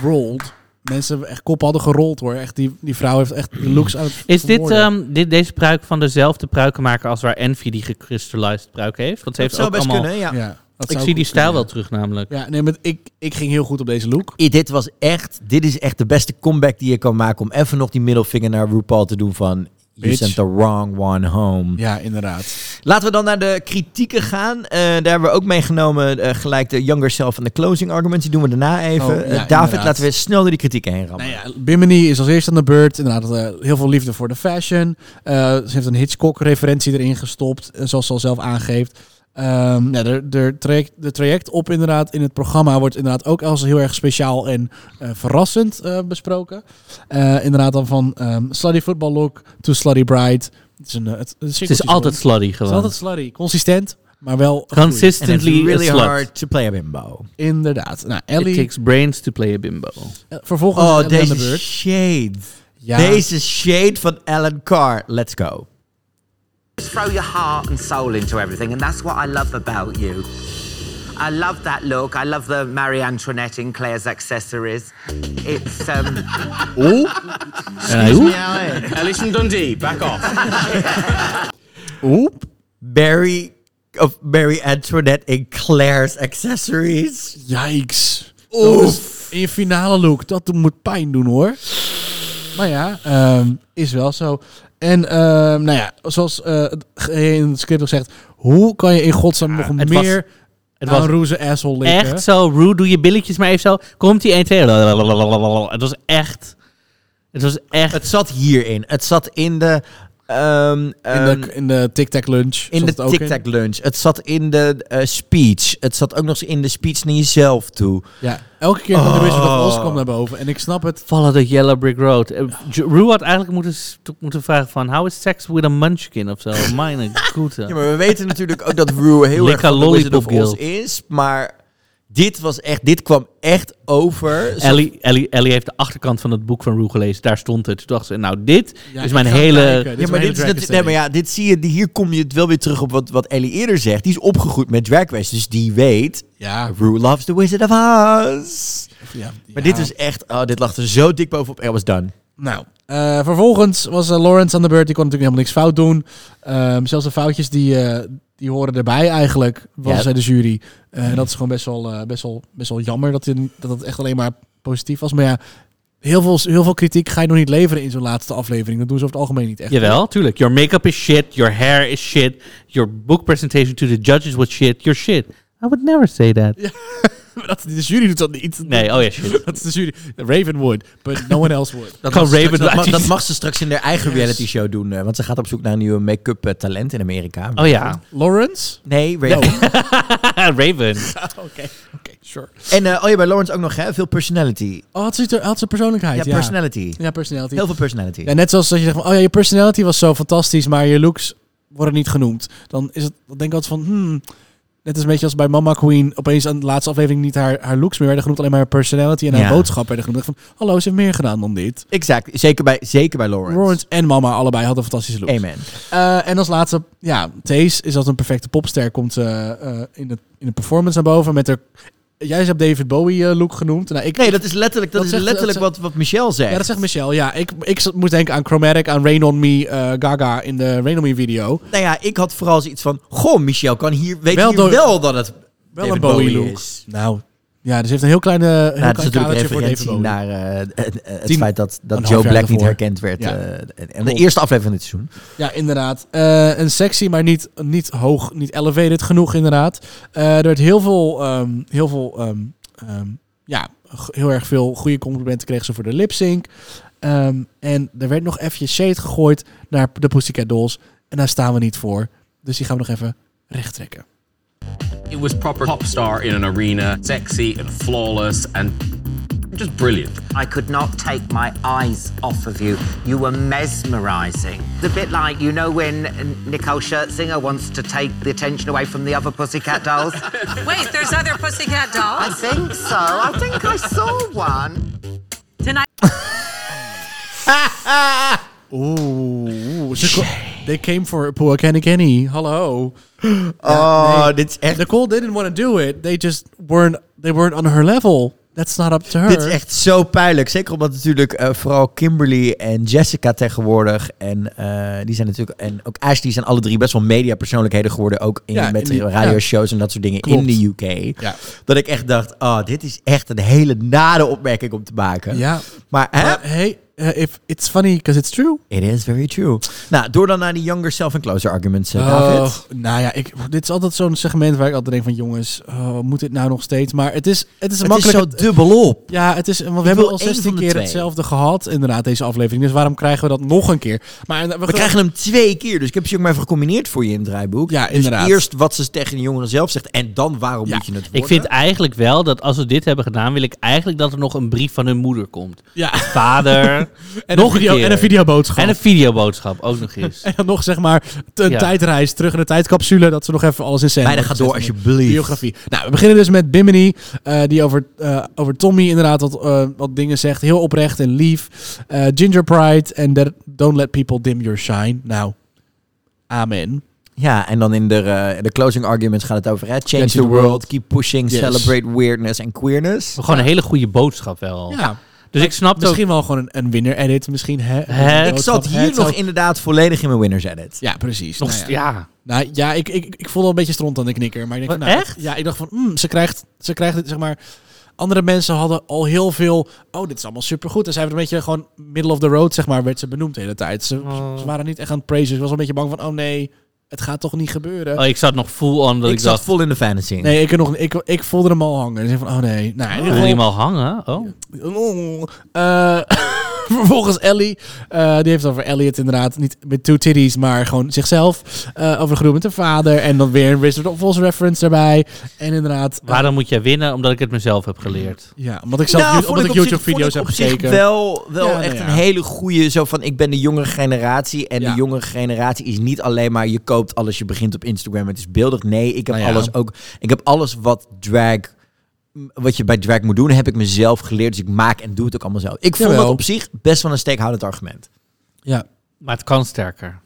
Speaker 2: rolled. Mensen hebben echt kop hadden gerold hoor. Echt, die, die vrouw heeft echt de looks uit.
Speaker 3: Is dit,
Speaker 2: vermoorden.
Speaker 3: ehm, dit deze pruik van dezelfde pruikenmaker als waar Envy die gecrystallized pruik heeft? Want ze
Speaker 1: Dat
Speaker 3: heeft
Speaker 1: zou
Speaker 3: ook
Speaker 1: best
Speaker 3: allemaal.
Speaker 1: kunnen, ja.
Speaker 2: ja, dat
Speaker 3: ehm, Ik
Speaker 2: zou
Speaker 3: zie
Speaker 2: goed
Speaker 3: die stijl wel
Speaker 2: kunnen,
Speaker 3: terug namelijk.
Speaker 2: ja. Ja, nee, maar ik, ik ging heel goed op deze look.
Speaker 1: I- dit was echt, dit is echt de beste comeback die je kan maken om even nog die middelvinger naar RuPaul te doen van you
Speaker 2: Bitch.
Speaker 1: sent the wrong one home.
Speaker 2: Ja, inderdaad.
Speaker 1: Laten we dan naar de kritieken gaan. Eh, daar hebben we ook meegenomen eh, gelijk de younger self en de closing arguments. Die doen we daarna even.
Speaker 2: Oh, ja,
Speaker 1: Eh, David,
Speaker 2: inderdaad.
Speaker 1: laten we snel door die kritieken heen rammen.
Speaker 2: Nou ja, Bimini is als eerste aan de beurt. Inderdaad, eh, heel veel liefde voor de fashion. Eh, ze heeft een Hitchcock-referentie erin gestopt, eh, zoals ze al zelf aangeeft. Ehm ja, de, de, traject, de traject op inderdaad in het programma wordt inderdaad ook als heel erg speciaal en eh, verrassend eh, besproken. Eh, inderdaad dan van ehm slutty football look to slutty bride Het is, een, eh, het,
Speaker 3: Het is altijd sluddy
Speaker 2: Het
Speaker 3: gewoon.
Speaker 2: is altijd slurry. Consistent, maar wel groei.
Speaker 1: And it's
Speaker 3: Consistently
Speaker 1: really
Speaker 3: a slut.
Speaker 1: hard to play a bimbo.
Speaker 2: Inderdaad. Nou,
Speaker 3: It
Speaker 2: Ellie,
Speaker 3: takes brains to play a bimbo.
Speaker 2: eh, vervolgens
Speaker 1: Oh,
Speaker 2: Ellie aan
Speaker 1: deze
Speaker 2: de beurt.
Speaker 1: shade.
Speaker 2: Ja.
Speaker 1: Deze shade van Alan Carr. Let's go.
Speaker 5: Just throw your heart and soul into everything, and that's what I love about you. I love that look. I love the Marie Antoinette in Claire's accessories. It's um,
Speaker 3: En hij, oeh,
Speaker 7: Ellie's from Dundee, back off.
Speaker 1: Barry of Mary Antoinette in Claire's accessories.
Speaker 2: Yikes. Dat is- in je finale look, dat moet pijn doen hoor. Maar ja, ehm, is wel zo. En ehm, nou ja, zoals eh, het ge- in het script al zegt, hoe kan je in godsnaam
Speaker 1: Ah,
Speaker 2: nog
Speaker 3: het
Speaker 2: meer
Speaker 3: het
Speaker 2: aan
Speaker 3: was
Speaker 2: roeze asshole likken?
Speaker 3: echt zo rude. Doe je billetjes maar even zo. Komt die 1, 2. lalalala. Het was echt... Het was echt...
Speaker 1: Het zat hierin. Het zat in de... ehm,
Speaker 2: In
Speaker 1: ehm,
Speaker 2: de, in de tic-tac lunch.
Speaker 1: in
Speaker 2: zat
Speaker 1: de
Speaker 2: het ook in.
Speaker 1: tic-tac lunch. Het zat in de eh, speech. Het zat ook nog eens in de speech naar jezelf toe.
Speaker 2: Ja, elke keer dat de Wizard of Oz
Speaker 1: Oh.
Speaker 2: kwam naar boven. En ik snap het.
Speaker 3: Follow the yellow brick road. Eh, J- Rue had eigenlijk moeten, s- to- moeten vragen van... How is sex with a munchkin of zo? Mijn goede.
Speaker 1: Ja, maar we weten natuurlijk ook dat Rue heel erg
Speaker 3: Lick a
Speaker 1: van de Wizard of
Speaker 3: lollipop
Speaker 1: Oz is. Maar dit was echt... Dit kwam echt over... Zo-
Speaker 3: Ellie, Ellie, Ellie heeft de achterkant van het boek van Rue gelezen. Daar stond het. Toen dacht ze, nou dit
Speaker 2: Ja,
Speaker 3: is mijn
Speaker 2: ik ga
Speaker 3: hele...
Speaker 2: kijken.
Speaker 1: Ja, maar, dit is
Speaker 2: mijn hele
Speaker 1: natuurlijk- nee, maar ja, dit zie je, die- hier kom je het wel weer terug op wat, wat Ellie eerder zegt. Die is opgegroeid met drag race, dus die weet...
Speaker 2: Ja,
Speaker 1: Rue loves the Wizard of Oz.
Speaker 2: ja,
Speaker 1: Maar
Speaker 2: ja.
Speaker 1: dit is echt... Oh, dit lag er zo dik bovenop. Er was done.
Speaker 2: Nou, eh, vervolgens was eh, Lawrence aan de beurt. Die kon natuurlijk helemaal niks fout doen. Ehm, zelfs de foutjes die, eh, die horen erbij eigenlijk, was
Speaker 1: Ja.
Speaker 2: zei de jury. Eh, en dat is gewoon best wel, eh, best wel, best wel jammer dat, je- dat het echt alleen maar positief was. Maar ja, heel veel, heel veel kritiek ga je nog niet leveren in zo'n laatste aflevering. Dat doen ze over het algemeen niet echt.
Speaker 3: Jawel, tuurlijk. Your makeup is shit. Your hair is shit. Your book presentation to the judges was shit. Your shit. I would never say that.
Speaker 2: Dat, de jury doet dat niet.
Speaker 3: Nee, oh ja, shit.
Speaker 2: Dat is de jury. Raven would, but no one else would.
Speaker 1: Dat,
Speaker 3: Kan
Speaker 1: mag, ze
Speaker 3: Raven
Speaker 1: straks- dat, mag,
Speaker 3: laten
Speaker 1: dat
Speaker 3: zien.
Speaker 1: mag ze straks in haar eigen reality show doen. eh, want ze gaat op zoek naar een nieuwe make-up eh, talent in Amerika.
Speaker 3: Oh ja.
Speaker 2: Lawrence?
Speaker 1: Nee, Raven.
Speaker 3: Raven.
Speaker 2: Oké, oké, sure.
Speaker 1: En eh, oh ja, bij Lawrence ook nog, hè? Veel personality.
Speaker 2: Oh, had ze, had ze
Speaker 1: Ja,
Speaker 2: persoonlijkheid? Ja,
Speaker 1: personality.
Speaker 2: Ja, personality.
Speaker 1: Heel veel personality.
Speaker 2: Ja, net zoals dat je zegt van, oh ja, je personality was zo fantastisch, maar je looks worden niet genoemd. Dan is het, dan denk ik altijd van, hmm, net als een beetje als bij Mama Queen, opeens aan de laatste aflevering niet haar, haar looks meer werden genoemd, alleen maar haar personality en haar
Speaker 1: Ja.
Speaker 2: boodschap werden genoemd. Ik dacht van, hallo, ze heeft meer gedaan dan dit.
Speaker 1: Exact. Zeker bij, zeker bij Lawrence.
Speaker 2: Lawrence en Mama allebei hadden fantastische looks.
Speaker 1: Amen.
Speaker 2: Eh, en als laatste, ja, Thees is als een perfecte popster, komt eh, eh, in, de, in de performance naar boven met haar, jij hebt David Bowie eh, look genoemd. Nou, ik,
Speaker 1: Nee, dat is letterlijk, dat
Speaker 2: Wat
Speaker 1: is
Speaker 2: zegt-
Speaker 1: letterlijk
Speaker 2: dat
Speaker 1: wat, wat Michelle zegt.
Speaker 2: ja, dat zegt Michelle. Ja, ik, ik moet denken aan Chromatic, aan Rain On Me, eh, Gaga in de Rain On Me video.
Speaker 1: Nou ja, ik had vooral zoiets van... Goh, Michelle kan hier... Weet
Speaker 2: Wel
Speaker 1: hier
Speaker 2: door-
Speaker 1: wel dat het
Speaker 2: Wel
Speaker 1: David
Speaker 2: een Bowie,
Speaker 1: Bowie
Speaker 2: look.
Speaker 1: is.
Speaker 2: Nou, ja, dus heeft een heel kleine heel
Speaker 1: Nou,
Speaker 2: klein
Speaker 1: dat is natuurlijk
Speaker 2: kadertje
Speaker 1: een
Speaker 2: voor David
Speaker 1: referentie
Speaker 2: Bowie.
Speaker 1: naar eh, het- het
Speaker 2: Tien-
Speaker 1: feit dat,
Speaker 2: een
Speaker 1: dat
Speaker 2: half
Speaker 1: Joe
Speaker 2: jaar
Speaker 1: Black niet
Speaker 2: daarvoor.
Speaker 1: herkend werd.
Speaker 2: Ja.
Speaker 1: eh, en- en de
Speaker 2: Klopt.
Speaker 1: eerste aflevering van dit seizoen.
Speaker 2: Ja, inderdaad. Eh, een sexy, maar niet, niet hoog, niet elevated genoeg, inderdaad. Eh, er werd heel veel, ehm, heel veel, ehm, ehm, ja, g- heel erg veel goede complimenten kregen ze voor de lip sync. Ehm, en er werd nog even shade gegooid naar de Pussycat Dolls. En daar staan we niet voor. Dus die gaan we nog even recht trekken.
Speaker 5: it was proper pop star in an arena, sexy and flawless and just brilliant. I could not take my eyes off of you. You were mesmerizing. It's a bit like, you know, when Nicole Scherzinger wants to take the attention away from the other pussycat dolls?
Speaker 9: Wait, there's other pussycat
Speaker 5: I
Speaker 9: dolls?
Speaker 5: think so. I think I saw one.
Speaker 9: Tonight.
Speaker 2: Ah, Oeh, ze ko- they came for Pua Kenny Kenny. Hallo.
Speaker 1: Oh,
Speaker 2: ah. nee.
Speaker 1: dit is echt...
Speaker 2: Nicole didn't want to do it. They just weren't, they weren't on her level. That's not up to her.
Speaker 1: Dit is echt zo pijnlijk. Zeker omdat natuurlijk eh, vooral Kimberly en Jessica tegenwoordig. En eh, die zijn natuurlijk. En ook Ashley zijn alle drie best wel mediapersoonlijkheden geworden. Ook in,
Speaker 2: Ja,
Speaker 1: met
Speaker 2: in die-
Speaker 1: radioshows en dat soort dingen
Speaker 2: Klopt.
Speaker 1: in de UK.
Speaker 2: Ja.
Speaker 1: Dat ik echt dacht: oh, dit is echt een hele nare opmerking om te maken.
Speaker 2: Ja.
Speaker 1: Maar hè?
Speaker 2: Maar hey, eh, if it's funny because it's true.
Speaker 1: It is very true. Nou, door dan naar die younger self and closer arguments, eh, David.
Speaker 2: Oh, nou ja, ik, dit is altijd zo'n segment waar ik altijd denk van jongens, oh, moet dit nou nog steeds? Maar het is, het is een
Speaker 1: Het is
Speaker 2: makkelijke...
Speaker 1: zo dubbel op.
Speaker 2: Ja, het is, want we hebben
Speaker 1: wil
Speaker 2: al
Speaker 1: één
Speaker 2: 16
Speaker 1: van de
Speaker 2: keer
Speaker 1: twee.
Speaker 2: hetzelfde gehad, inderdaad, deze aflevering. Dus waarom krijgen we dat nog een keer? Maar we,
Speaker 1: We krijgen hem twee keer, dus ik heb ze ook maar even gecombineerd voor je in het draaiboek.
Speaker 2: Ja,
Speaker 1: dus
Speaker 2: inderdaad.
Speaker 1: eerst wat ze tegen de jongeren zelf zegt en dan waarom
Speaker 2: Ja,
Speaker 1: moet je het worden.
Speaker 3: Ik vind eigenlijk wel dat als we dit hebben gedaan, wil ik eigenlijk dat er nog een brief van hun moeder komt.
Speaker 2: Ja.
Speaker 3: Vader, keer.
Speaker 2: En
Speaker 3: nog
Speaker 2: een video,
Speaker 3: een keer.
Speaker 2: En een videoboodschap.
Speaker 3: En een videoboodschap, ook nog eens.
Speaker 2: En dan nog zeg maar t- een
Speaker 3: Ja.
Speaker 2: tijdreis terug in de tijdcapsule. Dat ze nog even alles in scène
Speaker 1: Bijna
Speaker 2: hebben
Speaker 1: ga door,
Speaker 2: gezet.
Speaker 1: alsjeblieft.
Speaker 2: Biografie. Nou, we beginnen dus met Bimini. eh, die over, eh, over Tommy inderdaad wat, eh, wat dingen zegt. Heel oprecht en lief. Eh, Ginger Pride. En that- Don't Let People Dim Your Shine. Nou, amen.
Speaker 1: Ja, en dan in de, eh, de closing arguments gaat het over hè, change
Speaker 2: Change
Speaker 1: the,
Speaker 2: the
Speaker 1: world,
Speaker 2: world.
Speaker 1: keep pushing,
Speaker 2: Yes.
Speaker 1: celebrate weirdness en queerness.
Speaker 3: Gewoon een hele goede boodschap wel.
Speaker 2: Ja,
Speaker 3: Dus ik snap ook...
Speaker 2: misschien wel gewoon een, een winner edit. Misschien hè.
Speaker 3: Hè?
Speaker 2: Een
Speaker 1: Ik
Speaker 2: boodschap,
Speaker 1: zat
Speaker 2: hè,
Speaker 1: hier
Speaker 2: het zou-
Speaker 1: nog inderdaad volledig in mijn winners edit.
Speaker 2: Ja, precies.
Speaker 3: Nog,
Speaker 2: Nou ja.
Speaker 3: ja.
Speaker 2: Nou ja, ik, ik, ik voelde al een beetje stront aan de knikker. Maar ik denk,
Speaker 3: Wat,
Speaker 2: van, nou,
Speaker 3: Oh, echt?
Speaker 2: Ja, ik dacht van, mm, ze krijgt, ze krijgt het, zeg maar... Andere mensen hadden al heel veel... Oh, dit is allemaal supergoed. En zij werd een beetje gewoon middle of the road, zeg maar, werd ze benoemd de hele tijd. Ze,
Speaker 3: Oh.
Speaker 2: ze waren niet echt aan het praisen. Ze was een beetje bang van, oh nee, het gaat toch niet gebeuren.
Speaker 3: Oh, ik zat nog full on dat
Speaker 1: Ik,
Speaker 3: ik,
Speaker 1: zat
Speaker 3: dacht...
Speaker 1: vol in de fantasy.
Speaker 2: Nee, ik, er nog, ik, ik voelde hem al hangen. En ik zei van, oh nee. Nou, in ieder
Speaker 3: Wil
Speaker 2: geval-
Speaker 3: je hem al hangen? Oh.
Speaker 2: Eh, vervolgens Ellie. Eh, die heeft het over Elliot inderdaad. Niet met two titties, maar gewoon zichzelf. Eh over een groep met haar vader. En dan weer een Wizard of Oz reference erbij. En inderdaad... eh,
Speaker 3: Waarom moet jij winnen? Omdat ik het mezelf heb geleerd.
Speaker 2: ja, omdat ik zelf
Speaker 1: Nou,
Speaker 2: you-
Speaker 1: vond
Speaker 2: omdat ik
Speaker 1: op zich-
Speaker 2: YouTube-video's heb
Speaker 1: vond ik op zich
Speaker 2: gekeken.
Speaker 1: wel, wel
Speaker 2: Ja, nou
Speaker 1: echt
Speaker 2: ja.
Speaker 1: een hele goede. Zo van, ik ben de jongere generatie. En
Speaker 2: Ja.
Speaker 1: de jongere generatie is niet alleen maar je koopt alles. Je begint op Instagram. Het is beeldig. Nee, ik heb
Speaker 2: Nou ja.
Speaker 1: alles ook. Ik heb alles wat drag... Wat je bij drag moet doen, heb ik mezelf geleerd. Dus ik maak en doe het ook allemaal zelf. Ik vond
Speaker 2: Jawel.
Speaker 1: dat op zich best wel een steekhoudend argument.
Speaker 2: Ja.
Speaker 3: Maar het kan sterker.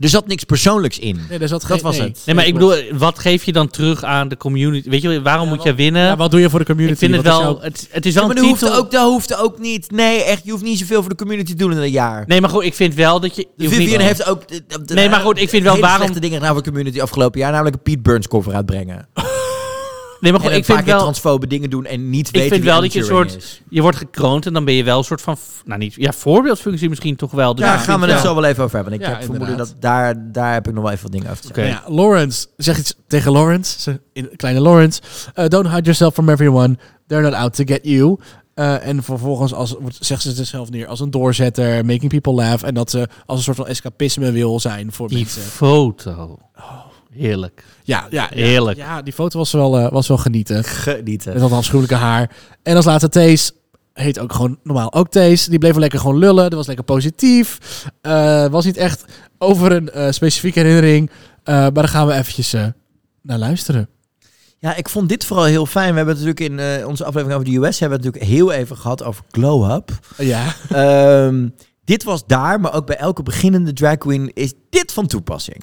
Speaker 1: Er zat niks persoonlijks in.
Speaker 2: Nee, daar zat
Speaker 1: Dat
Speaker 2: geen-
Speaker 1: was
Speaker 2: nee.
Speaker 1: het.
Speaker 3: Nee, maar ik bedoel, wat geef je dan terug aan de community? Weet je, wel, waarom moet jij winnen?
Speaker 2: Ja, wat doe je voor de community?
Speaker 3: eh, ik vind het
Speaker 2: Wat is
Speaker 3: wel...
Speaker 2: jouw-
Speaker 3: Het, het is wel
Speaker 1: Ja, maar
Speaker 3: een
Speaker 1: dat hoeft,
Speaker 3: titel...
Speaker 1: ook, dat hoeft ook niet. Nee, echt, je hoeft niet zoveel voor de community te doen in een jaar.
Speaker 3: Nee, maar goed, ik vind wel dat je... je hoeft niet-
Speaker 1: Vivian heeft ook... eh, eh,
Speaker 3: Nee, maar goed, ik vind wel
Speaker 1: hele
Speaker 3: waarom-
Speaker 1: slechte dingen gedaan voor de community afgelopen jaar. Namelijk een Pete Burns cover uitbrengen.
Speaker 3: Nee, maar
Speaker 1: En
Speaker 3: goed,
Speaker 1: een
Speaker 3: ik
Speaker 1: paar
Speaker 3: vind
Speaker 1: keer
Speaker 3: wel...
Speaker 1: transfobe dingen doen en niet weten
Speaker 3: Ik vind
Speaker 1: wie
Speaker 3: wel dat je een
Speaker 1: Alan Turing
Speaker 3: soort...
Speaker 1: is.
Speaker 3: Je wordt gekroond en dan ben je wel een soort van... Nou, niet... Ja, voorbeeldfunctie misschien toch wel. Dus
Speaker 1: Daar
Speaker 3: ik
Speaker 1: gaan we
Speaker 3: vind
Speaker 1: het
Speaker 3: wel-
Speaker 1: zo wel even over hebben. Ik
Speaker 2: Ja,
Speaker 1: heb vermoeden dat
Speaker 2: inderdaad.
Speaker 1: daar, daar heb ik nog wel even wat dingen over te zeggen.
Speaker 3: Oké.
Speaker 2: Nou ja, Lawrence zegt iets tegen Lawrence. Ze- in- Kleine Lawrence. Eh, don't hide yourself from everyone. They're not out to get you. Eh, en vervolgens als, wordt- zegt ze zichzelf neer als een doorzetter, making people laugh. En dat ze als een soort van escapisme wil zijn voor
Speaker 3: Die
Speaker 2: mensen.
Speaker 3: foto. Heerlijk.
Speaker 2: Ja, ja, ja.
Speaker 3: Heerlijk.
Speaker 2: Ja, die foto was wel, eh, was wel genieten.
Speaker 1: Genieten.
Speaker 2: Met
Speaker 3: eh.
Speaker 2: dat afschuwelijke haar. En als laatste Thees. Heet ook gewoon normaal ook Thees. Die bleef wel lekker gewoon lullen. Dat was lekker positief. Eh, was niet echt over een eh, specifieke herinnering. Eh, maar daar gaan we eventjes eh, naar luisteren.
Speaker 1: Ja, ik vond dit vooral heel fijn. We hebben het natuurlijk in eh, onze aflevering over de US... hebben we het natuurlijk heel even gehad over glow-up.
Speaker 2: ja.
Speaker 1: Ehm, dit was daar, maar ook bij elke beginnende drag queen... is dit van toepassing.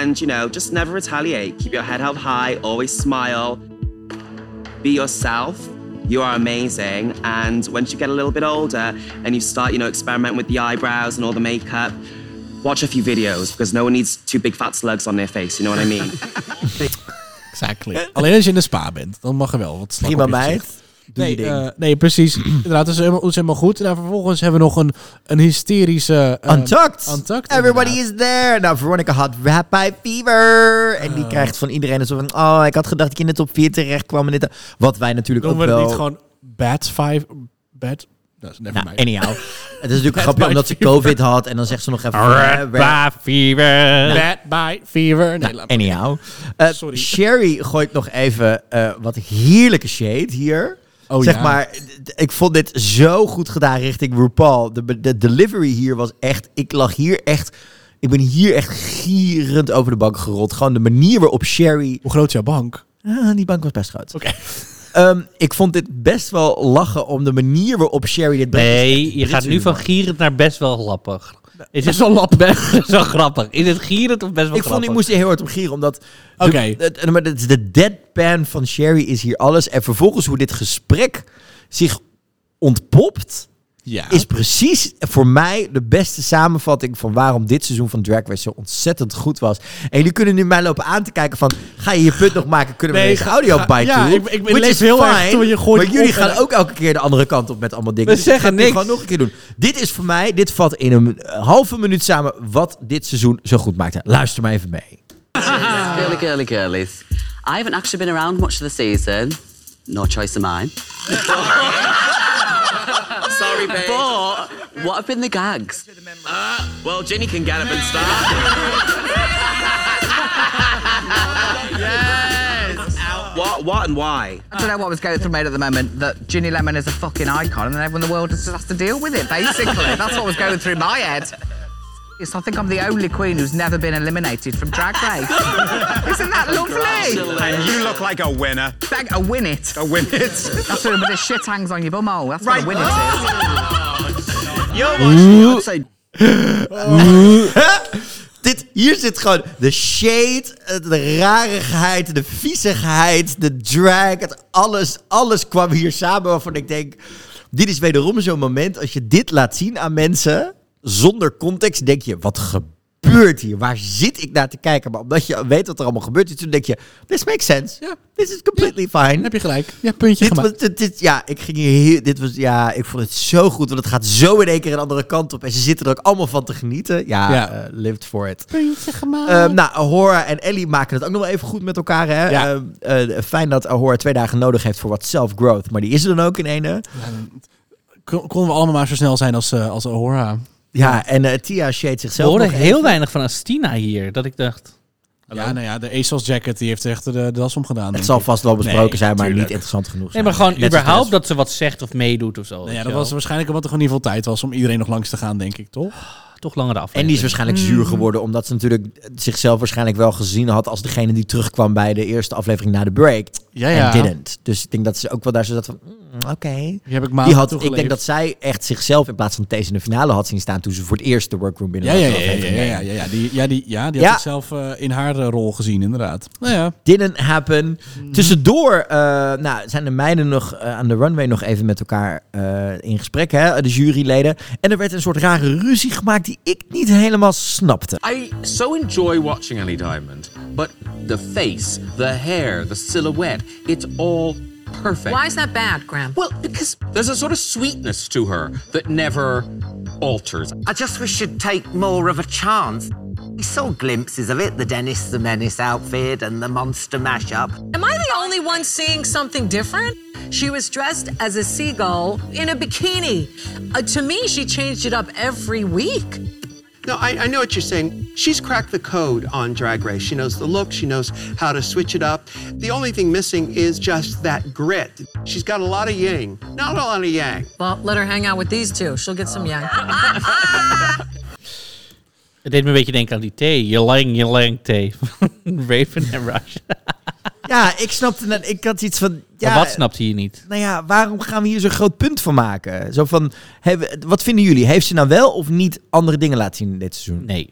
Speaker 4: And you know, just never retaliate. Keep your head held high, always smile. Be yourself. You are amazing. And once you get a little bit older and you start, you know, experimenting with the eyebrows and all the makeup, watch a few videos because no one needs two big fat slugs on their face. You know what I mean?
Speaker 2: Exactly. Alleen als je in de spa bent, dan mag er wel wat slag
Speaker 1: Prima
Speaker 2: op je gezicht.
Speaker 1: meid. Doe je
Speaker 2: Nee,
Speaker 1: ding.
Speaker 2: eh, nee, precies. Inderdaad, dat is helemaal, dat is helemaal goed. En nou, vervolgens hebben we nog een, een hysterische... eh,
Speaker 1: Untucked.
Speaker 2: Untucked,
Speaker 1: Everybody
Speaker 2: inderdaad.
Speaker 1: is there. Nou, Veronica had Rabbi Fever. En
Speaker 2: Ah.
Speaker 1: die krijgt van iedereen een soort van... Oh, ik had gedacht dat ik in de top 4 terecht kwam. En dit, wat wij natuurlijk
Speaker 2: Noemen
Speaker 1: ook
Speaker 2: we
Speaker 1: wel...
Speaker 2: het niet gewoon Bad Five... Bad... Dat is never
Speaker 1: Nou,
Speaker 2: mind.
Speaker 1: anyhow. het is natuurlijk een grapje
Speaker 2: Rabbi
Speaker 1: omdat ze
Speaker 2: Fever.
Speaker 1: COVID had. En dan zegt ze nog even... van, eh, Rab-
Speaker 3: Rabba fever.
Speaker 2: Bad by Fever. Nee,
Speaker 1: Nou,
Speaker 2: laat maar.
Speaker 1: anyhow. Eh,
Speaker 2: Sorry.
Speaker 1: Sherry gooit nog even eh, wat heerlijke shade hier.
Speaker 2: Oh,
Speaker 1: zeg
Speaker 2: ja.
Speaker 1: maar, d- d- ik vond dit zo goed gedaan richting RuPaul. De, be- de delivery hier was echt... Ik lag hier echt... Ik ben hier echt gierend over de bank gerold. Gewoon de manier waarop Sherry...
Speaker 2: Hoe groot is jouw bank?
Speaker 1: Ah, die bank was best groot.
Speaker 2: Oké.
Speaker 1: Ehm, ik vond dit best wel lachen om de manier waarop Sherry dit brengt.
Speaker 3: Nee, je gaat nu van gierend naar best wel grappig. Is het
Speaker 2: wel lap
Speaker 3: best wel grappig? Is het gierend of best wel
Speaker 1: Ik
Speaker 3: grappig?
Speaker 1: vond, ik moest er heel hard om gieren, omdat... de-
Speaker 2: Oké.
Speaker 1: het- het- maar De, de deadpan van Sherry is hier alles. En vervolgens hoe dit gesprek zich ontpopt...
Speaker 2: Ja.
Speaker 1: is precies voor mij de beste samenvatting van waarom dit seizoen van Drag Race zo ontzettend goed was. En jullie kunnen nu mij lopen aan te kijken van, ga je je punt nog maken? Kunnen we
Speaker 2: Nee,
Speaker 1: deze
Speaker 2: ga-
Speaker 1: audio
Speaker 2: ga-
Speaker 1: bij
Speaker 2: ja,
Speaker 1: toe?
Speaker 2: ik- ik
Speaker 1: Which
Speaker 2: lees
Speaker 1: is
Speaker 2: heel erg
Speaker 1: fine,
Speaker 2: toe, je gooit
Speaker 1: Maar jullie
Speaker 2: op en-
Speaker 1: gaan ook elke keer de andere kant op met allemaal dingen.
Speaker 3: We
Speaker 1: ik
Speaker 3: zeggen
Speaker 1: ga het nu
Speaker 3: niks.
Speaker 1: gewoon nog een keer doen. Dit is voor mij, dit vat in een eh, halve minuut samen wat dit seizoen zo goed maakte. Luister maar even mee.
Speaker 8: Girly, girly, girlies. I haven't actually been around much of the season. No choice of mine.
Speaker 4: Sorry, babe. Uh,
Speaker 8: But what have been the gags?
Speaker 4: Well, Jenny can get up and start. yes. What what, what, and why?
Speaker 10: I don't know what was going through my head at the moment that Ginny Lemon is a fucking icon and everyone in the world just has to deal with it, basically. That's what was going through my head. Yes, I think I'm the only queen who's never been eliminated from Drag Race. Isn't that lovely?
Speaker 11: And you look like a winner.
Speaker 10: Bang, a win it.
Speaker 11: A win it.
Speaker 10: That's what the shit hangs on your bumhole. That's what a win it is.
Speaker 1: Oeh. Oeh. Dit, hier zit gewoon de shade, eh, de rarigheid, de viezigheid, de drag. Het alles, alles kwam hier samen waarvan ik denk... Dit is wederom zo'n moment, als je dit laat zien aan mensen... zonder context, denk je, wat gebeurt hier? Waar zit ik naar te kijken? Maar omdat je weet wat er allemaal gebeurt, dus toen denk je... This makes sense. This is completely fine.
Speaker 2: Heb je gelijk. Ja, puntje
Speaker 1: Dit
Speaker 2: gemaakt.
Speaker 1: was, dit, dit- ja, ik ging hier heel, dit was, ja, ik vond het zo goed, want het gaat zo in één keer een andere kant op. En ze zitten er ook allemaal van te genieten. Ja,
Speaker 2: Ja.
Speaker 1: eh, lived for it.
Speaker 2: Puntje gemaakt.
Speaker 1: Ehm, nou, Ahora en Ellie maken het ook nog wel even goed met elkaar. Hè?
Speaker 2: Ja.
Speaker 1: Ehm, eh, fijn dat Ahora twee dagen nodig heeft voor wat self-growth. Maar die is er dan ook in ene.
Speaker 2: Kon- Konden we allemaal maar zo snel zijn als, eh als Ahora.
Speaker 1: Ja, en eh, Tia shade
Speaker 3: We
Speaker 1: zichzelf
Speaker 3: hoorden
Speaker 1: nog
Speaker 3: heel
Speaker 1: even.
Speaker 3: weinig van Astina hier, dat ik dacht...
Speaker 2: Ja, nou ja, de ASOS jacket die heeft echt de, de das omgedaan.
Speaker 1: Het
Speaker 2: denk
Speaker 1: zal
Speaker 2: ik.
Speaker 1: vast wel besproken
Speaker 2: Nee,
Speaker 1: zijn, maar
Speaker 2: tuurlijk.
Speaker 1: niet interessant genoeg.
Speaker 3: Nee, maar gewoon
Speaker 2: is
Speaker 3: überhaupt dat ze wat zegt of meedoet of zo. weet
Speaker 2: Nou ja,
Speaker 3: je
Speaker 2: dat
Speaker 3: wel.
Speaker 2: was waarschijnlijk omdat er gewoon niet veel tijd was om iedereen nog langs te gaan, denk ik, toch?
Speaker 3: toch langere aflevering.
Speaker 1: En die is waarschijnlijk zuur geworden, omdat ze natuurlijk zichzelf waarschijnlijk wel gezien had als degene die terugkwam bij de eerste aflevering na de break.
Speaker 2: Ja, ja.
Speaker 1: En didn't. Dus ik denk dat ze ook wel daar zo zat van, mm, oké.
Speaker 2: Die heb ik maanden
Speaker 1: Die had, ik
Speaker 2: toegeleefd.
Speaker 1: denk dat zij echt zichzelf in plaats van Thees in de finale had zien staan toen ze voor het eerst de workroom binnen
Speaker 2: Ja, ja,
Speaker 1: was,
Speaker 2: ja, ja,
Speaker 1: aflevering
Speaker 2: ja, ja,
Speaker 1: één.
Speaker 2: ja, ja, die, ja, die, ja, die had
Speaker 1: Ja.
Speaker 2: zichzelf eh, in haar eh, rol gezien, inderdaad. Nou ja,
Speaker 1: Didn't happen.
Speaker 2: Mm.
Speaker 1: Tussendoor eh, nou, zijn de meiden nog eh, aan de runway nog even met elkaar eh, in gesprek, hè, de juryleden. En er werd een soort rare ruzie gemaakt die ik niet helemaal snapte.
Speaker 12: I so enjoy watching Ellie Diamond, but the face, the hair, the silhouette, it's all perfect.
Speaker 13: Why is that bad, Graham?
Speaker 12: Well, because there's a sort of sweetness to her that never alters.
Speaker 8: I just wish she'd take more of a chance. We saw glimpses of it the Dennis the Menace outfit and the monster mashup.
Speaker 13: Am I the only one seeing something different? She was dressed as a seagull in a bikini. Uh, to me, she changed it up every week.
Speaker 14: No, I, I know what you're saying. She's cracked the code on Drag Race. She knows the look, she knows how to switch it up. The only thing missing is just that grit. She's got a lot of yang, not a lot of yang.
Speaker 13: Well, let her hang out with these two. She'll get some yang.
Speaker 3: Het deed me een beetje denken aan die thee. Jelang, jelang thee. Raven en Rush.
Speaker 1: Ja, ik snapte net, ik had iets van... Ja,
Speaker 3: Maar wat snapte je niet?
Speaker 1: Nou ja, waarom gaan we hier zo'n groot punt van maken? Zo van, he- wat vinden jullie? Heeft ze nou wel of niet andere dingen laten zien dit seizoen?
Speaker 3: Nee.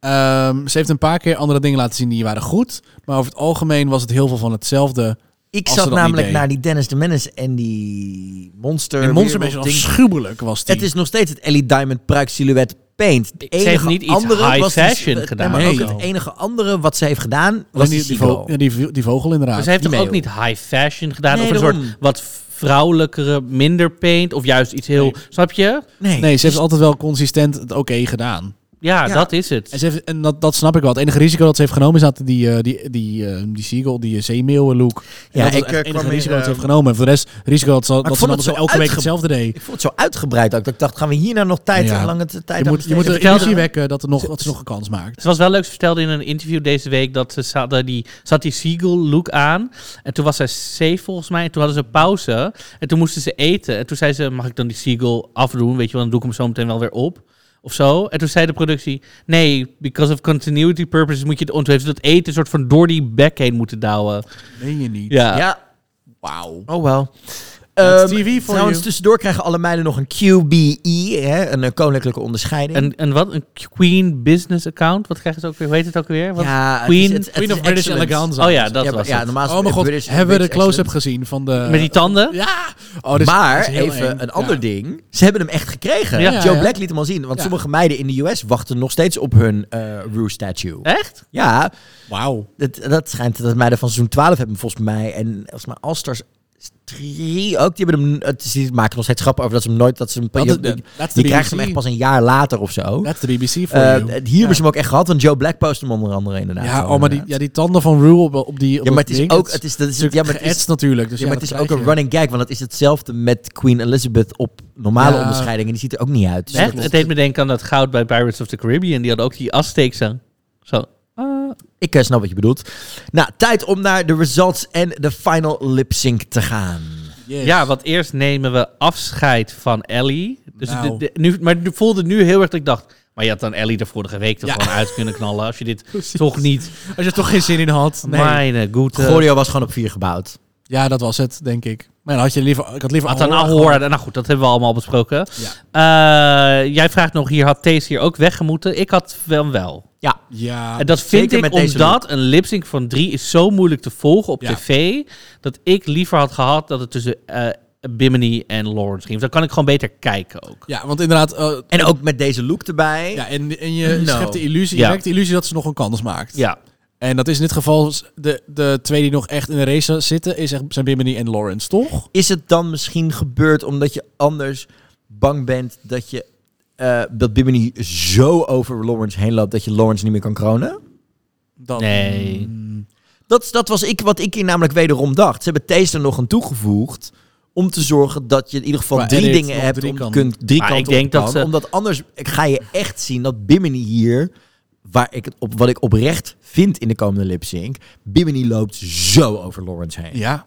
Speaker 2: Ehm, ze heeft een paar keer andere dingen laten zien die waren goed. Maar over het algemeen was het heel veel van hetzelfde.
Speaker 1: Ik
Speaker 2: als ze
Speaker 1: zat
Speaker 2: dat niet
Speaker 1: namelijk
Speaker 2: deed.
Speaker 1: naar die Dennis de Menace en die monster...
Speaker 2: En Monster Mash
Speaker 1: wereld
Speaker 2: was
Speaker 1: ding.
Speaker 2: afschuwelijk, was die.
Speaker 1: Het is nog steeds het Ellie Diamond pruik silhouette paint. Het
Speaker 3: Ze heeft niet iets high
Speaker 1: die- eh,
Speaker 3: fashion
Speaker 1: nee,
Speaker 3: gedaan.
Speaker 1: maar ook
Speaker 3: Nee.
Speaker 1: het enige andere wat ze heeft gedaan was
Speaker 2: was
Speaker 1: die,
Speaker 2: die, die, vo- ja, die, die vogel
Speaker 3: Maar
Speaker 2: inderdaad.
Speaker 3: ze heeft
Speaker 1: die
Speaker 3: toch ook
Speaker 1: mee,
Speaker 3: niet high fashion gedaan?
Speaker 1: Nee,
Speaker 3: of een
Speaker 1: daarom.
Speaker 3: soort wat vrouwelijkere, minder paint? Of juist iets heel... Snap je?
Speaker 1: Nee,
Speaker 2: eh, Nee, ze heeft altijd wel consistent het oké gedaan.
Speaker 3: Ja,
Speaker 1: Ja.
Speaker 3: dat is het.
Speaker 2: En, ze heeft, en dat, dat snap ik wel. Het enige risico dat ze heeft genomen is dat die, eh, die, die, eh, die seagull, die eh, zeemeeuwen look. En
Speaker 1: Ja,
Speaker 2: dat was
Speaker 1: ik,
Speaker 2: echt
Speaker 1: eh,
Speaker 2: het enige
Speaker 1: kwam
Speaker 2: risico
Speaker 1: hier,
Speaker 2: dat ze
Speaker 1: eh,
Speaker 2: heeft genomen. En voor de rest, risico dat ze, dat
Speaker 1: vond
Speaker 2: ze
Speaker 1: het
Speaker 2: allemaal zo
Speaker 1: zo
Speaker 2: elke week
Speaker 1: uitge-
Speaker 2: hetzelfde deed.
Speaker 1: Ik vond het zo uitgebreid ook. Dat ik dacht, gaan we hier nou nog tijd
Speaker 2: Ja.
Speaker 1: en lange t- tijd
Speaker 2: Je
Speaker 1: aan
Speaker 2: moet, je moet de
Speaker 1: besteden?
Speaker 3: vertelde-
Speaker 2: illusie wekken dat, er nog, dat ze nog een kans maakt.
Speaker 3: Ze was wel leuk. Ze vertelde in een interview deze week dat ze zat, eh, die, ze had die seagull look aan. En toen was zij C volgens mij. En toen hadden ze pauze. En toen moesten ze eten. En toen zei ze, mag ik dan die seagull afdoen? Weet je wel, dan doe ik hem zo meteen wel weer op. Of zo. En toen zei de productie, nee, because of continuity purposes moet je het ontwijven. Dat eten een soort van door die bek heen moeten douwen.
Speaker 2: Meen je niet?
Speaker 3: Ja.
Speaker 1: Ja,
Speaker 2: Wauw.
Speaker 1: Oh wel.
Speaker 2: That's TV for
Speaker 1: Ehm, trouwens,
Speaker 2: you.
Speaker 1: tussendoor krijgen alle meiden nog een QBE, hè, een eh, koninklijke onderscheiding.
Speaker 3: En, en wat? Een Queen Business Account? Wat krijgen ze ook weer? Hoe heet het ook weer? Wat?
Speaker 1: ja, het is-
Speaker 3: Queen?
Speaker 1: het- het
Speaker 2: Queen
Speaker 1: is
Speaker 2: of British
Speaker 1: excellent.
Speaker 2: Eleganza.
Speaker 3: oh ja, dat
Speaker 1: ja,
Speaker 3: was
Speaker 1: ja,
Speaker 3: het.
Speaker 1: normaal is
Speaker 2: Oh
Speaker 1: het
Speaker 2: mijn god,
Speaker 1: British-
Speaker 2: hebben we de
Speaker 1: British
Speaker 2: close-up
Speaker 1: excellent.
Speaker 2: gezien van de...
Speaker 3: Met die tanden?
Speaker 2: Ja! Oh, dit is- dit
Speaker 1: Maar
Speaker 2: is heel
Speaker 1: even
Speaker 2: eng.
Speaker 1: een ander
Speaker 2: Ja.
Speaker 1: ding. Ze hebben hem echt gekregen.
Speaker 3: Ja.
Speaker 1: Joe
Speaker 2: Ja, ja.
Speaker 1: Black liet hem al zien. Want
Speaker 2: Ja.
Speaker 1: sommige meiden in de US wachten nog steeds op hun eh Rue statue.
Speaker 3: Echt?
Speaker 1: Ja,
Speaker 2: Wauw.
Speaker 1: dat, dat schijnt dat meiden van seizoen 12 hebben volgens mij. En volgens mij All-Stars 3 ook. Die, hebben hem, het, is- die maken nog steeds grappen over dat ze hem nooit... Dat ze hem,
Speaker 2: Dat is-
Speaker 1: je- je-
Speaker 2: that's the
Speaker 1: je krijgt hem
Speaker 2: BBC.
Speaker 1: echt pas een jaar later of zo.
Speaker 2: That's the BBC for
Speaker 1: Eh,
Speaker 2: you.
Speaker 1: hier hebben ze hem ook echt gehad, want Joe Black post hem onder andere inderdaad.
Speaker 2: Ja,
Speaker 1: Zo,
Speaker 2: oh, maar die,
Speaker 1: inderdaad.
Speaker 2: ja, die tanden van Rue op, op die op
Speaker 1: ja, maar
Speaker 2: dat
Speaker 1: het is
Speaker 2: ding,
Speaker 1: ook,
Speaker 2: dat
Speaker 1: het is, dat is, ja, maar het is,
Speaker 2: geëtst natuurlijk. Dus
Speaker 1: ja, maar het is ook een
Speaker 2: running.
Speaker 1: running gag, want het is hetzelfde met Queen Elizabeth op normale
Speaker 2: Ja.
Speaker 1: onderscheidingen. Die ziet er ook niet uit. Dus
Speaker 3: Echt? Het deed me denken aan dat goud bij Pirates of the Caribbean. Die hadden ook die Azteekse. Zo. ah,
Speaker 1: Ik eh, snap wat je bedoelt. Nou, tijd om naar de results en de final lip sync te gaan.
Speaker 3: Ja, want eerst nemen we afscheid van Ellie. Dus
Speaker 1: Nou.
Speaker 3: de- de- nu, maar het voelde nu heel erg dat ik dacht... Maar je had dan Ellie de vorige week er gewoon uit kunnen knallen. Als je dit toch niet...
Speaker 2: Als je er toch geen zin in had. Nee.
Speaker 3: Mijn goede...
Speaker 1: Gorio was gewoon op vier gebouwd.
Speaker 2: Ja, dat was het, denk ik. Maar dan had je liever, ik had liever
Speaker 3: Had dan
Speaker 2: Aurora
Speaker 3: Aurora-
Speaker 2: gehad.
Speaker 3: Nou goed, dat hebben we allemaal besproken. Eh, jij vraagt nog hier, had Thees hier ook weggemoeten? Ik had wel wel.
Speaker 1: Ja.
Speaker 2: Ja,
Speaker 3: En dat vind
Speaker 2: Ah, zeker
Speaker 3: ik
Speaker 2: met deze
Speaker 3: omdat een lipsync van drie is zo moeilijk te volgen op
Speaker 2: Ja.
Speaker 3: tv... dat ik liever had gehad dat het tussen eh, Bimini en Lawrence ging. Dus Dan kan ik gewoon beter kijken ook.
Speaker 2: Ja, want inderdaad... eh,
Speaker 1: En ook met deze look erbij.
Speaker 2: Ja, en, en je
Speaker 1: No.
Speaker 2: schept de illusie, je
Speaker 3: Ja.
Speaker 2: wekt de illusie dat ze nog een kans maakt.
Speaker 3: Ja.
Speaker 2: En dat is in dit geval s- de, de twee die nog echt in de race zitten, is echt, zijn Bimini en Lawrence, toch?
Speaker 1: Is het dan misschien gebeurd omdat je anders bang bent dat je eh, dat Bimini zo over Lawrence heen loopt dat je Lawrence niet meer kan kronen?
Speaker 3: Nee.
Speaker 1: Dat, dat was ik, wat ik hier namelijk wederom dacht. Ze hebben Thees er nog aan toegevoegd. Om te zorgen dat je in ieder geval
Speaker 2: Qua
Speaker 1: drie
Speaker 2: edit
Speaker 1: dingen
Speaker 2: nog
Speaker 1: hebt.
Speaker 2: drie
Speaker 1: om,
Speaker 2: kan.
Speaker 1: kunt, drie
Speaker 3: Maar
Speaker 1: kanten
Speaker 3: ik denk
Speaker 1: op
Speaker 3: dat
Speaker 1: kan.
Speaker 3: ze-
Speaker 1: Omdat anders ga je echt zien dat Bimini hier... Waar ik het op, wat ik oprecht vind in de komende lipsync... Bimini loopt zo over Lawrence heen.
Speaker 2: Ja.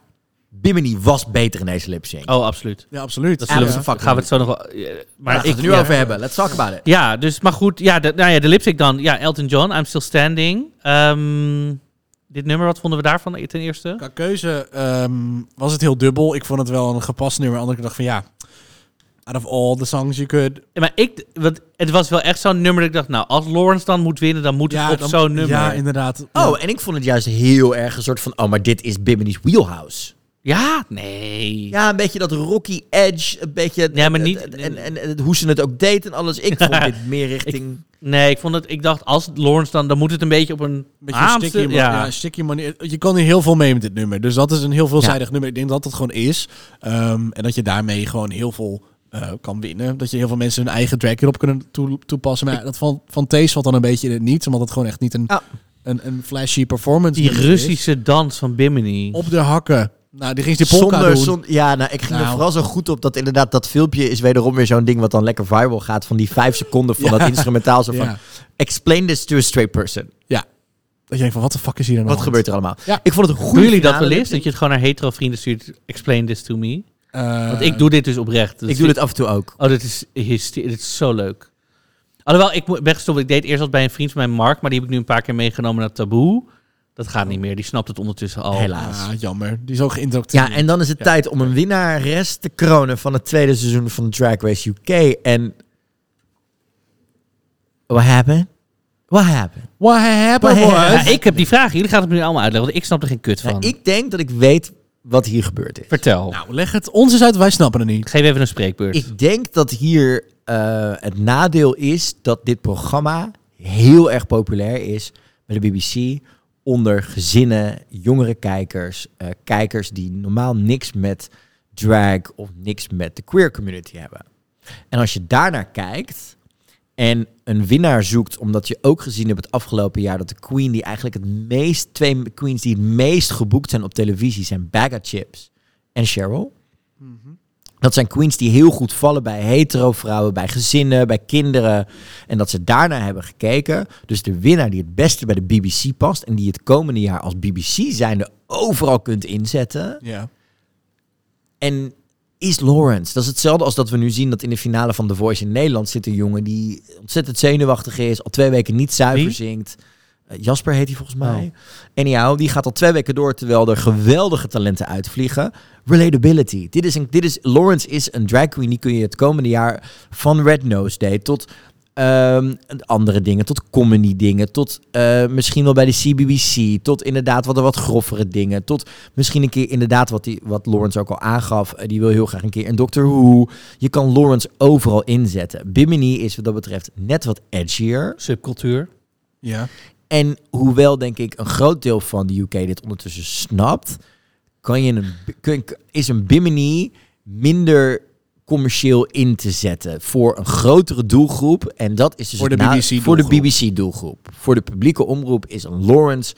Speaker 1: Bimini was beter in deze lipsync.
Speaker 3: Oh, absoluut.
Speaker 2: Ja, absoluut.
Speaker 3: Dat
Speaker 1: Ja,
Speaker 3: zullen we,
Speaker 1: dat is een
Speaker 3: gaan we het zo nog wel... eh,
Speaker 1: Maar
Speaker 3: Maar
Speaker 1: laten we
Speaker 3: ik,
Speaker 1: het er nu
Speaker 3: ja.
Speaker 1: over hebben. Let's talk about it.
Speaker 3: Ja, dus, maar goed. Ja, de, nou ja, de lipstick dan. Ja, Elton John, I'm Still Standing. Ehm, dit nummer, wat vonden we daarvan ten eerste?
Speaker 2: Qua keuze ehm, was het heel dubbel. Ik vond het wel een gepast nummer. Andere dacht van ja, out of all the songs you could...
Speaker 3: Ja, maar ik, want het was wel echt zo'n nummer dat ik dacht, nou, als Lawrence dan moet winnen, dan moet het
Speaker 2: Ja,
Speaker 3: op
Speaker 2: dan-
Speaker 3: zo'n nummer.
Speaker 2: Ja, inderdaad.
Speaker 1: Oh, en ik vond het juist heel erg een soort van... Oh, maar dit is Bimini's wheelhouse.
Speaker 3: Ja, nee.
Speaker 1: Ja, een beetje dat Rocky Edge, een beetje
Speaker 3: Ja, maar niet-
Speaker 1: en, en, en, het- hoe ze het ook deed en alles. Ik vond dit meer richting...
Speaker 3: Nee, ik vond het, ik dacht, als Lawrence dan, dan moet het een beetje op een...
Speaker 2: Beetje een sticky,
Speaker 3: aanste-
Speaker 2: man- ja. een sticky manier. Je kan hier heel veel mee met dit nummer. Dus dat is een heel veelzijdig nummer. Ik denk dat dat gewoon is. Ehm, en dat je daarmee gewoon heel veel eh, kan winnen. Dat je heel veel mensen hun eigen drag hierop kunnen toe- toepassen. Maar ja, dat van, van Thees valt dan een beetje in het niets. Omdat het gewoon echt niet een, een, een flashy performance
Speaker 3: Die
Speaker 2: nummer is.
Speaker 3: Russische dans van Bimini.
Speaker 2: Op de hakken. Nou, die ging ze die polka doen.
Speaker 1: zon- ja, nou, ik ging er
Speaker 2: Nou.
Speaker 1: vooral zo goed op dat inderdaad dat filmpje is wederom weer zo'n ding wat dan lekker viral gaat. Van die vijf seconden van
Speaker 2: Ja.
Speaker 1: dat instrumentaal. Zo van,
Speaker 2: Ja.
Speaker 1: explain this to a straight person.
Speaker 2: Ja. Dat je denkt van, wat de fuck is hier dan
Speaker 1: Wat gebeurt er allemaal?
Speaker 2: Ja.
Speaker 1: Ik vond het een goede
Speaker 3: Doen jullie dat
Speaker 1: finale
Speaker 3: wel eens?
Speaker 1: lip-sync.
Speaker 3: Dat je het gewoon naar hetero vrienden stuurt, explain this to me?
Speaker 2: Eh,
Speaker 3: Want ik doe dit dus oprecht.
Speaker 1: Ik doe dit af en toe ook.
Speaker 3: Oh, dit is, hyster- dit is zo leuk. Alhoewel, ik moet- ben gestopt. Ik deed eerst dat bij een vriend van mij, Mark. Maar die heb ik nu een paar keer meegenomen naar Taboe. Dat gaat niet meer. Die snapt het ondertussen al.
Speaker 1: Helaas.
Speaker 2: Ah, jammer. Die is ook geïnteracteerd.
Speaker 1: Ja, en dan is het tijd om een winnares te kronen van het tweede seizoen van Drag Race UK. En... What happened? What happened?
Speaker 2: What happened
Speaker 1: What
Speaker 3: Ja,
Speaker 1: happened?
Speaker 3: ik heb die vraag. Jullie gaan het me nu allemaal uitleggen. Want ik snap er geen kut van.
Speaker 1: Nou, ik denk dat ik weet wat hier gebeurd is.
Speaker 3: Vertel.
Speaker 2: Nou, leg het ons eens uit. Wij snappen het niet.
Speaker 3: Geef even een spreekbeurt.
Speaker 1: Ik denk dat hier eh, het nadeel is dat dit programma heel erg populair is bij de BBC. Onder gezinnen, jongere kijkers, eh, kijkers die normaal niks met drag of niks met de queer community hebben. En als je daarnaar kijkt en een winnaar zoekt, omdat je ook gezien hebt het afgelopen jaar dat de queen die eigenlijk het meest, twee queens die het meest geboekt zijn op televisie zijn Bagga Chips en Cheryl. Dat zijn queens die heel goed vallen bij hetero vrouwen, bij gezinnen, bij kinderen. En dat ze daarnaar hebben gekeken. Dus de winnaar die het beste bij de BBC past en die het komende jaar als BBC zijnde overal kunt inzetten.
Speaker 2: Ja.
Speaker 1: En is Lawrence. Dat is hetzelfde als dat we nu zien dat in de finale van The Voice in Nederland zit een jongen die ontzettend zenuwachtig is, al twee weken niet zuiver
Speaker 3: Wie?
Speaker 1: zingt. Eh, Jasper heet hij volgens mij. Anyhow, die gaat al twee weken door terwijl er geweldige talenten uitvliegen. Relatability. Dit is een, dit is, Lawrence is een drag queen. Die kun je het komende jaar van Red Nose Day tot ehm, andere dingen, tot comedy dingen, tot eh, misschien wel bij de CBBC, tot inderdaad wat, wat groffere dingen, tot misschien een keer inderdaad wat, die, wat Lawrence ook al aangaf. eh, die wil heel graag een keer een Doctor Who. Je kan Lawrence overal inzetten. Bimini is wat dat betreft net wat edgier.
Speaker 3: Subcultuur.
Speaker 2: Ja.
Speaker 1: En hoewel denk ik een groot deel van de UK dit ondertussen snapt, kan je een, kun- is een Bimini minder commercieel in te zetten voor een grotere doelgroep. En dat is dus
Speaker 2: Voor de
Speaker 1: het na-
Speaker 2: BBC
Speaker 1: voor de
Speaker 2: doelgroep.
Speaker 1: BBC doelgroep. Voor de publieke omroep is een Lawrence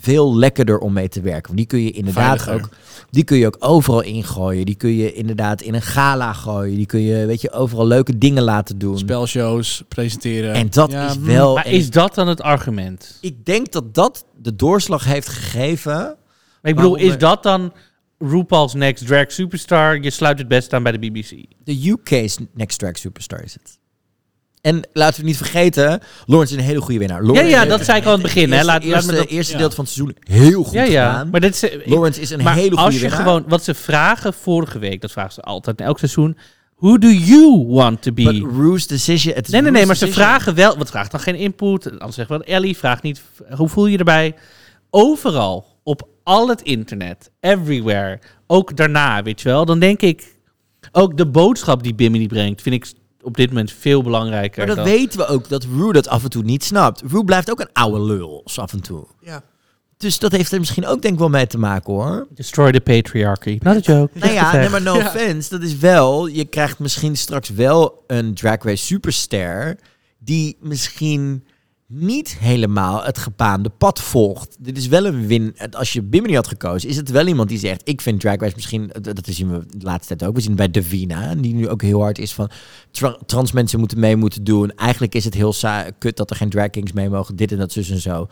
Speaker 1: veel lekkerder om mee te werken. Want die kun je inderdaad
Speaker 2: Veiliger.
Speaker 1: ook, die kun je ook overal ingooien. Die kun je inderdaad in een gala gooien. Die kun je, weet je, overal leuke dingen laten doen.
Speaker 2: Spelshows, presenteren.
Speaker 1: Oh, En dat
Speaker 2: Ja,
Speaker 1: is
Speaker 2: mm.
Speaker 1: wel.
Speaker 2: Maar is
Speaker 3: dat dan het argument?
Speaker 1: Ik denk dat dat de doorslag heeft gegeven.
Speaker 3: Maar ik bedoel, is dat dan RuPaul's Next Drag Superstar? Je sluit het best aan bij de BBC.
Speaker 1: De UK's Next Drag Superstar is het. En laten we niet vergeten, Lawrence is een hele goede winnaar. Lawrence
Speaker 3: ja,
Speaker 1: heeft-
Speaker 3: dat zei ik al aan het begin, hè.
Speaker 1: Eerste,
Speaker 3: Laat- laat me
Speaker 1: eerste,
Speaker 3: dat-
Speaker 1: eerste
Speaker 3: ja.
Speaker 1: deel van het seizoen heel goed
Speaker 3: ja, ja.
Speaker 1: gedaan.
Speaker 3: Maar dit is, ik-
Speaker 1: Lawrence is een
Speaker 3: maar
Speaker 1: hele
Speaker 3: als
Speaker 1: goede
Speaker 3: je
Speaker 1: winnaar.
Speaker 3: gewoon wat ze vragen vorige week, dat vragen ze altijd in elk seizoen. Who do you want to be?
Speaker 1: But Rue's decision... het is
Speaker 3: nee, nee, nee,
Speaker 1: Rue's
Speaker 3: maar ze
Speaker 1: decision.
Speaker 3: vragen wel. Wat vraagt dan geen input? Anders zegt wel Ellie, vraagt niet. v- Hoe voel je je erbij? Overal, op al het internet, everywhere. Ook daarna, weet je wel. Dan denk ik. Ook de boodschap die Bimini brengt, vind ik op dit moment veel belangrijker.
Speaker 1: Maar dat
Speaker 3: dan-
Speaker 1: weten we ook, dat Rue dat af en toe niet snapt. Rue blijft ook een oude lul, zo af en toe.
Speaker 14: Ja.
Speaker 1: Dus dat heeft er misschien ook denk ik wel mee te maken, hoor.
Speaker 3: Destroy the patriarchy. Not a joke.
Speaker 1: Nou ja,
Speaker 3: Echt
Speaker 1: nee, maar no
Speaker 3: gezegd.
Speaker 1: offense, dat is wel... Je krijgt misschien straks wel een Drag Race superster... die misschien niet helemaal het gebaande pad volgt. Dit is wel een win. Het- Als je Bimini had gekozen, is het wel iemand die zegt... ik vind Drag Race misschien... Dat dat zien we de laatste tijd ook. We zien het bij Davina, die nu ook heel hard is van... tra- trans mensen moeten mee moeten doen. Eigenlijk is het heel saai, kut dat er geen drag kings mee mogen. Dit en dat, zus en zo.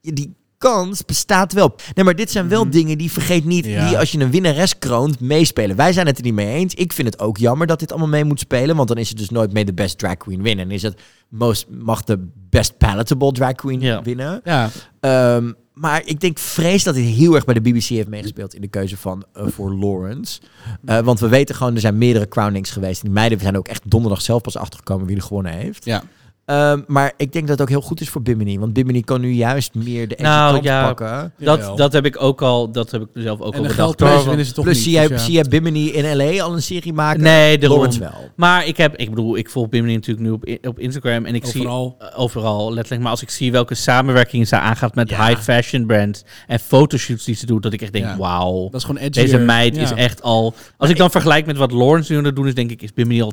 Speaker 1: Ja, Die kans bestaat wel. Nee, maar dit zijn wel dingen die vergeet niet...
Speaker 2: Ja.
Speaker 1: die als je een winnares kroont, meespelen. Wij zijn het er niet mee eens. Ik vind het ook jammer dat dit allemaal mee moet spelen... want dan is het dus nooit mee de best drag queen winnen. En is het most, mag de best palatable drag queen winnen.
Speaker 2: Ja.
Speaker 1: Ehm, maar ik denk, vrees dat hij heel erg bij de BBC heeft meegespeeld in de keuze van eh, voor Lawrence. Eh, want we weten gewoon, er zijn meerdere crownings geweest. En die meiden zijn ook echt donderdag zelf pas achtergekomen wie er gewonnen heeft.
Speaker 2: Ja.
Speaker 1: Ehm, maar ik denk dat het ook heel goed is voor Bimini. Want Bimini kan nu juist meer de ene kant pakken.
Speaker 3: Dat, dat heb ik ook al. Dat heb ik zelf ook al
Speaker 1: de
Speaker 3: bedacht.
Speaker 1: geldprijs
Speaker 3: hoor, want-
Speaker 1: winnen ze toch Plus niet, zie jij- dus ja. zie jij Bimini in LA al een serie maken?
Speaker 3: Nee, daarom.
Speaker 1: Lawrence wel.
Speaker 3: Maar ik heb, ik bedoel, ik volg Bimini natuurlijk nu op, i- op Instagram en ik
Speaker 2: Overal.
Speaker 3: zie eh, overal letterlijk. Maar als ik zie welke samenwerkingen ze aangaat met high fashion brands en fotoshoots die ze doet, dat ik echt denk,
Speaker 2: Ja.
Speaker 3: wauw.
Speaker 2: Dat is gewoon edgier.
Speaker 3: Deze meid
Speaker 2: Ja.
Speaker 3: is echt al. Als ik dan vergelijk met wat Lawrence nu aan het doen is, denk ik, is Bimini al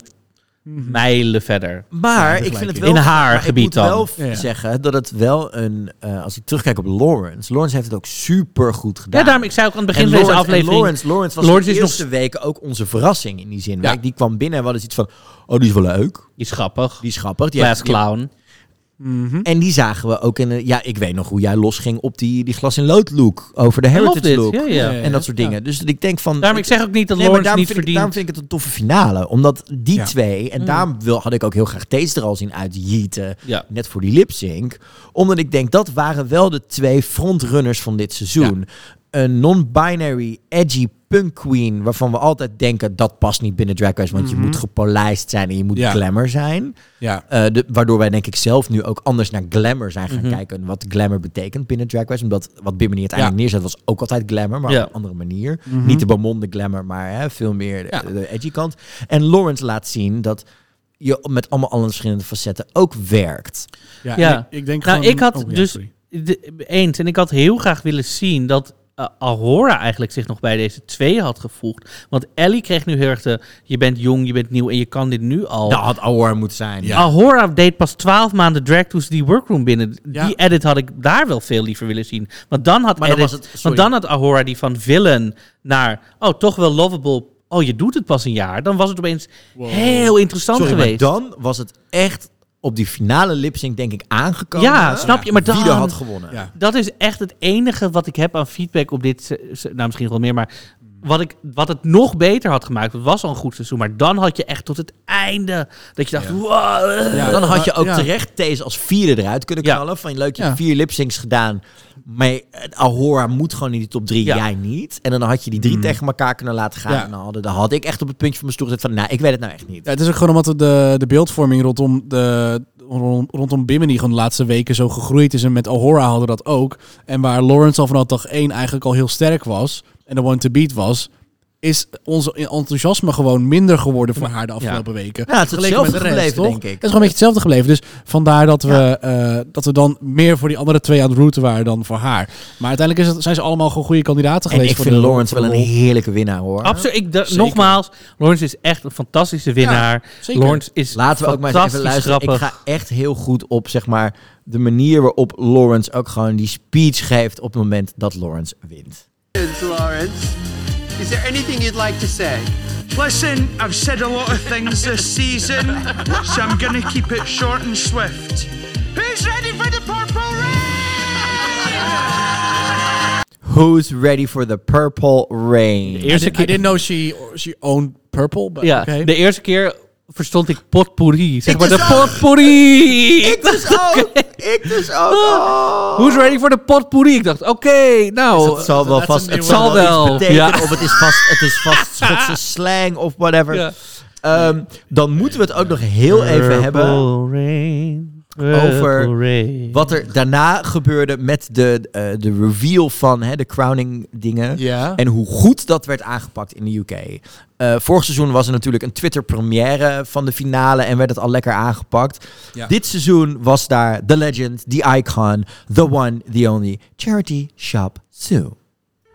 Speaker 2: Mhm.
Speaker 3: mijlen verder.
Speaker 1: Maar ik vind het wel...
Speaker 3: in haar
Speaker 1: maar
Speaker 3: gebied
Speaker 1: ik moet
Speaker 3: dan.
Speaker 1: wel zeggen dat het wel een... eh, als ik terugkijk op Lawrence... Lawrence heeft het ook super goed gedaan.
Speaker 3: Ja, daarom, ik zei ook aan het begin
Speaker 1: En
Speaker 3: van deze
Speaker 1: Lawrence- en
Speaker 3: aflevering,
Speaker 1: Lawrence, Lawrence was
Speaker 3: Lawrence
Speaker 1: de
Speaker 3: is nog
Speaker 1: eerste weken ook onze verrassing in die zin. Wij- Die kwam binnen en we hadden iets van... Oh, die is wel leuk.
Speaker 3: Die is grappig.
Speaker 1: Die is grappig. Die
Speaker 3: Class
Speaker 1: heeft- die-
Speaker 3: clown.
Speaker 1: En die zagen we ook in... een- Ja, ik weet nog hoe jij losging op die, die glas in lood look. Over de heritage
Speaker 3: loved it.
Speaker 1: look.
Speaker 3: Ja, ja. Ja, ja,
Speaker 1: En dat soort dingen. Dus ik denk van...
Speaker 3: Daarom, ik zeg ook niet dat
Speaker 1: Nee, maar
Speaker 3: Lawrence
Speaker 1: daarom
Speaker 3: niet
Speaker 1: vind ik-
Speaker 3: verdient.
Speaker 1: daarom vind ik het een toffe finale. Omdat die
Speaker 3: Ja.
Speaker 1: twee... En
Speaker 3: Mm.
Speaker 1: daarom wil, had ik ook heel graag deze er al zien uitjieten.
Speaker 3: Ja.
Speaker 1: Net voor die lipsync. Omdat ik denk, dat waren wel de twee frontrunners van dit seizoen. Een non-binary, edgy punk queen... waarvan we altijd denken, dat past niet binnen Drag Race... want
Speaker 2: Mhm.
Speaker 1: je moet gepolijst zijn en je moet
Speaker 2: Ja.
Speaker 1: glamour zijn.
Speaker 2: Ja.
Speaker 1: Eh, de, waardoor wij denk ik zelf nu ook anders naar glamour zijn gaan
Speaker 2: Mhm.
Speaker 1: kijken... en wat glamour betekent binnen Drag Race. Omdat wat Bimini uiteindelijk
Speaker 2: Ja.
Speaker 1: neerzet was ook altijd glamour... maar
Speaker 2: Ja.
Speaker 1: op een andere manier.
Speaker 2: Mhm.
Speaker 1: Niet de bemonde glamour, maar hè, veel meer de, de edgy kant. En Lawrence laat zien dat je met allemaal alle verschillende facetten ook werkt.
Speaker 2: Ja,
Speaker 3: nou, ik had
Speaker 2: oh, ja,
Speaker 3: dus
Speaker 2: sorry.
Speaker 3: de- eens en ik had heel graag willen zien dat eh, Ahora eigenlijk zich nog bij deze twee had gevoegd. Want Ellie kreeg nu heel erg de, je bent jong, je bent nieuw en je kan dit nu al.
Speaker 1: Dat had Ahora moeten zijn.
Speaker 3: Ahora deed pas twaalf maanden drag toen ze die workroom binnen.
Speaker 1: Ja.
Speaker 3: Die edit had ik daar wel veel liever willen zien. Want dan had,
Speaker 1: Maar dan
Speaker 3: edit-
Speaker 1: was het- sorry.
Speaker 3: want dan had Ahora die van villain naar, oh toch wel lovable, oh je doet het pas een jaar. Dan was het opeens heel interessant
Speaker 1: Sorry, maar
Speaker 3: geweest.
Speaker 1: dan was het echt op die finale lipsync denk ik aangekomen.
Speaker 3: Ja, snap je? Maar dan,
Speaker 1: Wie er had gewonnen.
Speaker 3: Dat is echt het enige wat ik heb aan feedback op dit. se- se- Nou, misschien nog wel meer, maar. Wat, ik, wat het nog beter had gemaakt, het was al een goed seizoen, maar dan had je echt tot het einde. Dat je dacht, wow, eh.
Speaker 1: Ja, dan had je ook terecht deze als vierde eruit kunnen knallen. Van leuk, je hebt vier lipsyncs gedaan. Maar eh, Ahora moet gewoon in die top drie,
Speaker 2: Ja.
Speaker 1: jij niet. En dan had je die drie tegen elkaar kunnen laten gaan.
Speaker 2: Ja.
Speaker 1: En dan, hadden, dan had ik echt op het puntje van mijn stoel gezet van... Nou, ik weet het nou echt niet.
Speaker 2: Ja, het is ook gewoon omdat de, de beeldvorming rondom, de, rond- rondom Bimini gewoon de laatste weken zo gegroeid is. En met Ahora hadden we dat ook. En waar Lawrence al vanaf dag één eigenlijk al heel sterk was. En de one to beat was. is ons enthousiasme gewoon minder geworden voor haar de afgelopen weken.
Speaker 1: Ja, het is
Speaker 2: Vergeleken
Speaker 1: hetzelfde
Speaker 2: met de rest,
Speaker 1: gebleven,
Speaker 2: toch?
Speaker 1: denk ik.
Speaker 2: Het is gewoon een beetje hetzelfde gebleven. Dus vandaar dat we, eh, dat we dan meer voor die andere twee aan het route waren dan voor haar. Maar uiteindelijk is het, zijn ze allemaal gewoon goede kandidaten
Speaker 1: En ik
Speaker 2: geweest. voor
Speaker 1: vind
Speaker 2: de-
Speaker 1: Lawrence
Speaker 2: voor
Speaker 1: wel
Speaker 2: de
Speaker 1: een
Speaker 2: rol.
Speaker 1: heerlijke winnaar hoor.
Speaker 3: Absoluut. Ik d-
Speaker 1: Zeker.
Speaker 3: Nogmaals, Lawrence is echt een fantastische winnaar.
Speaker 1: Zeker.
Speaker 3: Lawrence is
Speaker 1: Laten we ook maar eens even
Speaker 3: fantastisch
Speaker 1: luisteren.
Speaker 3: grappig.
Speaker 1: Ik ga echt heel goed op zeg maar, de manier waarop Lawrence ook gewoon die speech geeft op het moment dat Lawrence wint.
Speaker 5: It's Lawrence. Is there anything you'd like to say?
Speaker 7: Listen, I've said a lot of things this season, so I'm going to keep it short and swift. Who's ready for the purple
Speaker 1: Who's ready for the purple rain?
Speaker 2: I, did, I didn't know she, she owned purple, but
Speaker 3: Ja,
Speaker 2: okay.
Speaker 3: de eerste keer verstond ik potpourri. Zeg maar
Speaker 2: dus
Speaker 3: de
Speaker 2: ook.
Speaker 3: potpourri. Ah.
Speaker 1: Ik dus ook. Ik dus ook. Oh.
Speaker 3: Who's ready for the potpourri? Ik dacht, oké, nou.
Speaker 2: Oh,
Speaker 1: Het zal wel vast. Het zal wel. Iets betekenen, Of het is vast, het is vast Schotse slang of whatever.
Speaker 3: Ja.
Speaker 1: Ehm, dan moeten we het ook nog heel even
Speaker 3: Purple
Speaker 1: hebben
Speaker 3: rain,
Speaker 1: over
Speaker 3: purple rain.
Speaker 1: wat er daarna gebeurde met de, eh, de reveal van hè, de crowning dingen.
Speaker 2: Ja.
Speaker 1: En hoe goed dat werd aangepakt in de UK. Eh, vorig seizoen was er natuurlijk een Twitter-première van de finale en werd het al lekker aangepakt.
Speaker 2: Ja.
Speaker 1: Dit seizoen was daar the legend, the icon, the one, the only, Charity Shop Sue.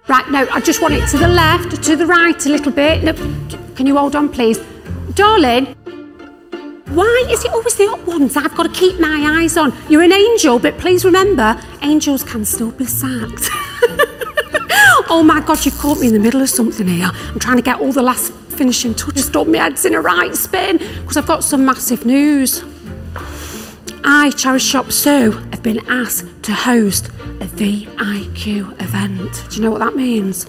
Speaker 15: Right, now I just want it to the left, to the right a little bit. Look, c- can you hold on, please? Darling, why is it always the up ones I've got to keep my eyes on? You're an angel, but please remember, angels can still be sacked. oh my God, you've caught me in the middle of something here. I'm trying to get all the last finishing touches done. My head's in a right spin because I've got some massive news. I, Charity Shop Sue, have been asked to host a VIQ event. Do you know what that means?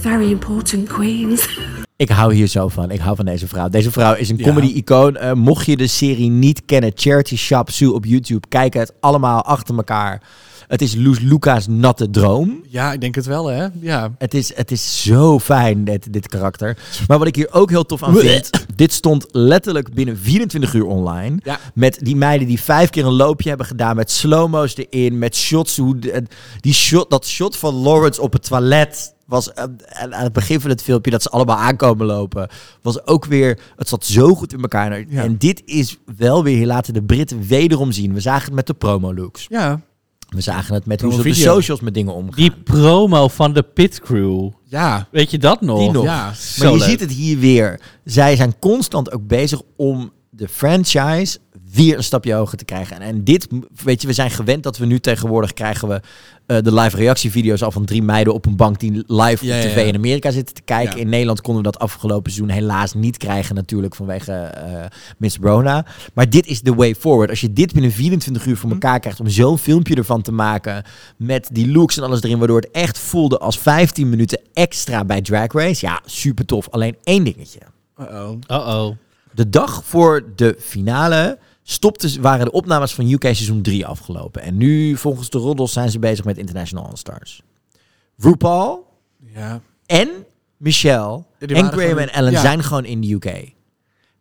Speaker 15: Very important, Queens.
Speaker 1: Ik hou hier zo van. Ik hou van deze vrouw. Deze vrouw is een
Speaker 2: Ja.
Speaker 1: comedy-icoon. Eh, mocht je de serie niet kennen, Charity Shop Sue op YouTube, kijk het allemaal achter elkaar. Het is Loes Luca's natte droom.
Speaker 2: Ja, ik denk het wel, hè? Ja.
Speaker 1: Het is, het is zo fijn, dit, dit karakter. Maar wat ik hier ook heel tof aan vind... dit stond letterlijk binnen 24 uur online.
Speaker 2: Ja.
Speaker 1: Met die meiden die vijf keer een loopje hebben gedaan... met slow-mo's erin, met shots. Hoe de- die shot, dat shot van Lawrence op het toilet... Was eh, aan aan het begin van het filmpje dat ze allemaal aankomen lopen. Was ook weer. Het zat zo goed in elkaar. En,
Speaker 2: Ja.
Speaker 1: en dit is wel weer. Hier laten de Britten wederom zien. We zagen het met de promo-looks.
Speaker 2: Ja.
Speaker 1: We zagen het met hoe ze op de
Speaker 3: Promo-video.
Speaker 1: socials met dingen omgaan.
Speaker 3: Die promo van de pit crew.
Speaker 2: Ja.
Speaker 3: Weet je dat nog?
Speaker 1: Die nog.
Speaker 3: Ja.
Speaker 1: maar je ziet het hier weer. Zij zijn constant ook bezig om de franchise weer een stapje hoger te krijgen. En, en dit, m- weet je, we zijn gewend dat we nu tegenwoordig krijgen we eh, de live reactievideo's al van drie meiden op een bank die live
Speaker 2: Ja,
Speaker 1: op
Speaker 2: ja,
Speaker 1: tv
Speaker 2: ja.
Speaker 1: in Amerika zitten te kijken.
Speaker 2: Ja.
Speaker 1: In Nederland konden we dat afgelopen seizoen helaas niet krijgen natuurlijk vanwege eh, Miss Brona. Maar dit is de way forward. Als je dit binnen 24 uur
Speaker 2: Mhm.
Speaker 1: voor elkaar krijgt om zo'n filmpje ervan te maken met die looks en alles erin, waardoor het echt voelde als 15 minuten extra bij Drag Race. Ja, super tof. Alleen één dingetje.
Speaker 2: Uh-oh.
Speaker 3: Uh-oh.
Speaker 1: De dag voor de finale stopte, waren de opnames van UK seizoen 3 afgelopen. En nu, volgens de roddels, zijn ze bezig met International All-Stars. RuPaul
Speaker 2: Ja.
Speaker 1: en Michelle
Speaker 2: Die
Speaker 1: en
Speaker 2: waren
Speaker 1: Graham
Speaker 2: gewoon-
Speaker 1: en Ellen
Speaker 2: ja.
Speaker 1: zijn gewoon in de UK.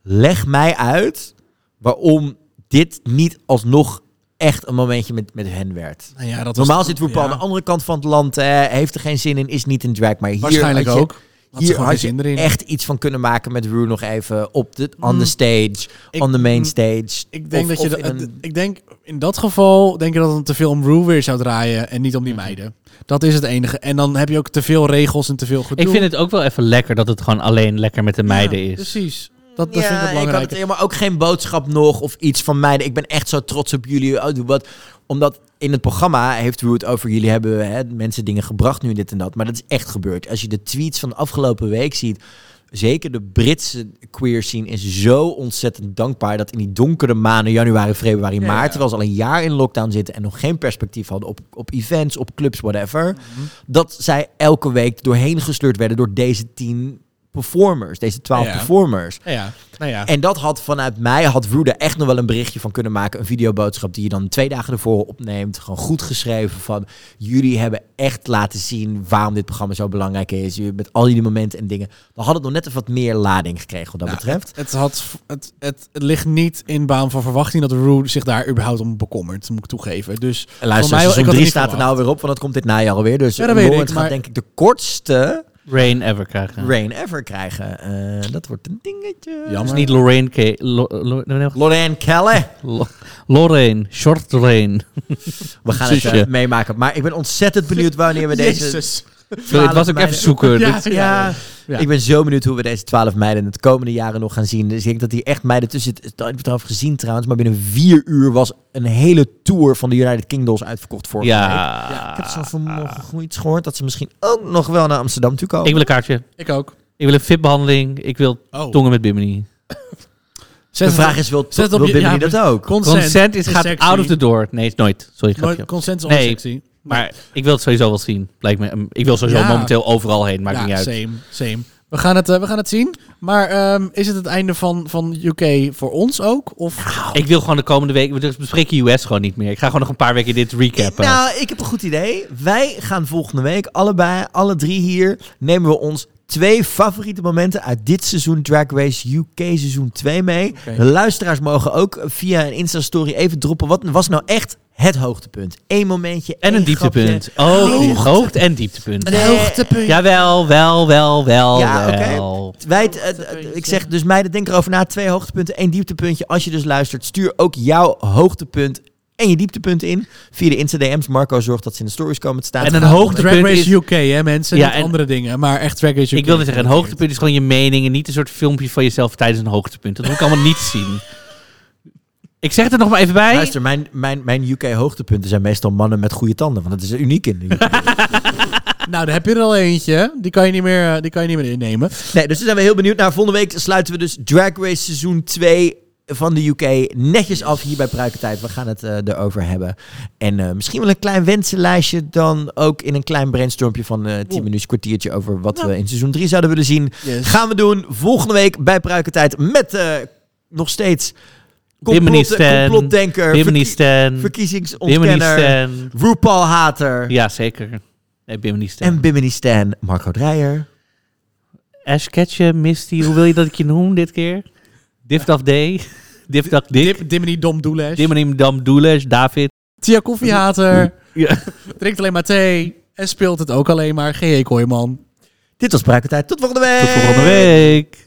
Speaker 1: Leg mij uit waarom dit niet alsnog echt een momentje met, met hen werd.
Speaker 2: Nou ja, dat was
Speaker 1: Normaal
Speaker 2: toch-
Speaker 1: zit RuPaul
Speaker 2: ja.
Speaker 1: aan de andere kant van het land, eh, heeft er geen zin in, is niet in drag. Maar hier
Speaker 2: Waarschijnlijk
Speaker 1: had je,
Speaker 2: ook. Had ze
Speaker 1: hier
Speaker 2: gewoon
Speaker 1: had
Speaker 2: geen
Speaker 1: je
Speaker 2: zin erin.
Speaker 1: echt iets van kunnen maken met Ru nog even op de on the
Speaker 2: Mm.
Speaker 1: stage,
Speaker 2: Ik-
Speaker 1: on the main
Speaker 2: mm,
Speaker 1: stage.
Speaker 2: Ik denk
Speaker 1: Of-
Speaker 2: dat je
Speaker 1: of
Speaker 2: dat,
Speaker 1: in
Speaker 2: het-
Speaker 1: een-
Speaker 2: ik denk in dat geval denk je dat het te veel om Rue weer zou draaien en niet om die
Speaker 1: Mhm.
Speaker 2: meiden. Dat is het enige. En dan heb je ook te veel regels en te veel gedoe.
Speaker 3: Ik vind het ook wel even lekker dat het gewoon alleen lekker met de meiden is.
Speaker 2: precies. Dat, dat
Speaker 1: ja,
Speaker 2: vind ik het
Speaker 1: ik had
Speaker 2: belangrijk.
Speaker 1: het helemaal ook geen boodschap nog of iets van mij. Ik ben echt zo trots op jullie. Oh, doe wat. Omdat in het programma heeft Ruud over jullie hebben hè, mensen dingen gebracht nu dit en dat. Maar dat is echt gebeurd. Als je de tweets van de afgelopen week ziet. Zeker de Britse queer scene is zo ontzettend dankbaar dat in die donkere maanden, januari, februari,
Speaker 2: Ja,
Speaker 1: maart,
Speaker 2: ja.
Speaker 1: terwijl ze al een jaar in lockdown zitten en nog geen perspectief hadden op, op events, op clubs, whatever,
Speaker 2: Mhm.
Speaker 1: dat zij elke week doorheen gesleurd werden door deze tien performers, deze twaalf
Speaker 2: Ja.
Speaker 1: performers.
Speaker 2: Nou ja, nou ja.
Speaker 1: En dat had vanuit mij, had Rude echt nog wel een berichtje van kunnen maken. Een videoboodschap die je dan twee dagen ervoor opneemt. Gewoon goed geschreven van, jullie hebben echt laten zien waarom dit programma zo belangrijk is. Je- Met al die momenten en dingen. Dan had het nog net even wat meer lading gekregen wat dat
Speaker 2: Nou,
Speaker 1: betreft.
Speaker 2: Het, had, het, het, het ligt niet in baan van verwachting dat Rue zich daar überhaupt om bekommert, moet ik toegeven. Dus
Speaker 1: En luister,
Speaker 2: voor mij, ik
Speaker 1: seizoen
Speaker 2: had
Speaker 1: 3
Speaker 2: niet
Speaker 1: staat er
Speaker 2: verwacht.
Speaker 1: nou weer op, want dat komt dit najaar alweer. Dus
Speaker 2: Ja,
Speaker 1: ja,
Speaker 2: dat weet ik,
Speaker 1: gaat
Speaker 2: maar-
Speaker 1: denk ik de kortste
Speaker 3: Rain Ever krijgen.
Speaker 1: Rain Ever krijgen. Eh, dat wordt een dingetje.
Speaker 3: Dus niet Lorraine K. Lo- Lo- nee,
Speaker 1: Lorraine Kelle.
Speaker 3: Lo- Lorraine. Short Rain.
Speaker 1: We gaan het eh, meemaken. Maar ik ben ontzettend benieuwd wanneer we nou deze...
Speaker 3: Jezus.
Speaker 1: 12
Speaker 3: Sorry, het was ook
Speaker 1: meiden-
Speaker 3: even zoeken.
Speaker 1: Ja,
Speaker 3: Dit-
Speaker 1: ja.
Speaker 3: ja. Ja.
Speaker 1: Ik ben zo benieuwd hoe we deze 12 meiden in de komende jaren nog gaan zien. Dus ik denk dat die echt meiden tussen... zit. Dat heb ik trouwens gezien trouwens. Maar binnen vier uur was een hele tour van de United Kingdoms uitverkocht vorige
Speaker 3: Ja.
Speaker 1: week. Ja. Ik heb zo vanmorgen gewoon iets gehoord dat ze misschien ook nog wel naar Amsterdam toe komen.
Speaker 3: Ik wil een kaartje.
Speaker 1: Ik ook.
Speaker 3: Ik wil een VIP-behandeling. Ik wil
Speaker 1: Oh.
Speaker 3: tongen met Bimini.
Speaker 1: de vraag is, wil,
Speaker 16: zet het op
Speaker 1: wil
Speaker 16: je-
Speaker 1: Bimini
Speaker 16: ja,
Speaker 1: dat ook?
Speaker 16: consent
Speaker 3: Consent is,
Speaker 16: is
Speaker 3: gaat
Speaker 16: sexy.
Speaker 3: out of the door. Nee, is nooit. Sorry,
Speaker 16: Nooit-
Speaker 3: grapje.
Speaker 16: consent is
Speaker 3: nee,
Speaker 16: onsexy.
Speaker 3: Maar ik wil het sowieso wel zien. Lijkt me, ik wil sowieso
Speaker 16: Ja.
Speaker 3: momenteel overal heen. Maakt
Speaker 16: Ja,
Speaker 3: niet uit.
Speaker 16: Same, same. We gaan het, eh, we gaan het zien. Maar ehm, is het het einde van, van UK voor ons ook? Of
Speaker 3: Ik wil gewoon de komende week... We bespreken US gewoon niet meer. Ik ga gewoon nog een paar weken dit recappen.
Speaker 1: Nou, ik heb een goed idee. Wij gaan volgende week allebei, alle drie hier, nemen we ons twee favoriete momenten uit dit seizoen Drag Race UK seizoen 2 mee.
Speaker 16: Oké.
Speaker 1: De luisteraars mogen ook via een Insta-story even droppen. Wat was nou echt het hoogtepunt? Eén momentje,
Speaker 3: En een
Speaker 1: één
Speaker 3: dieptepunt.
Speaker 1: grapje.
Speaker 3: Oh,
Speaker 1: Nee.
Speaker 3: hoogte en dieptepunt.
Speaker 1: Een hoogtepunt.
Speaker 3: Jawel, wel, wel, wel,
Speaker 1: Ja, oké.
Speaker 3: wel.
Speaker 1: Wij- eh, eh, ik zeg dus meiden, denk erover na. Twee hoogtepunten, één dieptepuntje. Als je dus luistert, stuur ook jouw hoogtepunt en je dieptepunt in. Via de Insta-DM's. Marco zorgt dat ze in de stories komen te staan.
Speaker 3: En een
Speaker 1: Gaat-
Speaker 3: hoogtepunt
Speaker 16: Drag Race
Speaker 3: is-
Speaker 16: UK, hè mensen?
Speaker 3: Ja,
Speaker 16: Niet
Speaker 3: en-
Speaker 16: andere dingen, maar echt Drag Race UK.
Speaker 3: Ik wilde zeggen, een hoogtepunt is gewoon je mening en niet een soort filmpje van jezelf tijdens een hoogtepunt. Dat moet ik allemaal niet zien. Ik zeg het er nog maar even bij.
Speaker 1: Luister, mijn, mijn, mijn UK-hoogtepunten zijn meestal mannen met goede tanden. Want dat is uniek in de UK.
Speaker 16: Nou, daar heb je er al eentje. Die kan je niet meer, eh, die kan je niet meer innemen.
Speaker 1: nee, dus daar zijn we heel benieuwd naar. Volgende week sluiten we dus Drag Race seizoen 2 van de UK netjes af hier bij Pruikentijd. We gaan het eh, erover hebben. En eh, misschien wel een klein wensenlijstje dan ook in een klein brainstormpje van eh 10 minuutjes, kwartiertje over wat we in seizoen 3 zouden willen zien.
Speaker 16: Yes.
Speaker 1: Gaan we doen volgende week bij Pruikentijd met eh, nog steeds
Speaker 3: Bimini
Speaker 1: complot,
Speaker 3: Stan.
Speaker 1: complotdenker,
Speaker 3: Bimini
Speaker 1: eh, verkie-
Speaker 3: Stan.
Speaker 1: verkiezingsontkenner,
Speaker 3: Bimini Stan.
Speaker 1: RuPaul-hater
Speaker 3: Ja, zeker. Nee, Bimini Stan.
Speaker 1: en Bimini Stan Marco Dreyer.
Speaker 3: Ash Ketchum, Misty, hoe wil je dat ik je noem dit keer? Difdaf Day, Difdaf Dick,
Speaker 16: Dimini Dom Doelesh.
Speaker 3: Dimini Dam Doelesh, David.
Speaker 16: Tia Koffiehater.
Speaker 3: Ja.
Speaker 16: Drinkt alleen maar thee. En speelt het ook alleen maar. G.E. Kooijman.
Speaker 1: Dit was Pruikentijd. Tot volgende week!
Speaker 3: Tot volgende week.